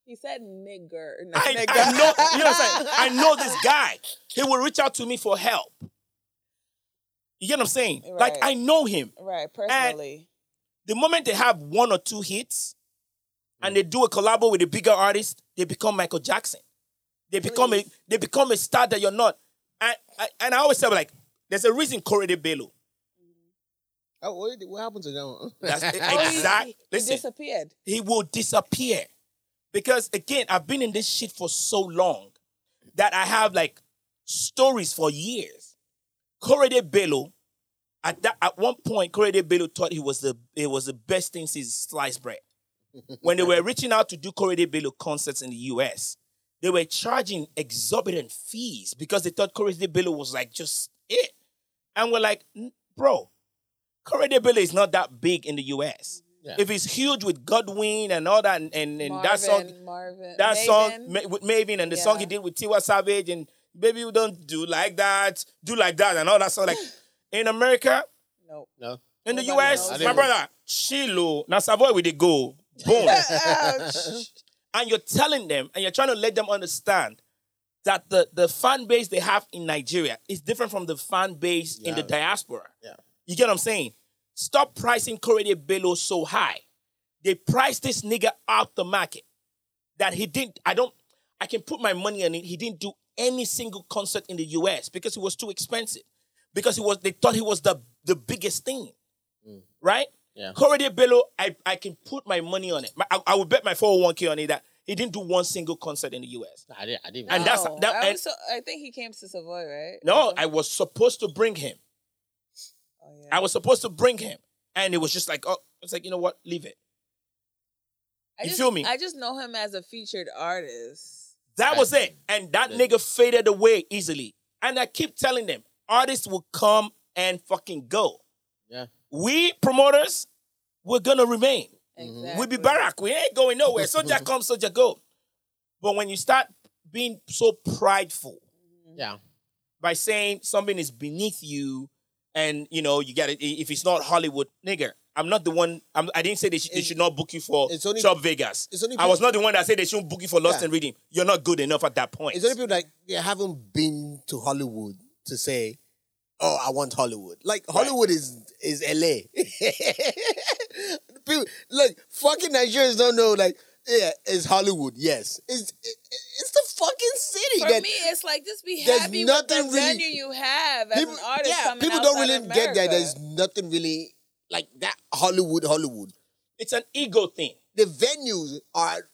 E: He said nigger. not
C: I,
E: nigga.
C: I know, you know what I'm saying? I know this guy. He will reach out to me for help. You get what I'm saying? Like
E: Right.
C: I know him.
E: Right, personally.
C: The moment they have one or two hits and they do a collabo with a bigger artist, they become Michael Jackson. They become a they become a star that you're not. And I, and I always say like, there's a reason Corey de Bello.
B: Oh, what, what happened to them? <laughs>
C: That's it.
E: Oh, he-
C: exact-
E: He,
C: listen.
E: disappeared.
C: he will disappear. Because again, I've been in this shit for so long that I have like stories for years. Correde Bello, at that at one point, Correde Bello thought he was the it was the best thing since sliced bread. When they were reaching out to do Correde Bello concerts in the US, they were charging exorbitant fees because they thought Correde Bello was like just it. And we're like, "N- bro, Correde Bello is not that big in the US.
B: Yeah.
C: If it's huge with Godwin and all that, and, and, and that song,
E: Marvin, Marvin,
C: that
E: Maven.
C: song Ma- with Maven and the song he
E: Yeah.
C: did with Tiwa Savage and Baby, you don't do like that, do like that, and all that
E: <gasps>
C: stuff. Like in America,
E: no.
B: No.
C: in the
E: Nobody
C: US,
E: knows.
C: my brother, Shiloh, now Savoy with the go, boom.
E: <laughs> Ouch.
C: <laughs> and you're telling them and you're trying to let them understand that the, the fan base they have in Nigeria is different from the fan base in the
B: Yeah.
C: diaspora.
B: Yeah.
C: You get what I'm saying? Stop pricing Corey Bello so high. They priced this nigga out the market. That he didn't, I don't, I can put my money on it. He didn't do any single concert in the US because it was too expensive. Because he was they thought he was the, the biggest thing. Right?
B: Yeah.
C: Corey De Bello, I, I can put my money on it. My- I, I would bet my 401k on it that he didn't do one single concert in the US.
B: I didn't. I didn't.
C: And that's-
E: No,
C: that-
E: Oh, I,
C: and-
E: was so, I think he came to Savoy, right?
C: No, I was supposed to bring him.
E: Oh, yeah.
C: I was supposed to bring him. And it was just like, oh, it's like, you know what? Leave it.
E: I
C: you
E: just,
C: feel me?
E: I just know him as a featured artist.
C: That was it. And that nigga faded away easily. And I keep telling them, artists will come and fucking go.
B: Yeah.
C: We promoters, we're gonna remain.
E: Exactly.
C: We Mm-hmm. be barack. We ain't going nowhere. Soldier come, soldier go. But when you start being so prideful
B: yeah.
C: by saying something is beneath you, and you know you got to If it's not Hollywood, nigga, I'm not the one. I'm, I didn't say they, sh- they
B: It's-
C: should not book you for
B: it's only-
C: Shop Vegas.
B: it's only
C: I was not the one that said they shouldn't book you for Lost
B: Yeah.
C: and Reading. You're not good enough at that point.
B: It's only people that they haven't been to Hollywood to say, "Oh, I want Hollywood." Like Hollywood is is LA. <laughs> people, like fucking Nigerians don't know. Like, yeah, it's Hollywood. Yes, it's it, it's the fucking city
E: For
B: that
E: me, it's like just be
B: there's
E: happy with the
B: nothing really-
E: venue you have as an artist.
B: yeah,
E: coming
B: people don't
E: outside
B: really
E: of
B: get that.
E: America.
B: There's nothing really like that Hollywood. Hollywood.
C: It's an ego thing,
B: The venues are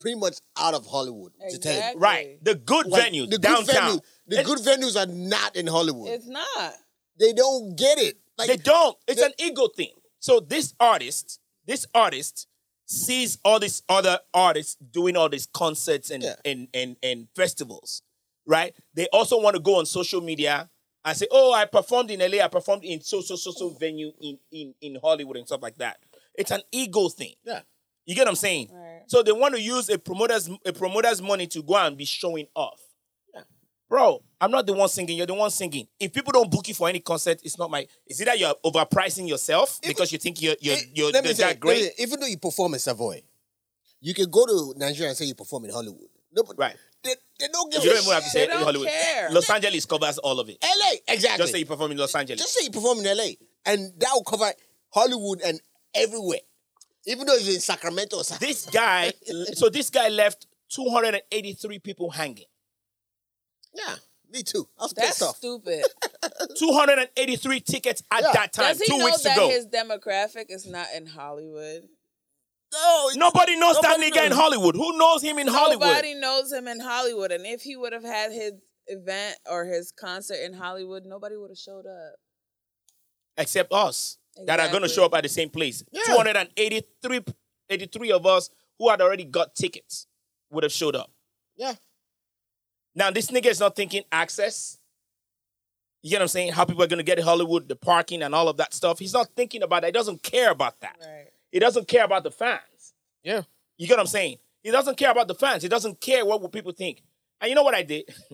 B: pretty much out of Hollywood. To tell you.
E: Exactly.
C: right? The good
B: Like,
C: venues
B: the good
C: downtown.
B: venue- the
C: It-
B: good venues are not in Hollywood.
E: It's not.
B: they don't get it. Like
C: they don't. It's
B: the-
C: an ego thing. So this artist, this artist sees all these other artists doing all these concerts and
B: Yeah.
C: and, and and festivals, right? They also want to go on social media and say, "Oh, I performed in LA. I performed in so so so so venue in in in Hollywood and stuff like that." It's an ego thing.
B: Yeah.
C: You get what I'm saying?
E: Right.
C: So they want to use a promoter's a promoter's money to go and be showing off. Bro, I'm not the one singing. You're the one singing. If people don't book you for any concert, it's not my. It's either you're overpricing yourself because you think you're you're,
B: Eh,
C: you're
B: let me
C: that
B: say, let me
C: great.
B: say, even though you perform in Savoy, you can go to Nigeria and say you perform in Hollywood. Nobody,
C: Right.
B: They, they don't give
C: You
B: a
C: don't even have to
B: shit.
C: say
E: They don't
C: Hollywood.
E: care.
C: Los Angeles covers all of it.
B: LA, exactly.
C: Just say you perform in Los Angeles.
B: Just say you perform in LA, and that will cover Hollywood and everywhere. Even though it's in Sacramento, or something.
C: this guy,
B: <laughs>
C: so this guy left 283 people hanging.
B: yeah, me too. I was
E: That's
B: pissed off. <laughs>
E: stupid.
C: 283 tickets at
B: Yeah.
C: that time,
E: Does he
C: two
E: know
C: weeks
E: that
C: ago.
E: his demographic is not in Hollywood?
B: No, it's-
C: Nobody knows
B: Nobody
C: that nigga in
B: knows.
C: Hollywood. Who knows him in Hollywood?
E: Nobody knows him in Hollywood, and if he would have had his event or his concert in Hollywood, nobody would have showed up.
C: except us that are going to
E: Exactly.
C: show up at the same place.
B: Yeah.
C: 283 83 of us who had already got tickets would have showed up.
B: yeah,
C: Now, this nigga is not thinking access. You get what I'm saying? How people are going to get to Hollywood, the parking, and all of that stuff. He's not thinking about that. He doesn't care about that.
E: Right.
C: He doesn't care about the fans.
B: yeah.
C: You get what I'm saying? He doesn't care about the fans. He doesn't care what will people think. And you know what I did? <laughs>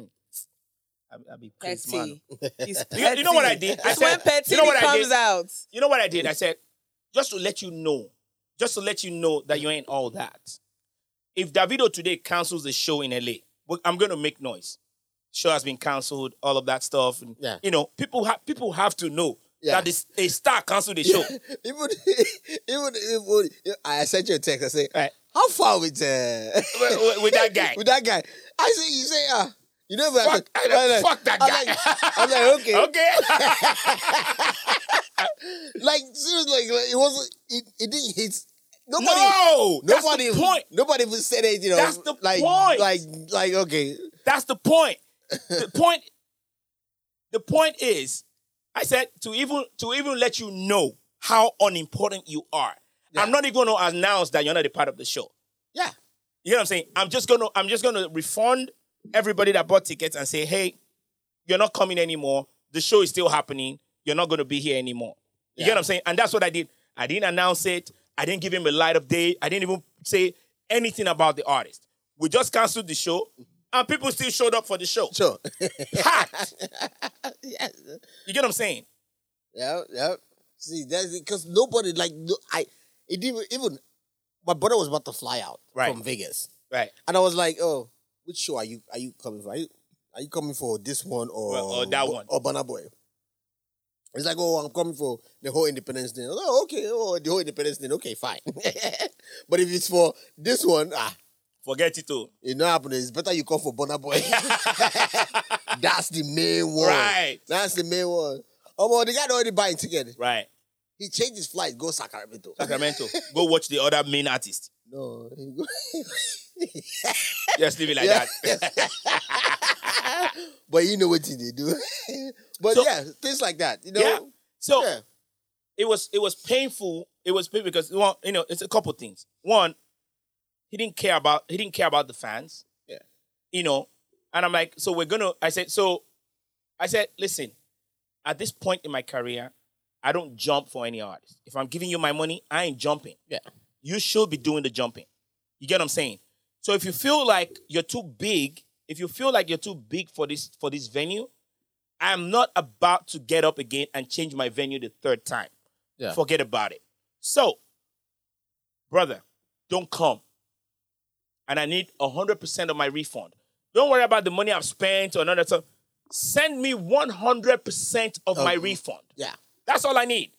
C: I, I be crazy, man.
E: Petty. <laughs> He's
C: You, you know what I did? I
E: That's when petty
C: you know what I
E: comes
C: did?
E: out.
C: You know what I did? I said, just to let you know, just to let you know that you ain't all that. If Davido today cancels the show in LA, well, I'm going to make noise. Show has been canceled, all of that stuff. And,
B: Yeah.
C: You know, people have people have to know
B: Yeah.
C: that this, a star canceled the
B: <laughs>
C: show.
B: <laughs> Even, even, even, I sent you a text. I said,
C: Right.
B: "How far with uh,
C: with- with that guy?
B: <laughs> with that guy?" I say, "You say, ah, you know, but
C: Fuck, I don't- fuck that guy.
B: I'm like, I'm like,
C: <laughs>
B: okay,
C: okay.
B: like seriously, like, it wasn't. It, it didn't hit. <laughs> Nobody.
C: <laughs> no, that's
B: Nobody.
C: the point.
B: Nobody even said anything. You know,
C: That's the
B: like,
C: point.
B: Like, like, okay,
C: That's the point. The point. The point is, I said to even to even let you know how unimportant you are. I'm not even going to announce that you're not a part of the show.
B: yeah,
C: You know what I'm saying? I'm just gonna I'm just gonna refund everybody that bought tickets and say, hey, you're not coming anymore. The show is still happening. You're not gonna be here anymore. You get what I'm saying? And that's what I did. I didn't announce it. I didn't give him a light of day. I didn't even say anything about the artist. We just canceled the show, and people still showed up for the show. <laughs>
B: Sure.
C: Packed.
B: yes.
C: You get what I'm saying?
B: Yep, yep. See, that's because nobody like no, I. It didn't even. My brother was about to fly out
C: Right.
B: from Vegas,
C: Right.
B: and I was like, "Oh, which show are you? Are you coming for? Are you, are you coming for this one or
C: Well, or that
B: Bu-
C: one.
B: or Burna Boy?" He's like, "Oh, I'm coming for the whole Independence Day." I was like, oh, okay. Oh, the whole Independence Day. Okay, fine. <laughs> but if it's for this one, ah,
C: Forget it all.
B: it not happening. It's better you come for Burna Boy. <laughs> That's the main one.
C: Right.
B: That's the main one. Oh, well, the guy already buying ticket.
C: Right.
B: He changed his flight.
C: <laughs>
B: Go Sacramento. <laughs>
C: Sacramento. Go watch the other main artist.
B: No. he go- <laughs>
C: Just leave it like
B: Yeah.
C: that.
B: but you know what they do. <laughs> but
C: So-
B: yeah, things like that. You know.
C: <laughs> Yeah. So
B: Yeah.
C: it was it was painful. It was painful because one, you know, it's a couple things. One, he didn't care about he didn't care about the fans.
B: Yeah.
C: You know, and I'm like, so we're gonna. I said, so, I said, listen, at this point in my career, I don't jump for any artist. If I'm giving you my money, I ain't jumping.
B: Yeah.
C: You should be doing the jumping. You get what I'm saying? So if you feel like you're too big, if you feel like you're too big for this for this venue, I'm not about to get up again and change my venue the third time.
B: Yeah.
C: Forget about it. So, brother, don't come. And I need 100% of my refund. Don't worry about the money I've spent or another stuff. Send me 100% of my
B: Of-
C: refund.
B: Yeah.
C: That's all I need.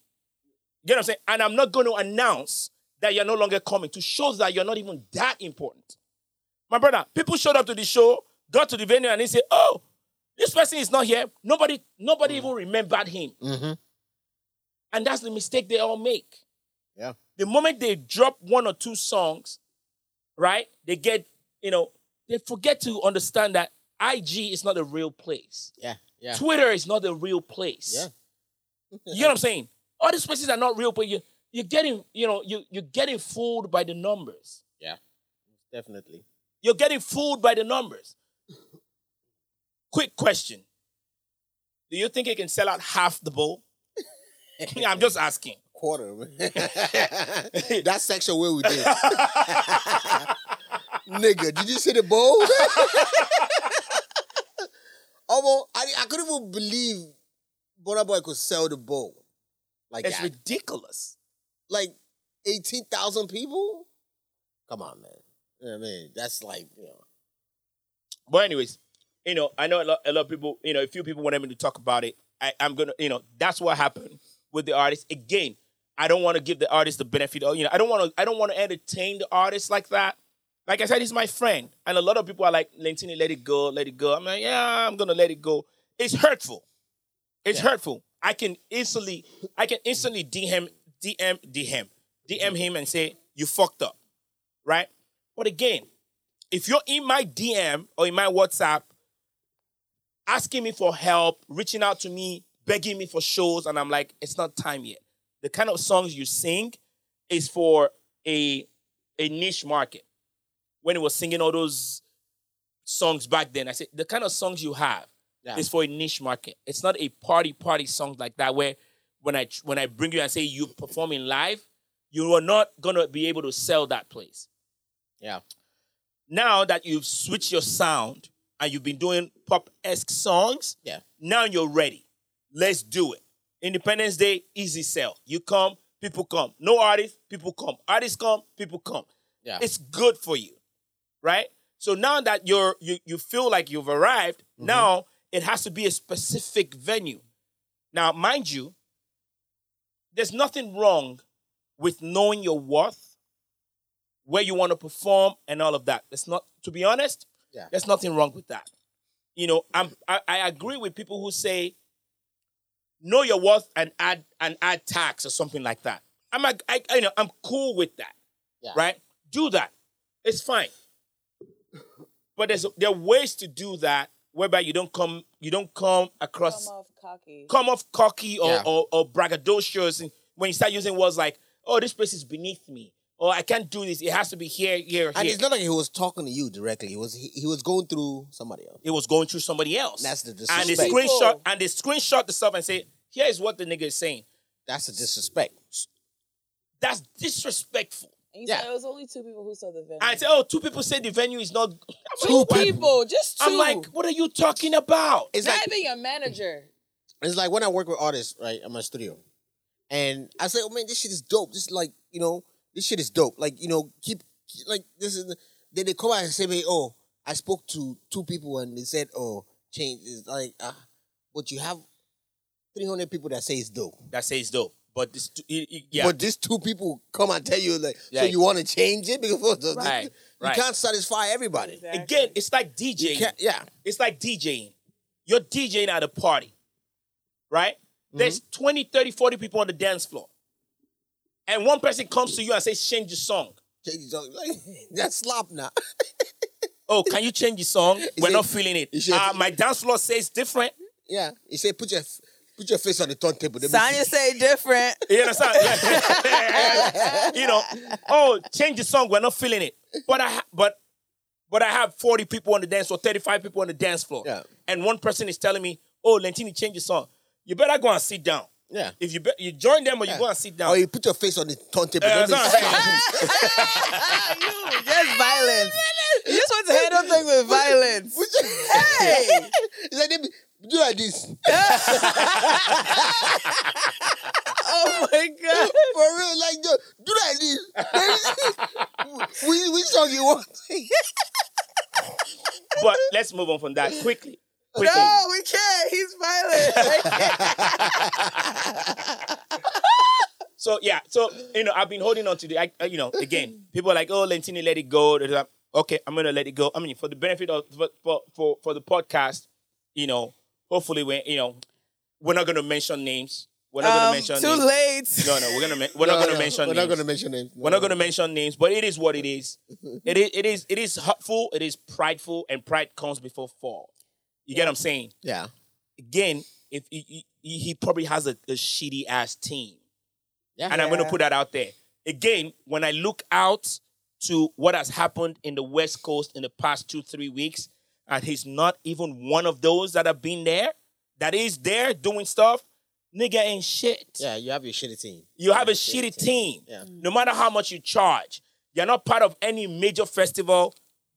C: You know what I'm saying? And I'm not going to announce that you're no longer coming to shows that you're not even that important. My brother, people showed up to the show, got to the venue, and they say, "Oh, this person is not here." Nobody, nobody even remembered him,
B: Mm. Mm-hmm.
C: and that's the mistake they all make.
B: Yeah.
C: The moment they drop one or two songs, right? They get, you know, they forget to understand that IG is not a real place.
B: Yeah. Yeah.
C: Twitter is not a real place.
B: Yeah.
C: You know what I'm saying? All these places are not real, but you you're getting, you know, you you're getting fooled by the numbers.
B: Definitely.
C: You're getting fooled by the numbers. Quick question. Do you think it can sell out half the bowl? <laughs> I'm just
B: <laughs>
C: asking.
B: Quarter. man. that section where we did. Nigga, did you see the bowl? <laughs> Almost, I, I couldn't even believe Bonner Boy could sell the bowl like
C: It's
B: that.
C: ridiculous.
B: like eighteen thousand people. Come on, man. You know what I mean, that's like you know,
C: But anyways, you know, I know a lot, a lot of people, you know, a few people wanted me to talk about it. I, I'm gonna, you know, that's what happened with the artist. Again, I don't want to give the artist the benefit of, you know, I don't want to, I don't want to entertain the artist like that. Like I said, he's my friend, and a lot of people are like, Lentini, let it go, let it go. I'm like, yeah, I'm gonna let it go. It's hurtful. It's hurtful. I can instantly, I can instantly DM, DM, DM, DM him and say, you fucked up, right? But again, if you're in my DM or in my WhatsApp asking me for help, reaching out to me, begging me for shows, and I'm like, it's not time yet. The kind of songs you sing is for a a niche market. When he was singing all those songs back then, I said the kind of songs you have
B: Yeah.
C: is for a niche market. It's not a party party song like that where when I when I bring you and say you performing live, you are not gonna be able to sell that place
B: yeah,
C: now that you've switched your sound and you've been doing pop esque songs,
B: yeah,
C: now you're ready. Let's do it. Independence Day, easy sell. You come, people come. No artists, people come. Artists come, people come.
B: yeah.
C: It's good for you, right? So now that you're you you feel like you've arrived, now it has to be a specific venue. Now, mind you, there's nothing wrong with knowing your worth, where you want to perform, and all of that. That's not, to be honest,
B: Yeah.
C: there's nothing wrong with that. You know, I'm, I, I agree with people who say know your worth and add and add tax or something like that. I'm a, I, you know I'm cool with that,
B: Yeah.
C: right? Do that, it's fine. But there's there are ways to do that whereby you don't come you don't come across
E: Come off cocky.
C: come off cocky or,
B: Yeah.
C: or, or braggadocious and when you start using words like, oh, this place is beneath me, or I can't do this, it has to be here, here,
B: And
C: here.
B: it's not like he was talking to you directly. He was he, he was going through somebody else.
C: it was going through somebody else.
B: That's the
C: and they
B: disrespect.
E: screen-
C: screenshot and they screenshot the stuff and say, here is what the nigga is saying.
B: That's the disrespect.
C: That's disrespectful.
E: And you
B: Yeah.
E: said it was only two people who saw the venue.
C: I say, oh, two people say the venue is not.
E: two people, just 2
C: I'm like, what are you talking about?
B: It's
E: not
B: like
E: even your manager.
B: it's like when I work with artists, right, at my studio, and I say, "Oh man, this shit is dope. This is like you know, this shit is dope. Like you know, keep keep- like this is." Then they come out and say, "Me, oh, I spoke to two people and they said, oh, change is like, ah, but you have three hundred people that say it's dope."
C: That says dope, but this, y- y- yeah,
B: But these two people come and tell you like, so
C: Like-
B: you want to change it because you
C: Right, right.
B: can't satisfy everybody.
C: again, it's like
B: You
C: DJing.
B: can't, yeah,
C: It's like DJing. You're DJing at a party, right? There's
B: Mm-hmm.
C: 20, 30, 40 people on the dance floor. And one person comes to you and says, change the song.
B: change it up. Like, <laughs> that's slop now. <laughs>
C: Oh, can you change the song? We're
B: said-
C: not feeling it.
B: he said-
C: Uh, my dance floor says different.
B: yeah, he said, put your put your face on the turntable. Let me see."
E: Sonya say different.
C: You understand? Like, <laughs> you know, oh, change the song. We're not feeling it. But I, ha- but, but I have forty people on the dance floor, thirty-five people on the dance floor,
B: Yeah.
C: and one person is telling me, "Oh, Lentini, change the song. You better go and sit down.
B: Yeah.
C: If you be- you join them or you go and sit down.
B: Or you put your face on the turntable.
C: Yeah,
B: Let me
C: that's
B: see.
C: what I'm
B: <laughs>
C: saying.
E: Just violence. You just want to handle things with violence. hey,
B: It's like, let me do like this. <laughs>
E: oh my god.
B: For real, like, yo, do like this. <laughs> which, which song you want?
C: but let's move on from that quickly. Quickly.
E: No, we can't. He's violent.
C: So yeah, so you know, I've been holding on to the, I, uh, you know, again, people are like, oh, Lentini, let it go. They're like, Okay, I'm gonna let it go. I mean, for the benefit of for for for, for the podcast, you know, hopefully we, you know, we're not gonna mention names. We're not
E: Um,
C: gonna mention
E: too
C: names.
E: late.
C: No, no, we're gonna men- we're not gonna mention
B: We're
C: names.
B: not gonna mention names.
C: We're not going to mention names, but it is what it is. It is it is it is hurtful. It is prideful, and pride comes before fall. You get what I'm saying?
B: Yeah.
C: Again, if he, he, he he probably has a, a shitty ass team,
B: Yeah.
C: and I'm going to
E: Yeah.
C: put that out there. Again, when I look out to what has happened in the West Coast in the past two three weeks, and he's not even one of those that have been there, that is there doing stuff. Nigga ain't shit.
B: Yeah, you have your shitty team.
C: You have a shitty team.
B: Yeah.
C: No matter how much you charge, you're not part of any major festival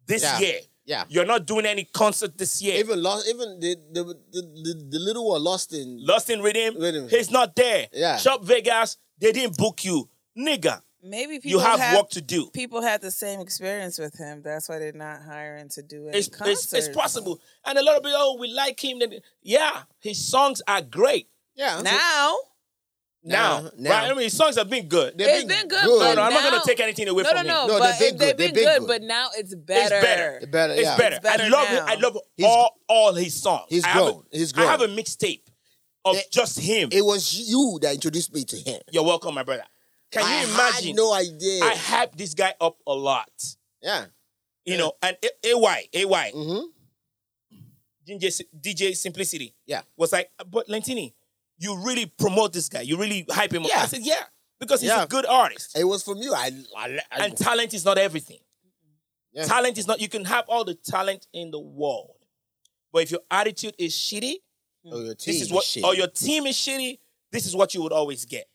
C: this
B: Yeah.
C: year.
B: Yeah.
C: You're not doing any concert this year.
B: Even lost, even the the, the, the, the little one lost in.
C: Lost in Rhythm,
B: Rhythm.
C: he's not there.
B: Yeah.
C: Shop Vegas, they didn't book you. Nigga,
E: Maybe people
C: you have,
E: have
C: work to do.
E: people had the same experience with him. That's why they're not hiring to do any
C: It's, it's, it's
E: concerts.
C: possible. And a lot of people, oh, we like him. Then- Yeah, his songs are great.
B: Yeah.
E: Now,
C: Now,
B: Now, now.
C: Right? I mean, his songs have been good.
B: They've
E: It's been good,
C: no,
E: but
C: no, I'm not
E: now-
C: going to take anything away
E: no,
C: from
E: no,
C: him.
E: no,
B: No,
E: but
B: they've been
E: it- they've
B: good. They've
E: been
B: been
E: good,
B: good.
E: but now it's better.
C: better.
B: The better,
C: It's
B: yeah.
C: better.
E: It's better
C: I love
E: now.
C: I love
B: He's-
C: all all his songs.
B: He's
C: I have a-
B: grown. He's
C: I have a
B: grown.
C: mixtape of
B: It-
C: just him.
B: It was you that introduced me to him.
C: You're welcome, my brother. Can
B: I
C: you imagine?
B: Had no idea.
C: I hype this guy up a lot.
B: yeah.
C: You know, and A- AY, AY,
B: Mm-hmm.
C: DJ, Si- DJ Simplicity
B: Yeah.
C: was like, "Uh, but Lentini, you really promote this guy. You really hype him up.
B: Yeah.
C: I said, yeah, because he's
B: Yeah.
C: a good artist.
B: It was from you. I. I, I
C: And talent is not everything.
B: Yeah.
C: Talent is not, you can have all the talent in the world. But if your attitude is shitty,
B: oh, your team
C: this is what,
B: shit.
C: or your team is shitty, this is what you would always get.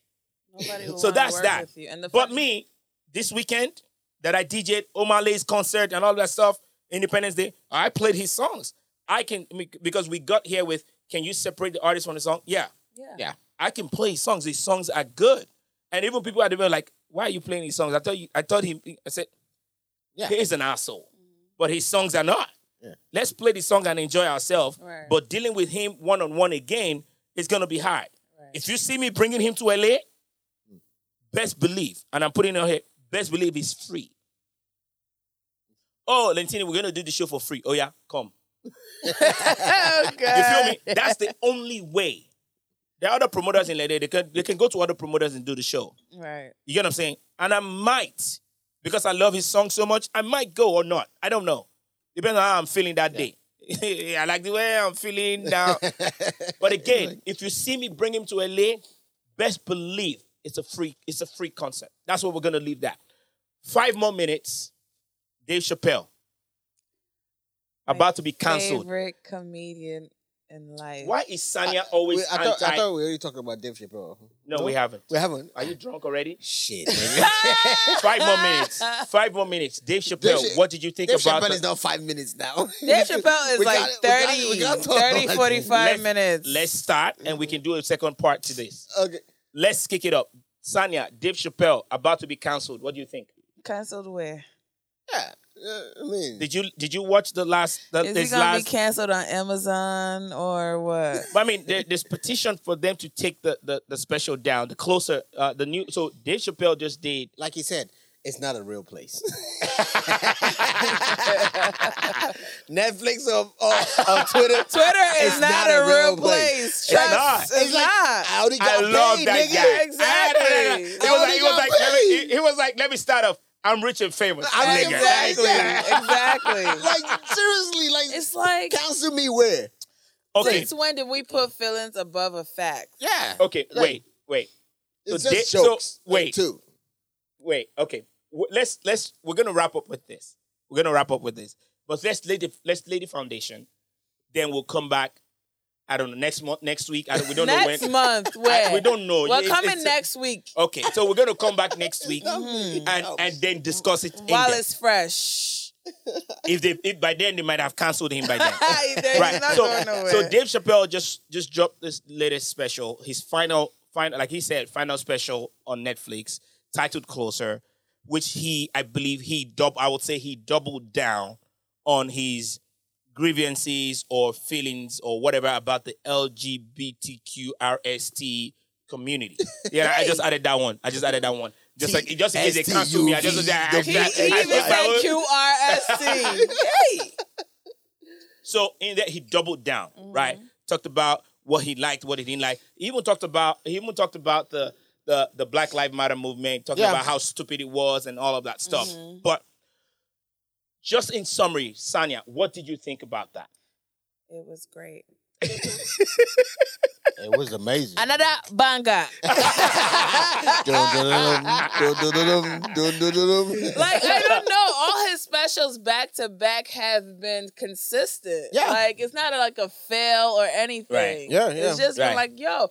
E: Nobody will
C: So
E: wanna
C: that's
E: work
C: that.
E: with you. And the
C: But
E: funny-
C: me, this weekend that I DJed O'Malley's concert and all that stuff, Independence Day, I played his songs. I can because we got here with can you separate the artist from the song? Yeah.
E: yeah. <laughs>
C: I can play his songs. His songs are good. And even people at the were like, why are you playing his songs? I thought you I told him I said,
B: Yeah.
C: Yeah, he's an asshole. But his songs are not.
B: Yeah.
C: Let's play the song and enjoy ourselves.
E: Right.
C: But dealing with him one on one again is gonna be hard.
E: Right.
C: If you see me bringing him to LA, best believe, and I'm putting it on here, best believe is free. Oh, Lentini, we're gonna do the show for free. Oh yeah, come.
E: oh god.
C: You feel me? That's the only way. There are other promoters in LA. They can they can go to other promoters and do the show.
E: Right.
C: You get what I'm saying? And I might, because I love his song so much, I might go or not. I don't know. Depends on how I'm feeling that day. <laughs> I like the way I'm feeling now. but again, if you see me bring him to LA, best believe it's a free, it's a free concert. That's what we're gonna leave that. Five more minutes. Dave Chappelle. About to be cancelled.
E: Favorite comedian in life.
C: Why is Sanya always
B: Wait, I, thought,
C: anti?
B: I thought we already talked about Dave Chappelle.
C: no, we haven't.
B: We haven't.
C: Are you drunk already?
B: <laughs> Shit.
C: <laughs>
B: nigga.
C: Five more minutes. Five more minutes. Dave Chappelle,
B: Dave Ch-
C: what did you think
B: Dave
C: about
B: Chappelle
C: the-
B: is now five minutes now. <laughs>
E: Dave Chappelle is
B: We
E: like
B: got- we got- we
E: 30, <laughs>
B: got to-
E: 30, 45
C: Let's-
B: <laughs>
E: minutes.
C: <laughs> Let's start and we can do a second part to this.
B: Okay.
C: Let's kick it up. Sanya, Dave Chappelle about to be cancelled. What do you think?
E: Cancelled where?
B: Yeah. Uh, I mean,
C: Did you did you watch the last the,
E: Is he
C: this
E: gonna
C: last
E: be canceled on Amazon
B: <laughs>
E: or what?
C: But I mean, there, there's petition for them to take the, the, the special down. The closer, uh, the new. So Dave Chappelle just did.
B: like he said, it's not a real place. <laughs> Netflix or, or, or
C: <laughs>
B: Twitter.
E: Twitter is
B: It's
E: not,
B: not
E: a,
B: a
E: real
B: real
E: place.
B: place.
E: Trust-
C: not.
E: It's,
B: It's like,
E: not.
B: I already
C: I
B: got
C: love
B: paid,
C: that
B: nigga.
C: guy.
E: Exactly.
C: I- I- I- He
B: I
C: was like,
B: only
C: he was
B: got
C: like, let me,
B: paid.
C: he, he was like, let me start off. I'm rich and famous.
B: I'm rich
C: nigga.
B: and famous. <laughs>
E: Exactly. exactly.
B: Like seriously, like
E: It's like
B: cancel me where?
C: Okay,
E: since when did we put feelings above a fact?
B: Yeah.
C: okay.
B: Like-
C: Wait, wait,
B: It's
C: So
B: just
C: they- so,
B: jokes. like,
C: wait.
B: Too.
C: wait. Okay, W- let's let's. We're gonna wrap up with this. We're gonna wrap up with this. But let's lay the let's lay the foundation. Then we'll come back. I don't know next month, next week. I don't, we don't know when.
E: next month, where?
C: <laughs> I- we don't know.
E: Well,
C: It-
E: coming
C: it's- Oh,
E: next week
C: Okay, so we're gonna come back next
E: <laughs>
C: week
B: Mhm.
C: and and then discuss it. in
E: while
C: depth.
E: it's fresh. <laughs>
C: if they if by then they might have canceled him by then.
E: There's
C: right.
E: not going
C: So,
E: nowhere.
C: so Dave Chappelle just just dropped this latest special, his final final like he said, final special on Netflix titled Closer, which he I believe he dub I would say he doubled down on his grievances or feelings or whatever about the LGBTQRST
E: <laughs>
C: community. Yeah, I just added that one. I just added that one. Just like just in case they cancel me, I just I, I, I,
E: he, he
C: I-
E: even said QRST.
B: <laughs>
E: Hey.
C: So in that he doubled down, right?
E: Mm-hmm.
C: Talked about what he liked, what he didn't like. He even talked about he even talked about the the the Black Lives Matter movement, talking
B: Yeah.
C: about how stupid it was and all of that stuff.
E: Mm-hmm.
C: But just in summary, Sanya, what did you think about
E: <laughs>
C: that? <laughs>
E: It was great.
B: It was amazing. <laughs>
E: Another banger. <laughs> Like
B: <laughs>
E: I don't know, all his specials back to back have been consistent.
B: Yeah.
E: like it's not like a fail or anything.
C: Right.
B: Yeah, yeah.
E: It's just been
C: Right.
E: like, yo,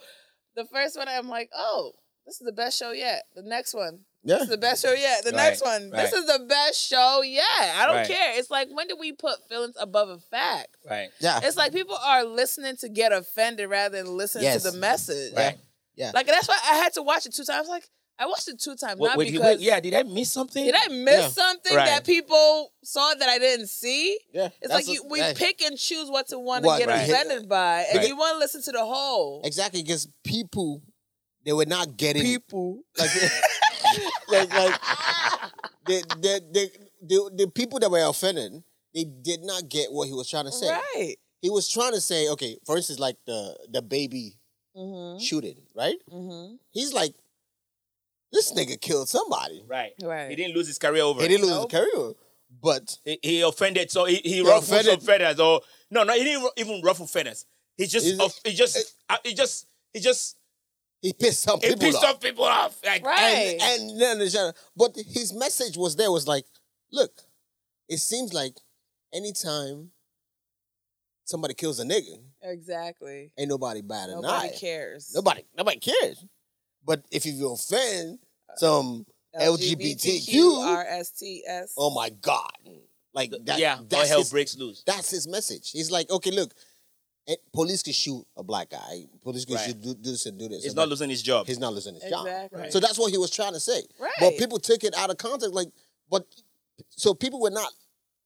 E: the first one I'm like, oh, this is the best show yet. The next one,
B: yeah.
E: this is the best show yet. The
C: Right.
E: next one, this
C: Right.
E: is the best show yet. I don't
C: Right.
E: care. It's like when do we put feelings above a fact?
C: Right.
B: Yeah.
E: It's like people are listening to get offended rather than listening
B: Yes.
E: to the message.
C: Right.
E: Like that's why I had to watch it two times. Like I watched it two times,
C: Wait,
E: not
C: wait, he- wait,
E: because
C: yeah, did I miss something?
E: did I miss
B: Yeah.
E: something
C: Right.
E: that people saw that I didn't see?
B: Yeah.
E: It's
B: That's
E: like you,
B: what-
E: we
B: yeah.
E: pick and choose what to want to
B: What,
E: get
C: right.
E: offended by, and
C: Right.
E: you want to listen to the whole.
B: Exactly, because people they were not getting
E: People, <laughs>
B: like <laughs> like, like the, the, the, the, the people that were offended they did not get what he was trying to say
E: right?
B: he was trying to say okay for instance like the the baby
E: Mm-hmm.
B: shooting right
E: Mm-hmm.
B: he's like this nigga killed somebody
C: Right.
E: Right.
C: He didn't lose his career over.
B: he
C: it.
B: didn't lose his career but
C: He, he offended, so he, he ruffled
B: offended.
C: some feathers. Or no, no, he didn't ru- even ruffle feathers. He just,
B: Is it-
C: off- he just, uh, he just, he just,
B: he pissed some
C: he
B: people
C: pissed
B: off,
C: off people off. Like,
E: Right.
B: And, and then the shadow- but his message was there was like look it seems like anytime somebody kills a nigga
E: exactly.
B: ain't nobody bad or
E: Nobody
B: not.
E: cares.
B: Nobody, nobody cares. But if you offend some LGBTQ,
E: LGBTQRSTS.
B: oh my god, like that,
C: yeah, all
B: that's
C: hell
B: his,
C: breaks loose.
B: that's his message. He's like, okay, look, eh, police can shoot a black guy. Police can
C: Right.
B: shoot do, do this and do this.
C: He's
B: But
C: not losing his job.
B: He's not losing his job.
E: Exactly.
B: So that's what he was trying to say.
E: Right.
B: But people took it out of context. Like, but so people were not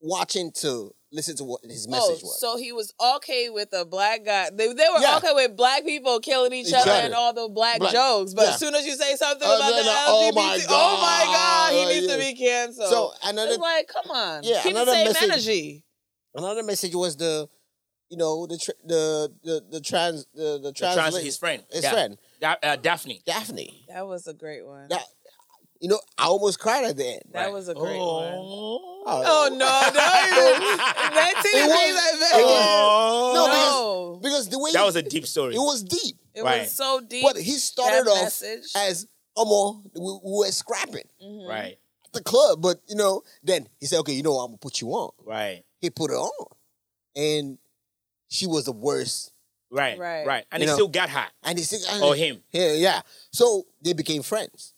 B: watching to listen to what his message was.
E: Oh, so he was okay with a black guy. They, they were
B: Yeah.
E: okay with black people killing each,
B: Each
E: other
B: other.
E: and all the black,
B: Black.
E: jokes. But
B: Yeah.
E: as soon as you say something
B: Oh,
E: about
B: no,
E: the
B: no.
E: LGBT,
B: Oh
E: oh
B: my
E: my
B: God.
E: god, he needs to
B: Yeah.
E: be canceled.
B: So, another-
E: it's like, come on,
B: Yeah,
E: keep the
B: another
E: same
B: message-
E: energy.
B: Another message was the, you know, the tr- the, the the trans the the
C: The
B: trans,
C: trans,
B: lady-
C: his friend.
B: his
C: Yeah.
B: friend
C: Da- uh, Daphne.
B: Daphne.
E: That was a great one. That,
B: That you know, I almost cried at the end.
C: Right.
E: was a great one.
C: Oh.
E: Oh no,
B: <laughs>
E: <laughs> no,
B: It was- Oh.
E: that
B: No,
E: No,
B: because the way
C: Oh. That was a deep story.
B: it was deep,
E: it
C: Right.
E: was so deep.
B: but he started
E: That
B: off
E: message. Mm-hmm.
B: as Omo, we, we were scrapping
C: Right,
B: at the club, but you know, then he said, okay, you know, what, I'm gonna put you on.
C: right.
B: He put her on, and she was the worst
C: Right. Right.
E: Right.
C: Right. And
B: You
C: he
B: know.
C: still got her
B: and they said,
C: or
E: Oh,
C: him.
B: Yeah, yeah. So they became friends.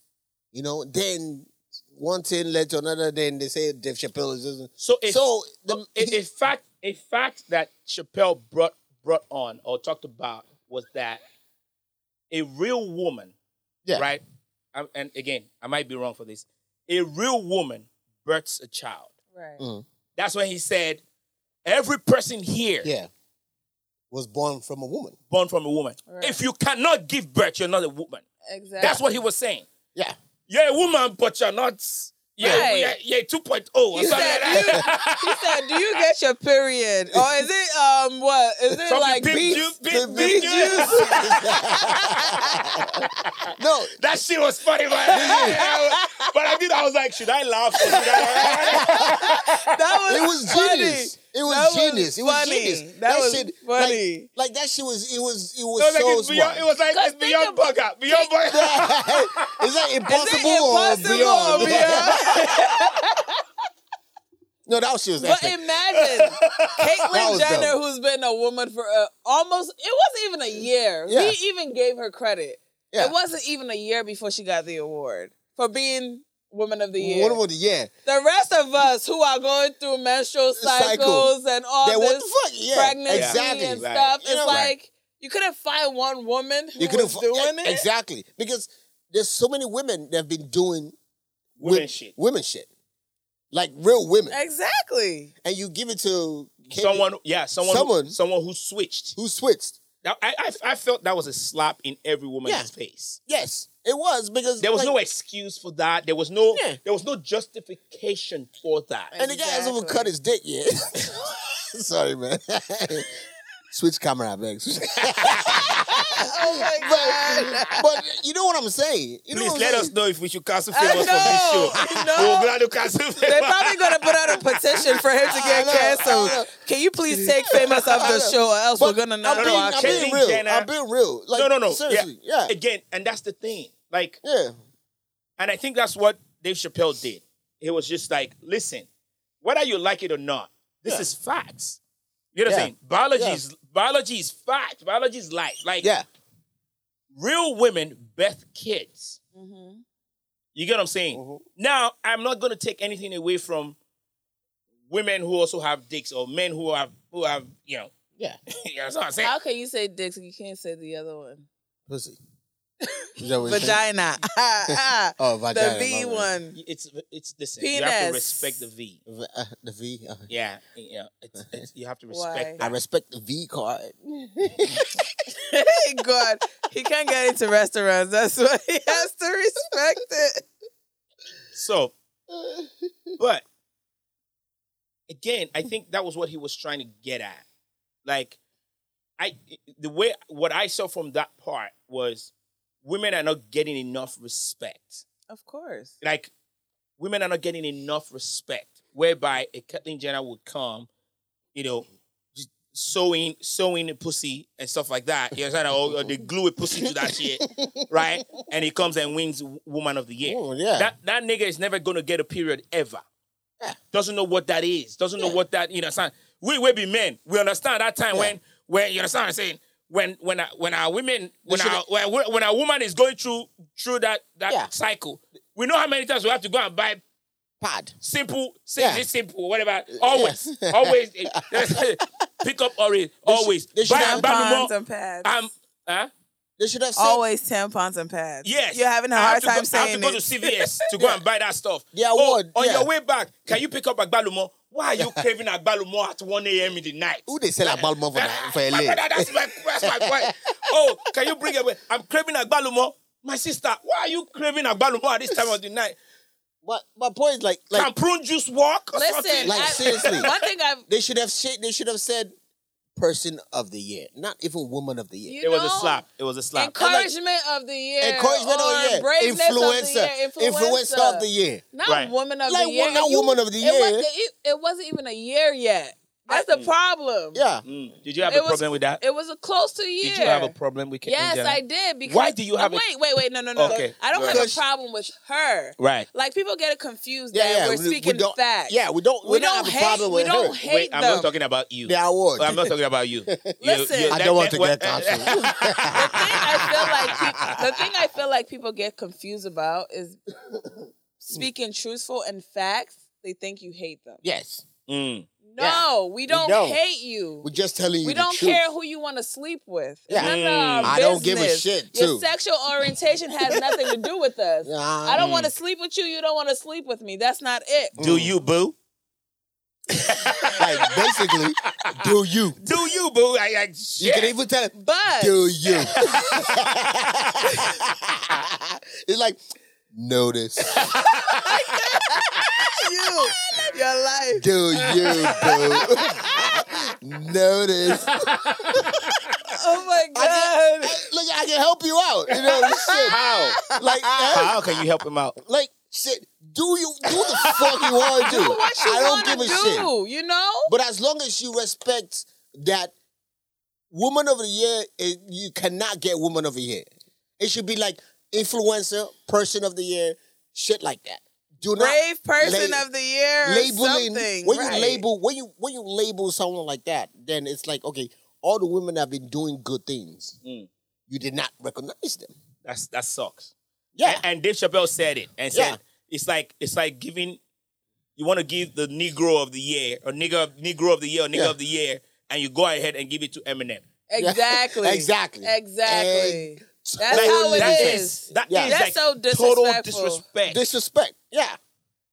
B: You know, then one thing led to another. Then they say Dave Chappelle is. Just,
C: So if
B: so the,
C: a, a fact a fact that Chappelle brought brought on or talked about was that a real woman,
B: Yeah.
C: right? Um, and again, I might be wrong for this. A real woman births a child.
E: Right.
B: Mm.
C: That's when he said, "Every person here
B: yeah, was born from a woman.
C: born from a woman.
E: Right.
C: If you cannot give birth, you're not a woman."
E: Exactly.
C: That's what he was saying.
B: Yeah,
C: You're a woman, but you're not. Yeah,
E: Right.
C: yeah, yeah, 2.0 or
E: You
C: something
E: said,
C: like
E: you,
C: that.
E: <laughs> he said, "Do you get your period, or is it um what is it
C: Something
E: like
C: pink
E: beef?
C: juice, pink-
B: The
C: pink
B: pink
C: juice.
B: no,
C: <laughs> That shit was funny, man.
E: <laughs>
C: but I did. I was like, should I laugh? Or should I?
E: That was
B: it was
E: <laughs> funny.
B: genius. It was
E: That was
B: genius. It was
E: funny.
B: genius.
E: That was funny.
B: Like, like that shit was. It was. It was,
C: It was
B: so
C: like it's
B: smart.
C: beyond. It was like
E: Cause
C: it's beyond
E: think <laughs>
C: bugger. Beyond bugger.
B: is that
E: Is
B: impossible,
E: it impossible
B: or beyond?
E: or beyond?
B: <laughs> No, that shit was
E: but
B: epic.
E: imagine
B: That
E: Caitlyn
B: was
E: Jenner,
B: dope.
E: who's been a woman for uh, almost it wasn't even a year.
B: Yeah.
E: He even gave her credit.
B: yeah.
E: It wasn't even a year before she got the award for being Woman of the Year.
B: What about the yeah?
E: the rest of us who are going through menstrual
B: Cycle.
E: cycles and all
B: Then
E: this
B: what the fuck? Yeah,
E: pregnancy
B: exactly.
E: and
C: Right.
E: stuff,
B: You
E: it's
B: know-
E: like you couldn't find one woman who was
B: fi-
E: doing
B: e-
E: it.
B: exactly because there's so many women that have been doing
C: <laughs> Women
B: wi-
C: shit.
B: women shit, like real women,
E: Exactly.
B: and you give it to Katie,
C: Someone, yeah, someone,
B: Someone-
C: who, someone who switched.
B: who switched.
C: Now, I, I, I felt that was a slap in every woman's
B: Yeah.
C: face.
B: Yes, it was because
C: There was
B: like,
C: no excuse for that. There was no,
B: Yeah.
C: there was no justification for that.
B: and the guy hasn't even
E: Exactly.
B: cut his dick yet. <laughs> Sorry, man. <laughs> Switch camera, man.
E: Oh my god.
B: but you know what I'm saying. You know
C: Please
B: what I'm
C: let
B: saying?
C: us know if we should cancel
E: I
C: favors from this show.
E: know, I
C: We're
E: know.
C: glad to cancel
E: They're
C: favors.
E: probably gonna put out a petition for him to get
B: I know, I know.
E: canceled. Can you please take famous off the show, or else
B: But
E: we're gonna not
B: I'm being, I'm
E: watch it?
B: being
C: Caitlyn
B: real.
C: Jenner-
B: I'm being real.
C: <laughs>
B: Like,
C: No, no, no.
B: Seriously, yeah, yeah.
C: Again, and that's the thing. Like, And I think that's what Dave Chappelle did. It was just like, listen, whether you like it or not, this
B: Yeah.
C: is facts. You know what I'm
B: Yeah.
C: saying? Biology
B: Yeah.
C: is biology is fact. Biology is life. Like
B: yeah.
C: real women birth kids.
E: Mm-hmm.
C: You get what I'm saying?
B: Mhm.
C: Now, I'm not gonna take anything away from women who also have dicks or men who have who have, you
E: <laughs>
C: know.
B: Yeah.
C: <laughs> you know what I'm saying?
E: How can you say dicks and you can't say the other <laughs> one?
B: Pussy. <laughs> Is that what you said?
E: Vagina. <laughs> Ah, ah.
B: Oh, vagina.
E: the V
B: my bad.
E: one.
C: It's it's listen. You have to
E: Penis.
C: respect the V.
B: V- uh, the V. uh,
C: Yeah, yeah. It's, it's, you have to
E: Why?
C: respect.
B: I respect the V card.
E: Hey
B: <laughs>
E: God, he can't get into restaurants. That's why he has to respect it.
C: So, but again, I think that was what he was trying to get at. Like, I the way what I saw from that part was women are not getting enough respect.
E: Of course.
C: Like, women are not getting enough respect. Whereby a Kathleen Jenner would come, you know. just Sewing, sewing a pussy and stuff like that. You understand? Or, or they glue a pussy to that shit, right? And he comes and wins Woman of the Year.
B: Oh, yeah.
C: That that nigga is never gonna get a period ever.
B: Yeah.
C: Doesn't know what that is. Doesn't know what that you know. Understand? We we be men. We understand that time when when you understand what I'm saying. When when our- when our women when
B: should-
C: our when, when our woman is going through through that that
B: Yeah.
C: cycle, we know how many times we have to go and buy
B: Pad.
C: simple, sim-
B: Yeah.
C: simple, whatever.
B: <laughs>
C: Always, always eh, eh, pick up always, always.
B: they should
C: Buy
B: have-
C: and buy
E: Tampons
C: more.
E: and pads.
C: I'm huh?
B: They should have said.
E: Always tampons and pads.
C: Yes.
E: You're having a
C: I
E: hard
C: have to
E: time
C: go, I have
E: saying
C: to go to
E: it.
C: CVS to go and buy that stuff.
B: <laughs> Yeah, I
C: oh,
B: would,
C: On
B: yeah.
C: your way back, can you pick up Agbalumo? Why
B: <laughs>
C: are you craving Agbalumo at 1 a.m. in the night?
B: Who they sell a ball more for, that- for LA? <laughs>
C: That- that's my, that's my point. Oh, can you bring it? I'm craving Agbalumo. My sister, why are you craving Agbalumo at this time of the night?
B: But my point is like,
C: can
B: like
C: prune juice walk or
E: Listen,
C: something?
B: Like,
E: I-
B: seriously.
E: <laughs> One thing I've
B: they should have said. They should have said, person of the year, not even woman of the year.
E: you
C: it was a
E: know,
C: slap. It was a slap.
E: Encouragement of the year.
B: Encouragement of
E: or
B: the year,
E: braveness
B: influencer,
E: of the year.
B: influencer. of the year.
E: Not
C: Right.
E: woman of
B: Like,
E: the year.
B: well, not
E: You-
B: woman of the
E: It,
B: year.
E: was, it, it wasn't even a year yet. That's the problem.
B: Yeah.
C: Mm. Did you have
E: It
C: a
E: was-
C: problem with that?
E: It was a close to a year.
C: Did you have a problem with Ke-
E: Yes,
C: Angela?
E: I did. Because
C: Why do you have a-
E: wait, Wait, wait, wait. No, no, no.
C: Okay,
E: I don't
C: go
E: have
B: ahead.
E: a problem with her.
C: Right.
E: Like people get it confused
B: Yeah,
E: that
B: yeah.
E: we're speaking
B: don't,
E: facts.
B: Yeah, we don't. We,
E: we
B: don't,
E: don't
B: have a
E: hate.
B: problem
E: we
B: with
E: don't
B: her.
E: hate
C: Wait,
E: them.
C: I'm not talking about you.
B: The award.
C: I'm not talking about you. You-
E: Listen.
C: you-
E: I
B: I
C: that-
B: don't want
C: that-
B: to
C: what-
B: get
C: <laughs>
B: canceled.
E: The <laughs> thing I feel like peop- the thing I feel like people get confused about is
B: Mm.
E: speaking truthful and facts. They think you hate them.
B: yes.
C: Mm.
E: No, we don't,
B: don't.
E: hate you.
B: <laughs> We're just telling you
E: We
B: the
E: don't
B: truth.
E: care who you want to sleep with. It's
B: Yeah. Mm,
E: none of our
B: I don't give a
E: business.
B: shit, too.
E: Your sexual orientation has nothing to do with
B: <laughs>
E: us.
B: Nah.
E: I don't
B: mm.
E: want to sleep with you. You don't want to sleep with me. That's not it.
C: Do you boo?
E: <laughs>
B: Like, basically, do you?
C: Do you boo? I, I,
B: You
C: shit.
B: can even tell it.
E: But
B: Do you? <laughs> it's like notice.
E: you, your life.
B: Do you? Boo? <laughs> notice.
E: <laughs> Oh my
B: I
E: god.
B: Look, I can help you out. You know shit.
C: <laughs>
B: <laughs>
C: How?
B: Like, eh,
C: How can you help him out?
B: like shit. Do you do the fuck you
E: <laughs>
B: want to do?
E: What you
B: I don't
E: wanna
B: give a
E: do,
B: shit.
E: You know?
B: But as long as you respect that woman of the year, eh, you cannot get woman of the year. It should be like influencer, person of the year, shit like that. Do not
E: Brave person
B: la-
E: of the year. or something.
B: when
E: right.
B: you label <laughs> when you when you label someone like that, then it's like okay, all the women have been doing good things.
C: Mm.
B: You did not recognize them.
C: That's that sucks.
B: Yeah,
C: And, and Dave Chappelle said it and said
B: Yeah.
C: it's like it's like giving you want to give the Negro of the year or nigga Negro of the year or nigga
B: Yeah.
C: of the year and you go ahead and give it to Eminem.
E: Exactly.
B: Exactly.
E: Exactly. That's
B: Like,
E: how it
C: that
E: is.
C: That
B: Yeah.
C: is
E: That's
C: like
E: so
C: total
E: disrespectful.
C: disrespect.
B: disrespect. Yeah,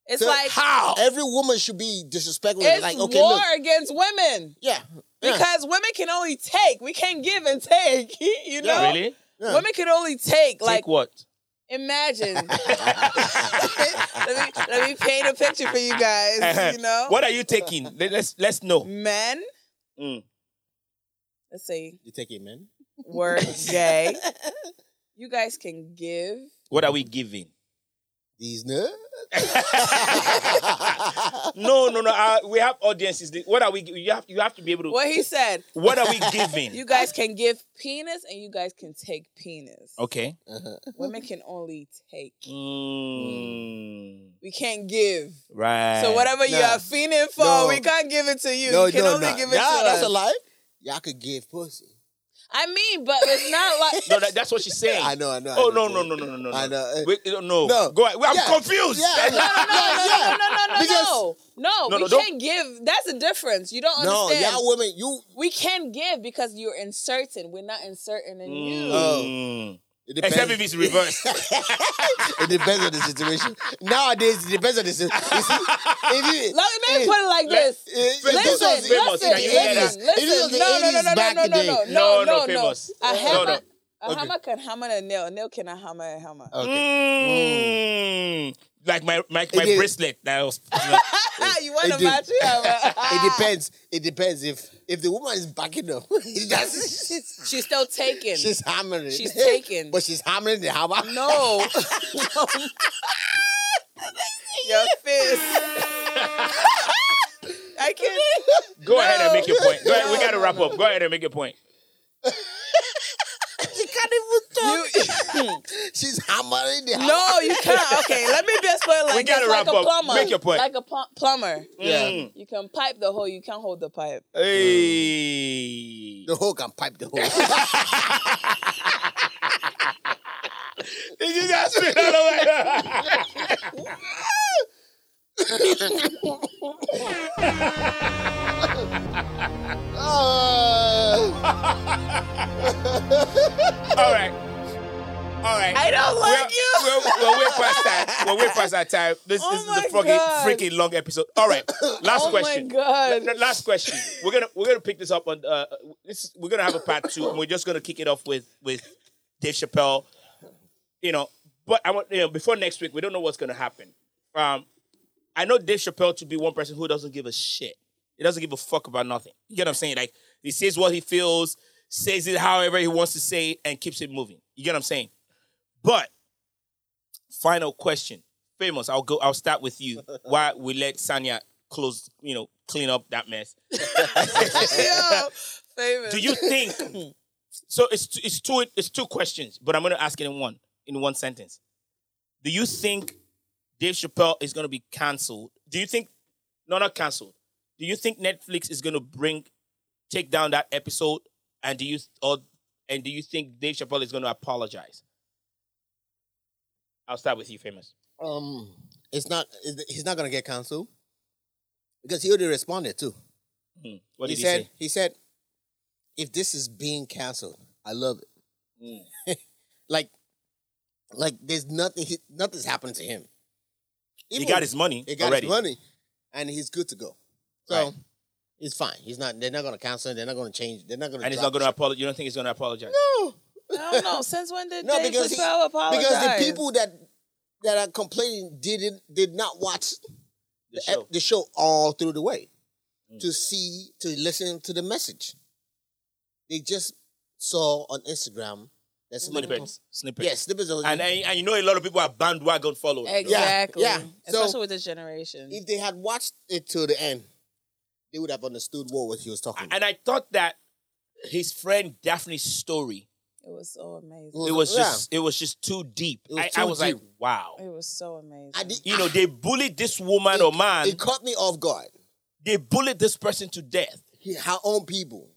E: It's
B: So
E: like
C: How?
B: every woman should be disrespectful.
E: it's
B: like okay,
E: war
B: look,
E: against women.
B: yeah, yeah,
E: Because women can only take. We can't give and take. <laughs> you know?
C: Really?
B: yeah.
E: Women can only take.
C: Like
E: Like <laughs>
C: what?
B: <laughs>
E: imagine. let me let me paint a picture for you
B: <laughs>
E: guys, you know?
C: What are you taking? Let- Let's let's know.
E: Men.
C: Mm.
E: Let's say
B: you take it, man.
E: we're gay. you guys can give.
C: What are we giving?
B: <laughs>
C: <laughs>
B: These
E: <laughs>
B: nuts.
C: No, no, no. Uh, we have audiences. What are we? gi- You have you have to be able to.
E: What he said.
C: What are we giving?
E: <laughs> You guys can give penis and you guys can take penis.
B: Oh.
C: okay.
E: Women can only take.
B: Mm.
C: Mm,
E: We can't give.
C: right.
E: So whatever you
B: Nah.
E: are fiending for,
B: No.
E: we can't give it to you.
B: no,
E: you can
B: no,
E: only
B: no.
E: give it
B: nah,
E: to
B: that's
E: us.
B: a lie. Y'all could give pussy.
E: I mean, but it's not
B: <laughs>
E: like
C: No, that, that's what she's saying.
B: I know, I know. I
C: Oh
B: know.
C: no, no, no, no, no, no.
B: I know. uh,
C: Wait, no, no.
B: No.
C: Go ahead. I'm
B: Yeah.
C: confused.
B: Yeah,
C: <laughs>
E: no, no, no, no,
B: Yeah,
E: no, no, no, no,
B: because-
E: no, no.
C: No,
E: we
C: no, don't-
E: can't give. That's the difference. You don't
B: No,
E: understand.
B: y'all women, you.
E: we can give because you're inserting. We're not inserting in you.
C: Mm.
B: It depends.
C: Except if it's reversed.
B: it depends on the
E: <laughs>
B: situation. Nowadays, it depends on the situation. You see, if you,
E: Let let me put it like this.
B: Listen,
E: Listen, listen,
C: Can you hear that?
E: listen, listen. No, no, no, no, no, no, no, no,
C: No,
E: no,
C: no,
E: no, no.
C: famous.
E: A
C: No, no.
E: hammer, a
B: Okay.
E: hammer can hammer a nail. A nail cannot hammer a hammer.
B: Okay.
C: Mm. Like my my, my
B: is.
C: bracelet that was.
E: you want
B: it
E: to
B: did.
E: match it?
B: It depends. It depends if if the woman is backing up. <laughs> That's, she's,
E: She's still taking.
B: she's hammering.
E: She's taken.
B: But she's hammering the hammer. <laughs>
E: No.
B: <laughs>
E: Your fist. I can't.
C: Go ahead and
E: No.
C: make your point. Go ahead. We
E: No,
C: gotta
E: no,
C: wrap up. Go ahead and make your point.
B: She can't even
E: You,
B: <laughs> She's hammering the hammer.
E: no, you can't. Okay, let me just put it like
C: We gotta
E: this, like
C: wrap
E: a
C: up.
E: plumber.
C: Make your point.
E: Like a pl- plumber.
B: Yeah.
C: Mm.
E: You can pipe the hole, you can't hold the pipe.
C: Hey. <laughs>
B: The hole can pipe the hole.
C: Did you guys spit out of my
B: Uh,
C: <laughs> All right. All right.
E: I don't like you.
C: We're, we're way past that. We're way past our time. This,
E: Oh
C: this is
E: my
C: the fucking
E: God.
C: freaking long episode. All right. Last
E: oh
C: question.
B: <laughs>
E: my god.
C: The Last question. We're gonna we're gonna pick this up on uh, this. We're gonna have a part two, and we're just gonna kick it off with with Dave Chappelle. You know, but I want you know before next week, we don't know what's gonna happen. Um, I know Dave Chappelle to be one person who doesn't give a shit. He doesn't give a fuck about nothing. You get what I'm saying? Like he says what he feels, says it however he wants to say it, and keeps it moving. You get what I'm saying? But final question, famous. I'll go. I'll start with you. Why we let Sanya close? You know, clean up that mess.
E: Yo, famous.
C: Do you think? <laughs> so it's t- it's two it's two questions, but I'm gonna ask it in one in one sentence. Do you think Dave Chappelle is gonna be canceled? Do you think no not canceled? Do you think Netflix is gonna bring take down that episode? And do you or and do you think Dave Chappelle is gonna apologize? I'll start with you, famous.
B: <laughs> Um, it's not. it- He's not gonna get canceled because he already responded too.
C: Hmm. What
B: he
C: did he
B: said.
C: say?
B: He said, "If this is being canceled, I love it.
C: Mm.
B: <laughs> like, like there's nothing. he- Nothing's happened to him.
C: He
B: Even
C: got his money
B: He got
C: already.
B: his money, and he's good to go. So
C: Right.
B: it's fine. He's not. They're not gonna cancel him. They're not gonna change. They're not gonna.
C: and he's
B: drop
C: not gonna apologize. You don't think he's gonna apologize?
B: No,
E: I don't know. Since when did
B: No,
E: Dave
B: because he-
E: Chappelle apologize?
B: because the people that that are complaining didn't did not watch
C: The
B: at
C: show. Mm.
B: the show all through the way to see to listen to the message. They just saw on Instagram that somebody
C: Snippets. Snippets.
B: Yes, snippets of
C: And, and and you know a lot of people are bandwagon followers. though.
E: Exactly.
B: yeah. So-
E: Especially with this generation.
B: if they had watched it till the end, they would have understood what he was talking. about.
C: And I thought that his friend Daphne's story,
E: It was so amazing.
B: Well,
C: it was
B: yeah.
C: just it was just too deep.
B: It was
C: I,
B: too
C: I was like,
B: deep.
C: wow.
E: It was so amazing.
B: I did-
C: You know, they bullied this woman or man.
B: It caught me off guard.
C: they bullied this person to death.
B: He- Her own people.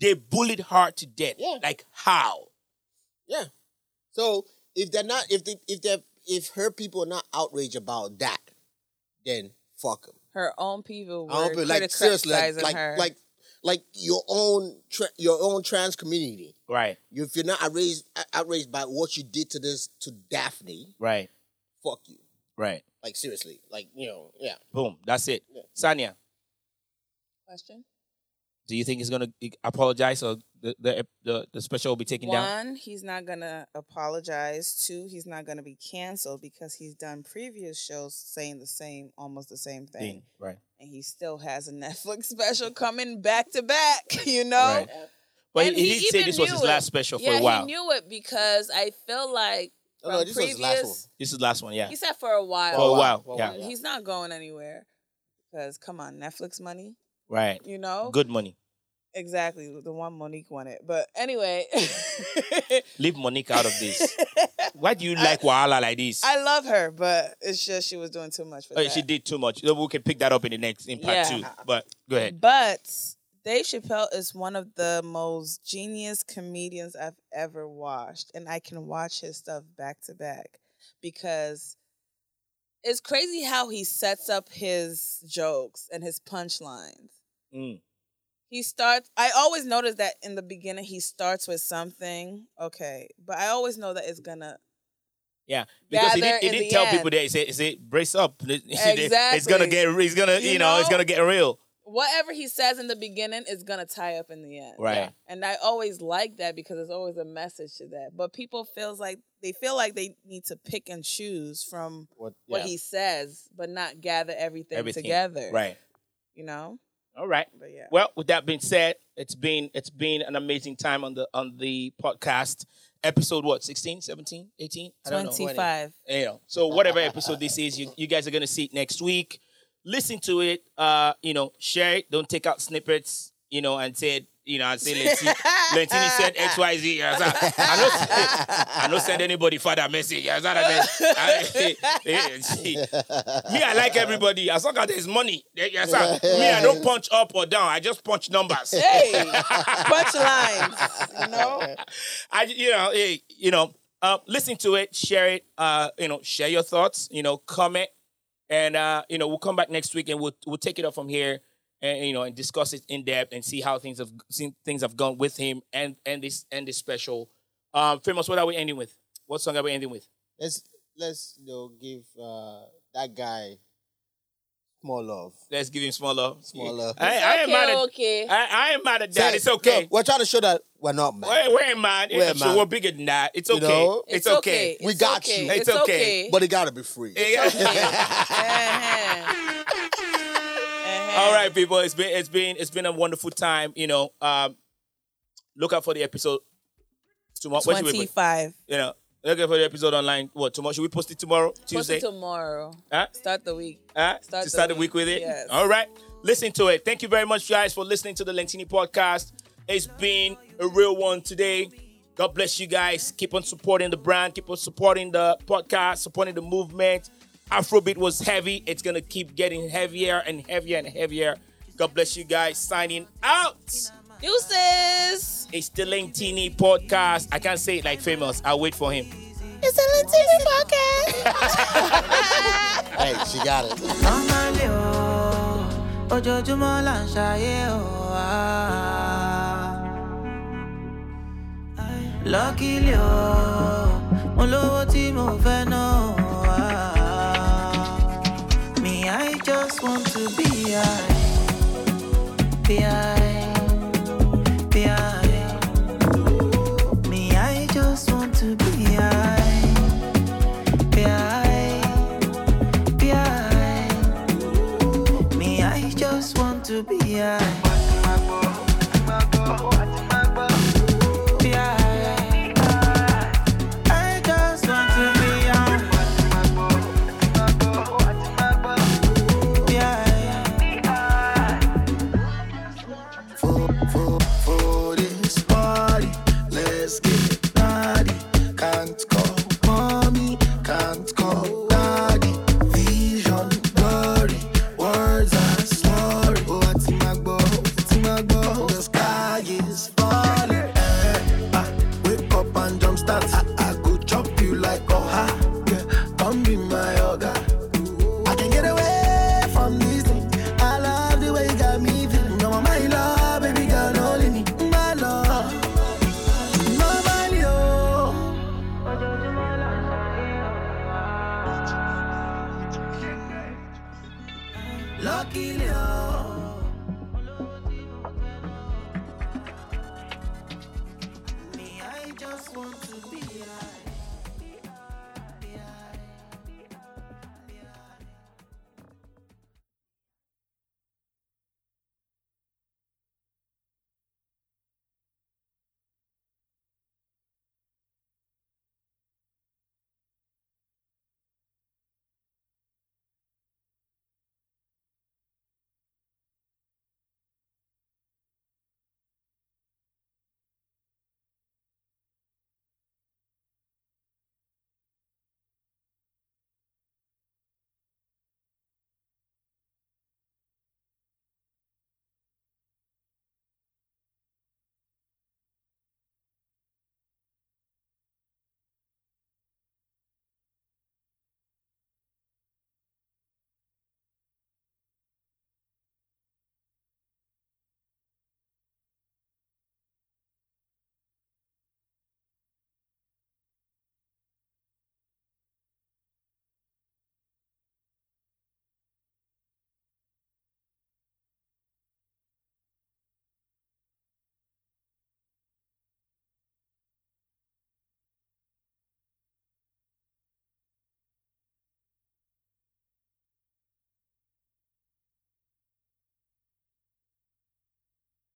C: They bullied her to death.
B: Yeah.
C: Like how?
B: Yeah. So if they're not, if they, if they, if her people are not outraged about that, then fuck them.
E: her own people
B: I
E: were
B: don't feel like seriously, like
E: criticizing
B: like,
E: her.
B: like like your own tra- your own trans community.
C: Right,
B: If you're not outraged outraged by what you did to this to Daphne,
C: right,
B: fuck you.
C: right.
B: Like seriously, like you know, yeah.
C: Boom. That's it. Sanya,
E: question.
C: do you think he's gonna e, apologize or the the, the, the special will be taken down?
E: One, he's not gonna apologize. Two, he's not gonna be canceled because he's done previous shows saying the same, almost the same thing,
C: Thing. Right.
E: and he still has a Netflix <laughs> special coming back to back. You know.
C: Right. But
E: And
C: he,
E: he
C: he did say
E: even
C: this was
E: knew
C: his
E: it.
C: last special for
E: yeah,
C: a while.
E: he knew it because I feel like
B: Oh,
E: from
B: no, this was
E: previous.
B: his last
C: this is the last one, yeah.
E: He said for a while.
C: For a while,
B: For a
C: Oh, yeah.
B: while.
E: He's not going anywhere because come on, Netflix money.
C: Right.
E: You know.
C: Good money.
E: Exactly the one Monique wanted. But anyway. <laughs>
C: Leave Monique out of this. Why do you like Wahala like this?
E: I love her, but it's just she was doing too much for
C: Oh,
E: that.
C: she did too much. We can pick that up in the next in part
E: Yeah.
C: two. But go ahead.
E: But Dave Chappelle is one of the most genius comedians I've ever watched, and I can watch his stuff back to back because it's crazy how he sets up his jokes and his punchlines.
C: Mm.
E: He starts. I always notice that in the beginning he starts with something, okay, but I always know that it's gonna
C: Yeah, because he
E: Gather
C: did, he
E: in
C: did
E: the
C: tell
E: end.
C: people that he said, he said, brace up. <laughs> It's gonna
E: Exactly.
C: get. It's gonna. You,
E: You
C: know, It's
E: know?
C: gonna get real.
E: whatever he says in the beginning is gonna tie up in the end.
C: Right.
E: Yeah. And I always like that because there's always a message to that. But people feels like they feel like they need to pick and choose from
B: What,
E: what he says, but not gather everything,
C: Everything.
E: together.
C: Right.
E: You know?
C: All right.
E: But yeah.
C: Well, with that being said, it's been it's been an amazing time on the on the podcast episode. What 16, 17, 18? I don't know.
E: Twenty
C: <laughs>
E: five.
C: you know so whatever episode this is you, you guys are gonna see it next week listen to it uh you know share it don't take out snippets you know and say you know and say
D: <laughs>
C: Lenti- lentini said xyz yes, I, I don't I don't send anybody further message yes, I <laughs> don't- I- eh, see,
B: <laughs>
C: me i like everybody as long as there's money eh, yes, sir. me i don't punch up or down i just punch numbers
E: Hey,
C: <laughs>
E: punchlines. You know?
C: I, you know, hey, you know, uh, listen to it, share it, uh, you know, share your thoughts, you know, comment, and uh, you know, we'll come back next week and we'll we'll take it up from here, and you know, and discuss it in depth and see how things have see, things have gone with him and and this and this special. Um, famous, what are we ending with? What song are we ending with?
B: Let's let's you know give uh, that guy small love.
C: Let's give him small love.
B: Small love.
C: I, I ain't mad
E: okay,
C: at
E: okay.
C: I, I ain't mad at that.
B: Say,
C: It's okay.
B: Look, we're trying to show that we're not mad.
C: We're, we're mad.
B: We're
C: We're,
B: mad.
C: we're bigger than that. It's
B: You
C: okay.
B: know?
C: It's, okay.
B: We
E: It's
B: got
E: okay.
B: you.
E: It's,
C: It's okay.
E: okay.
B: But it gotta be free.
E: Uh-huh. Uh-huh.
C: All right, people. It's been it's been it's been a wonderful time. You know, um, look out for the episode tomorrow. What should we put?
E: 25.
C: You know, look out for the episode online. What tomorrow? Should we post it tomorrow?
E: Post it
C: Tuesday.
E: tomorrow.
C: Huh?
E: Start the week.
C: Huh?
E: Start
C: to
E: the
C: start the week
E: week.
C: with it.
E: Yes.
C: All right. listen to it. Thank you very much, guys, for listening to the Lentini podcast. It's been a real one today. God bless you guys. Keep on supporting the brand, keep on supporting the podcast, supporting the movement. Afrobeat was heavy. It's going to keep getting heavier and heavier and heavier. God bless you guys. Signing out.
E: Deuces.
C: It's the Lentini podcast. I can't say it like famous. I'll wait for him.
E: It's a Lentini podcast.
B: Hey, she got it.
D: normally o ojoojúmọ́ là ń ṣayé o ah. luckily o mo lówó tí mo fẹ́ ná o ah. me i just want to be high be high be high me i just want to be high be high. be high. Me, I just want to be high. Be high. I just want to be high. Be high.
F: for this party. Let's get naughty. Can't call mommy, can't call daddy. Vision blurry, words are slurry. Oh, what's in my bow? What's in my bow? The sky is falling. Eh, ah, wake up and jumpstart. I, I go chop you like a Yeah, come be my yoga. I can get away from this thing. I love the way you got me feeling. You're my love, baby girl, only me, my love. Normally, oh, luckily, oh.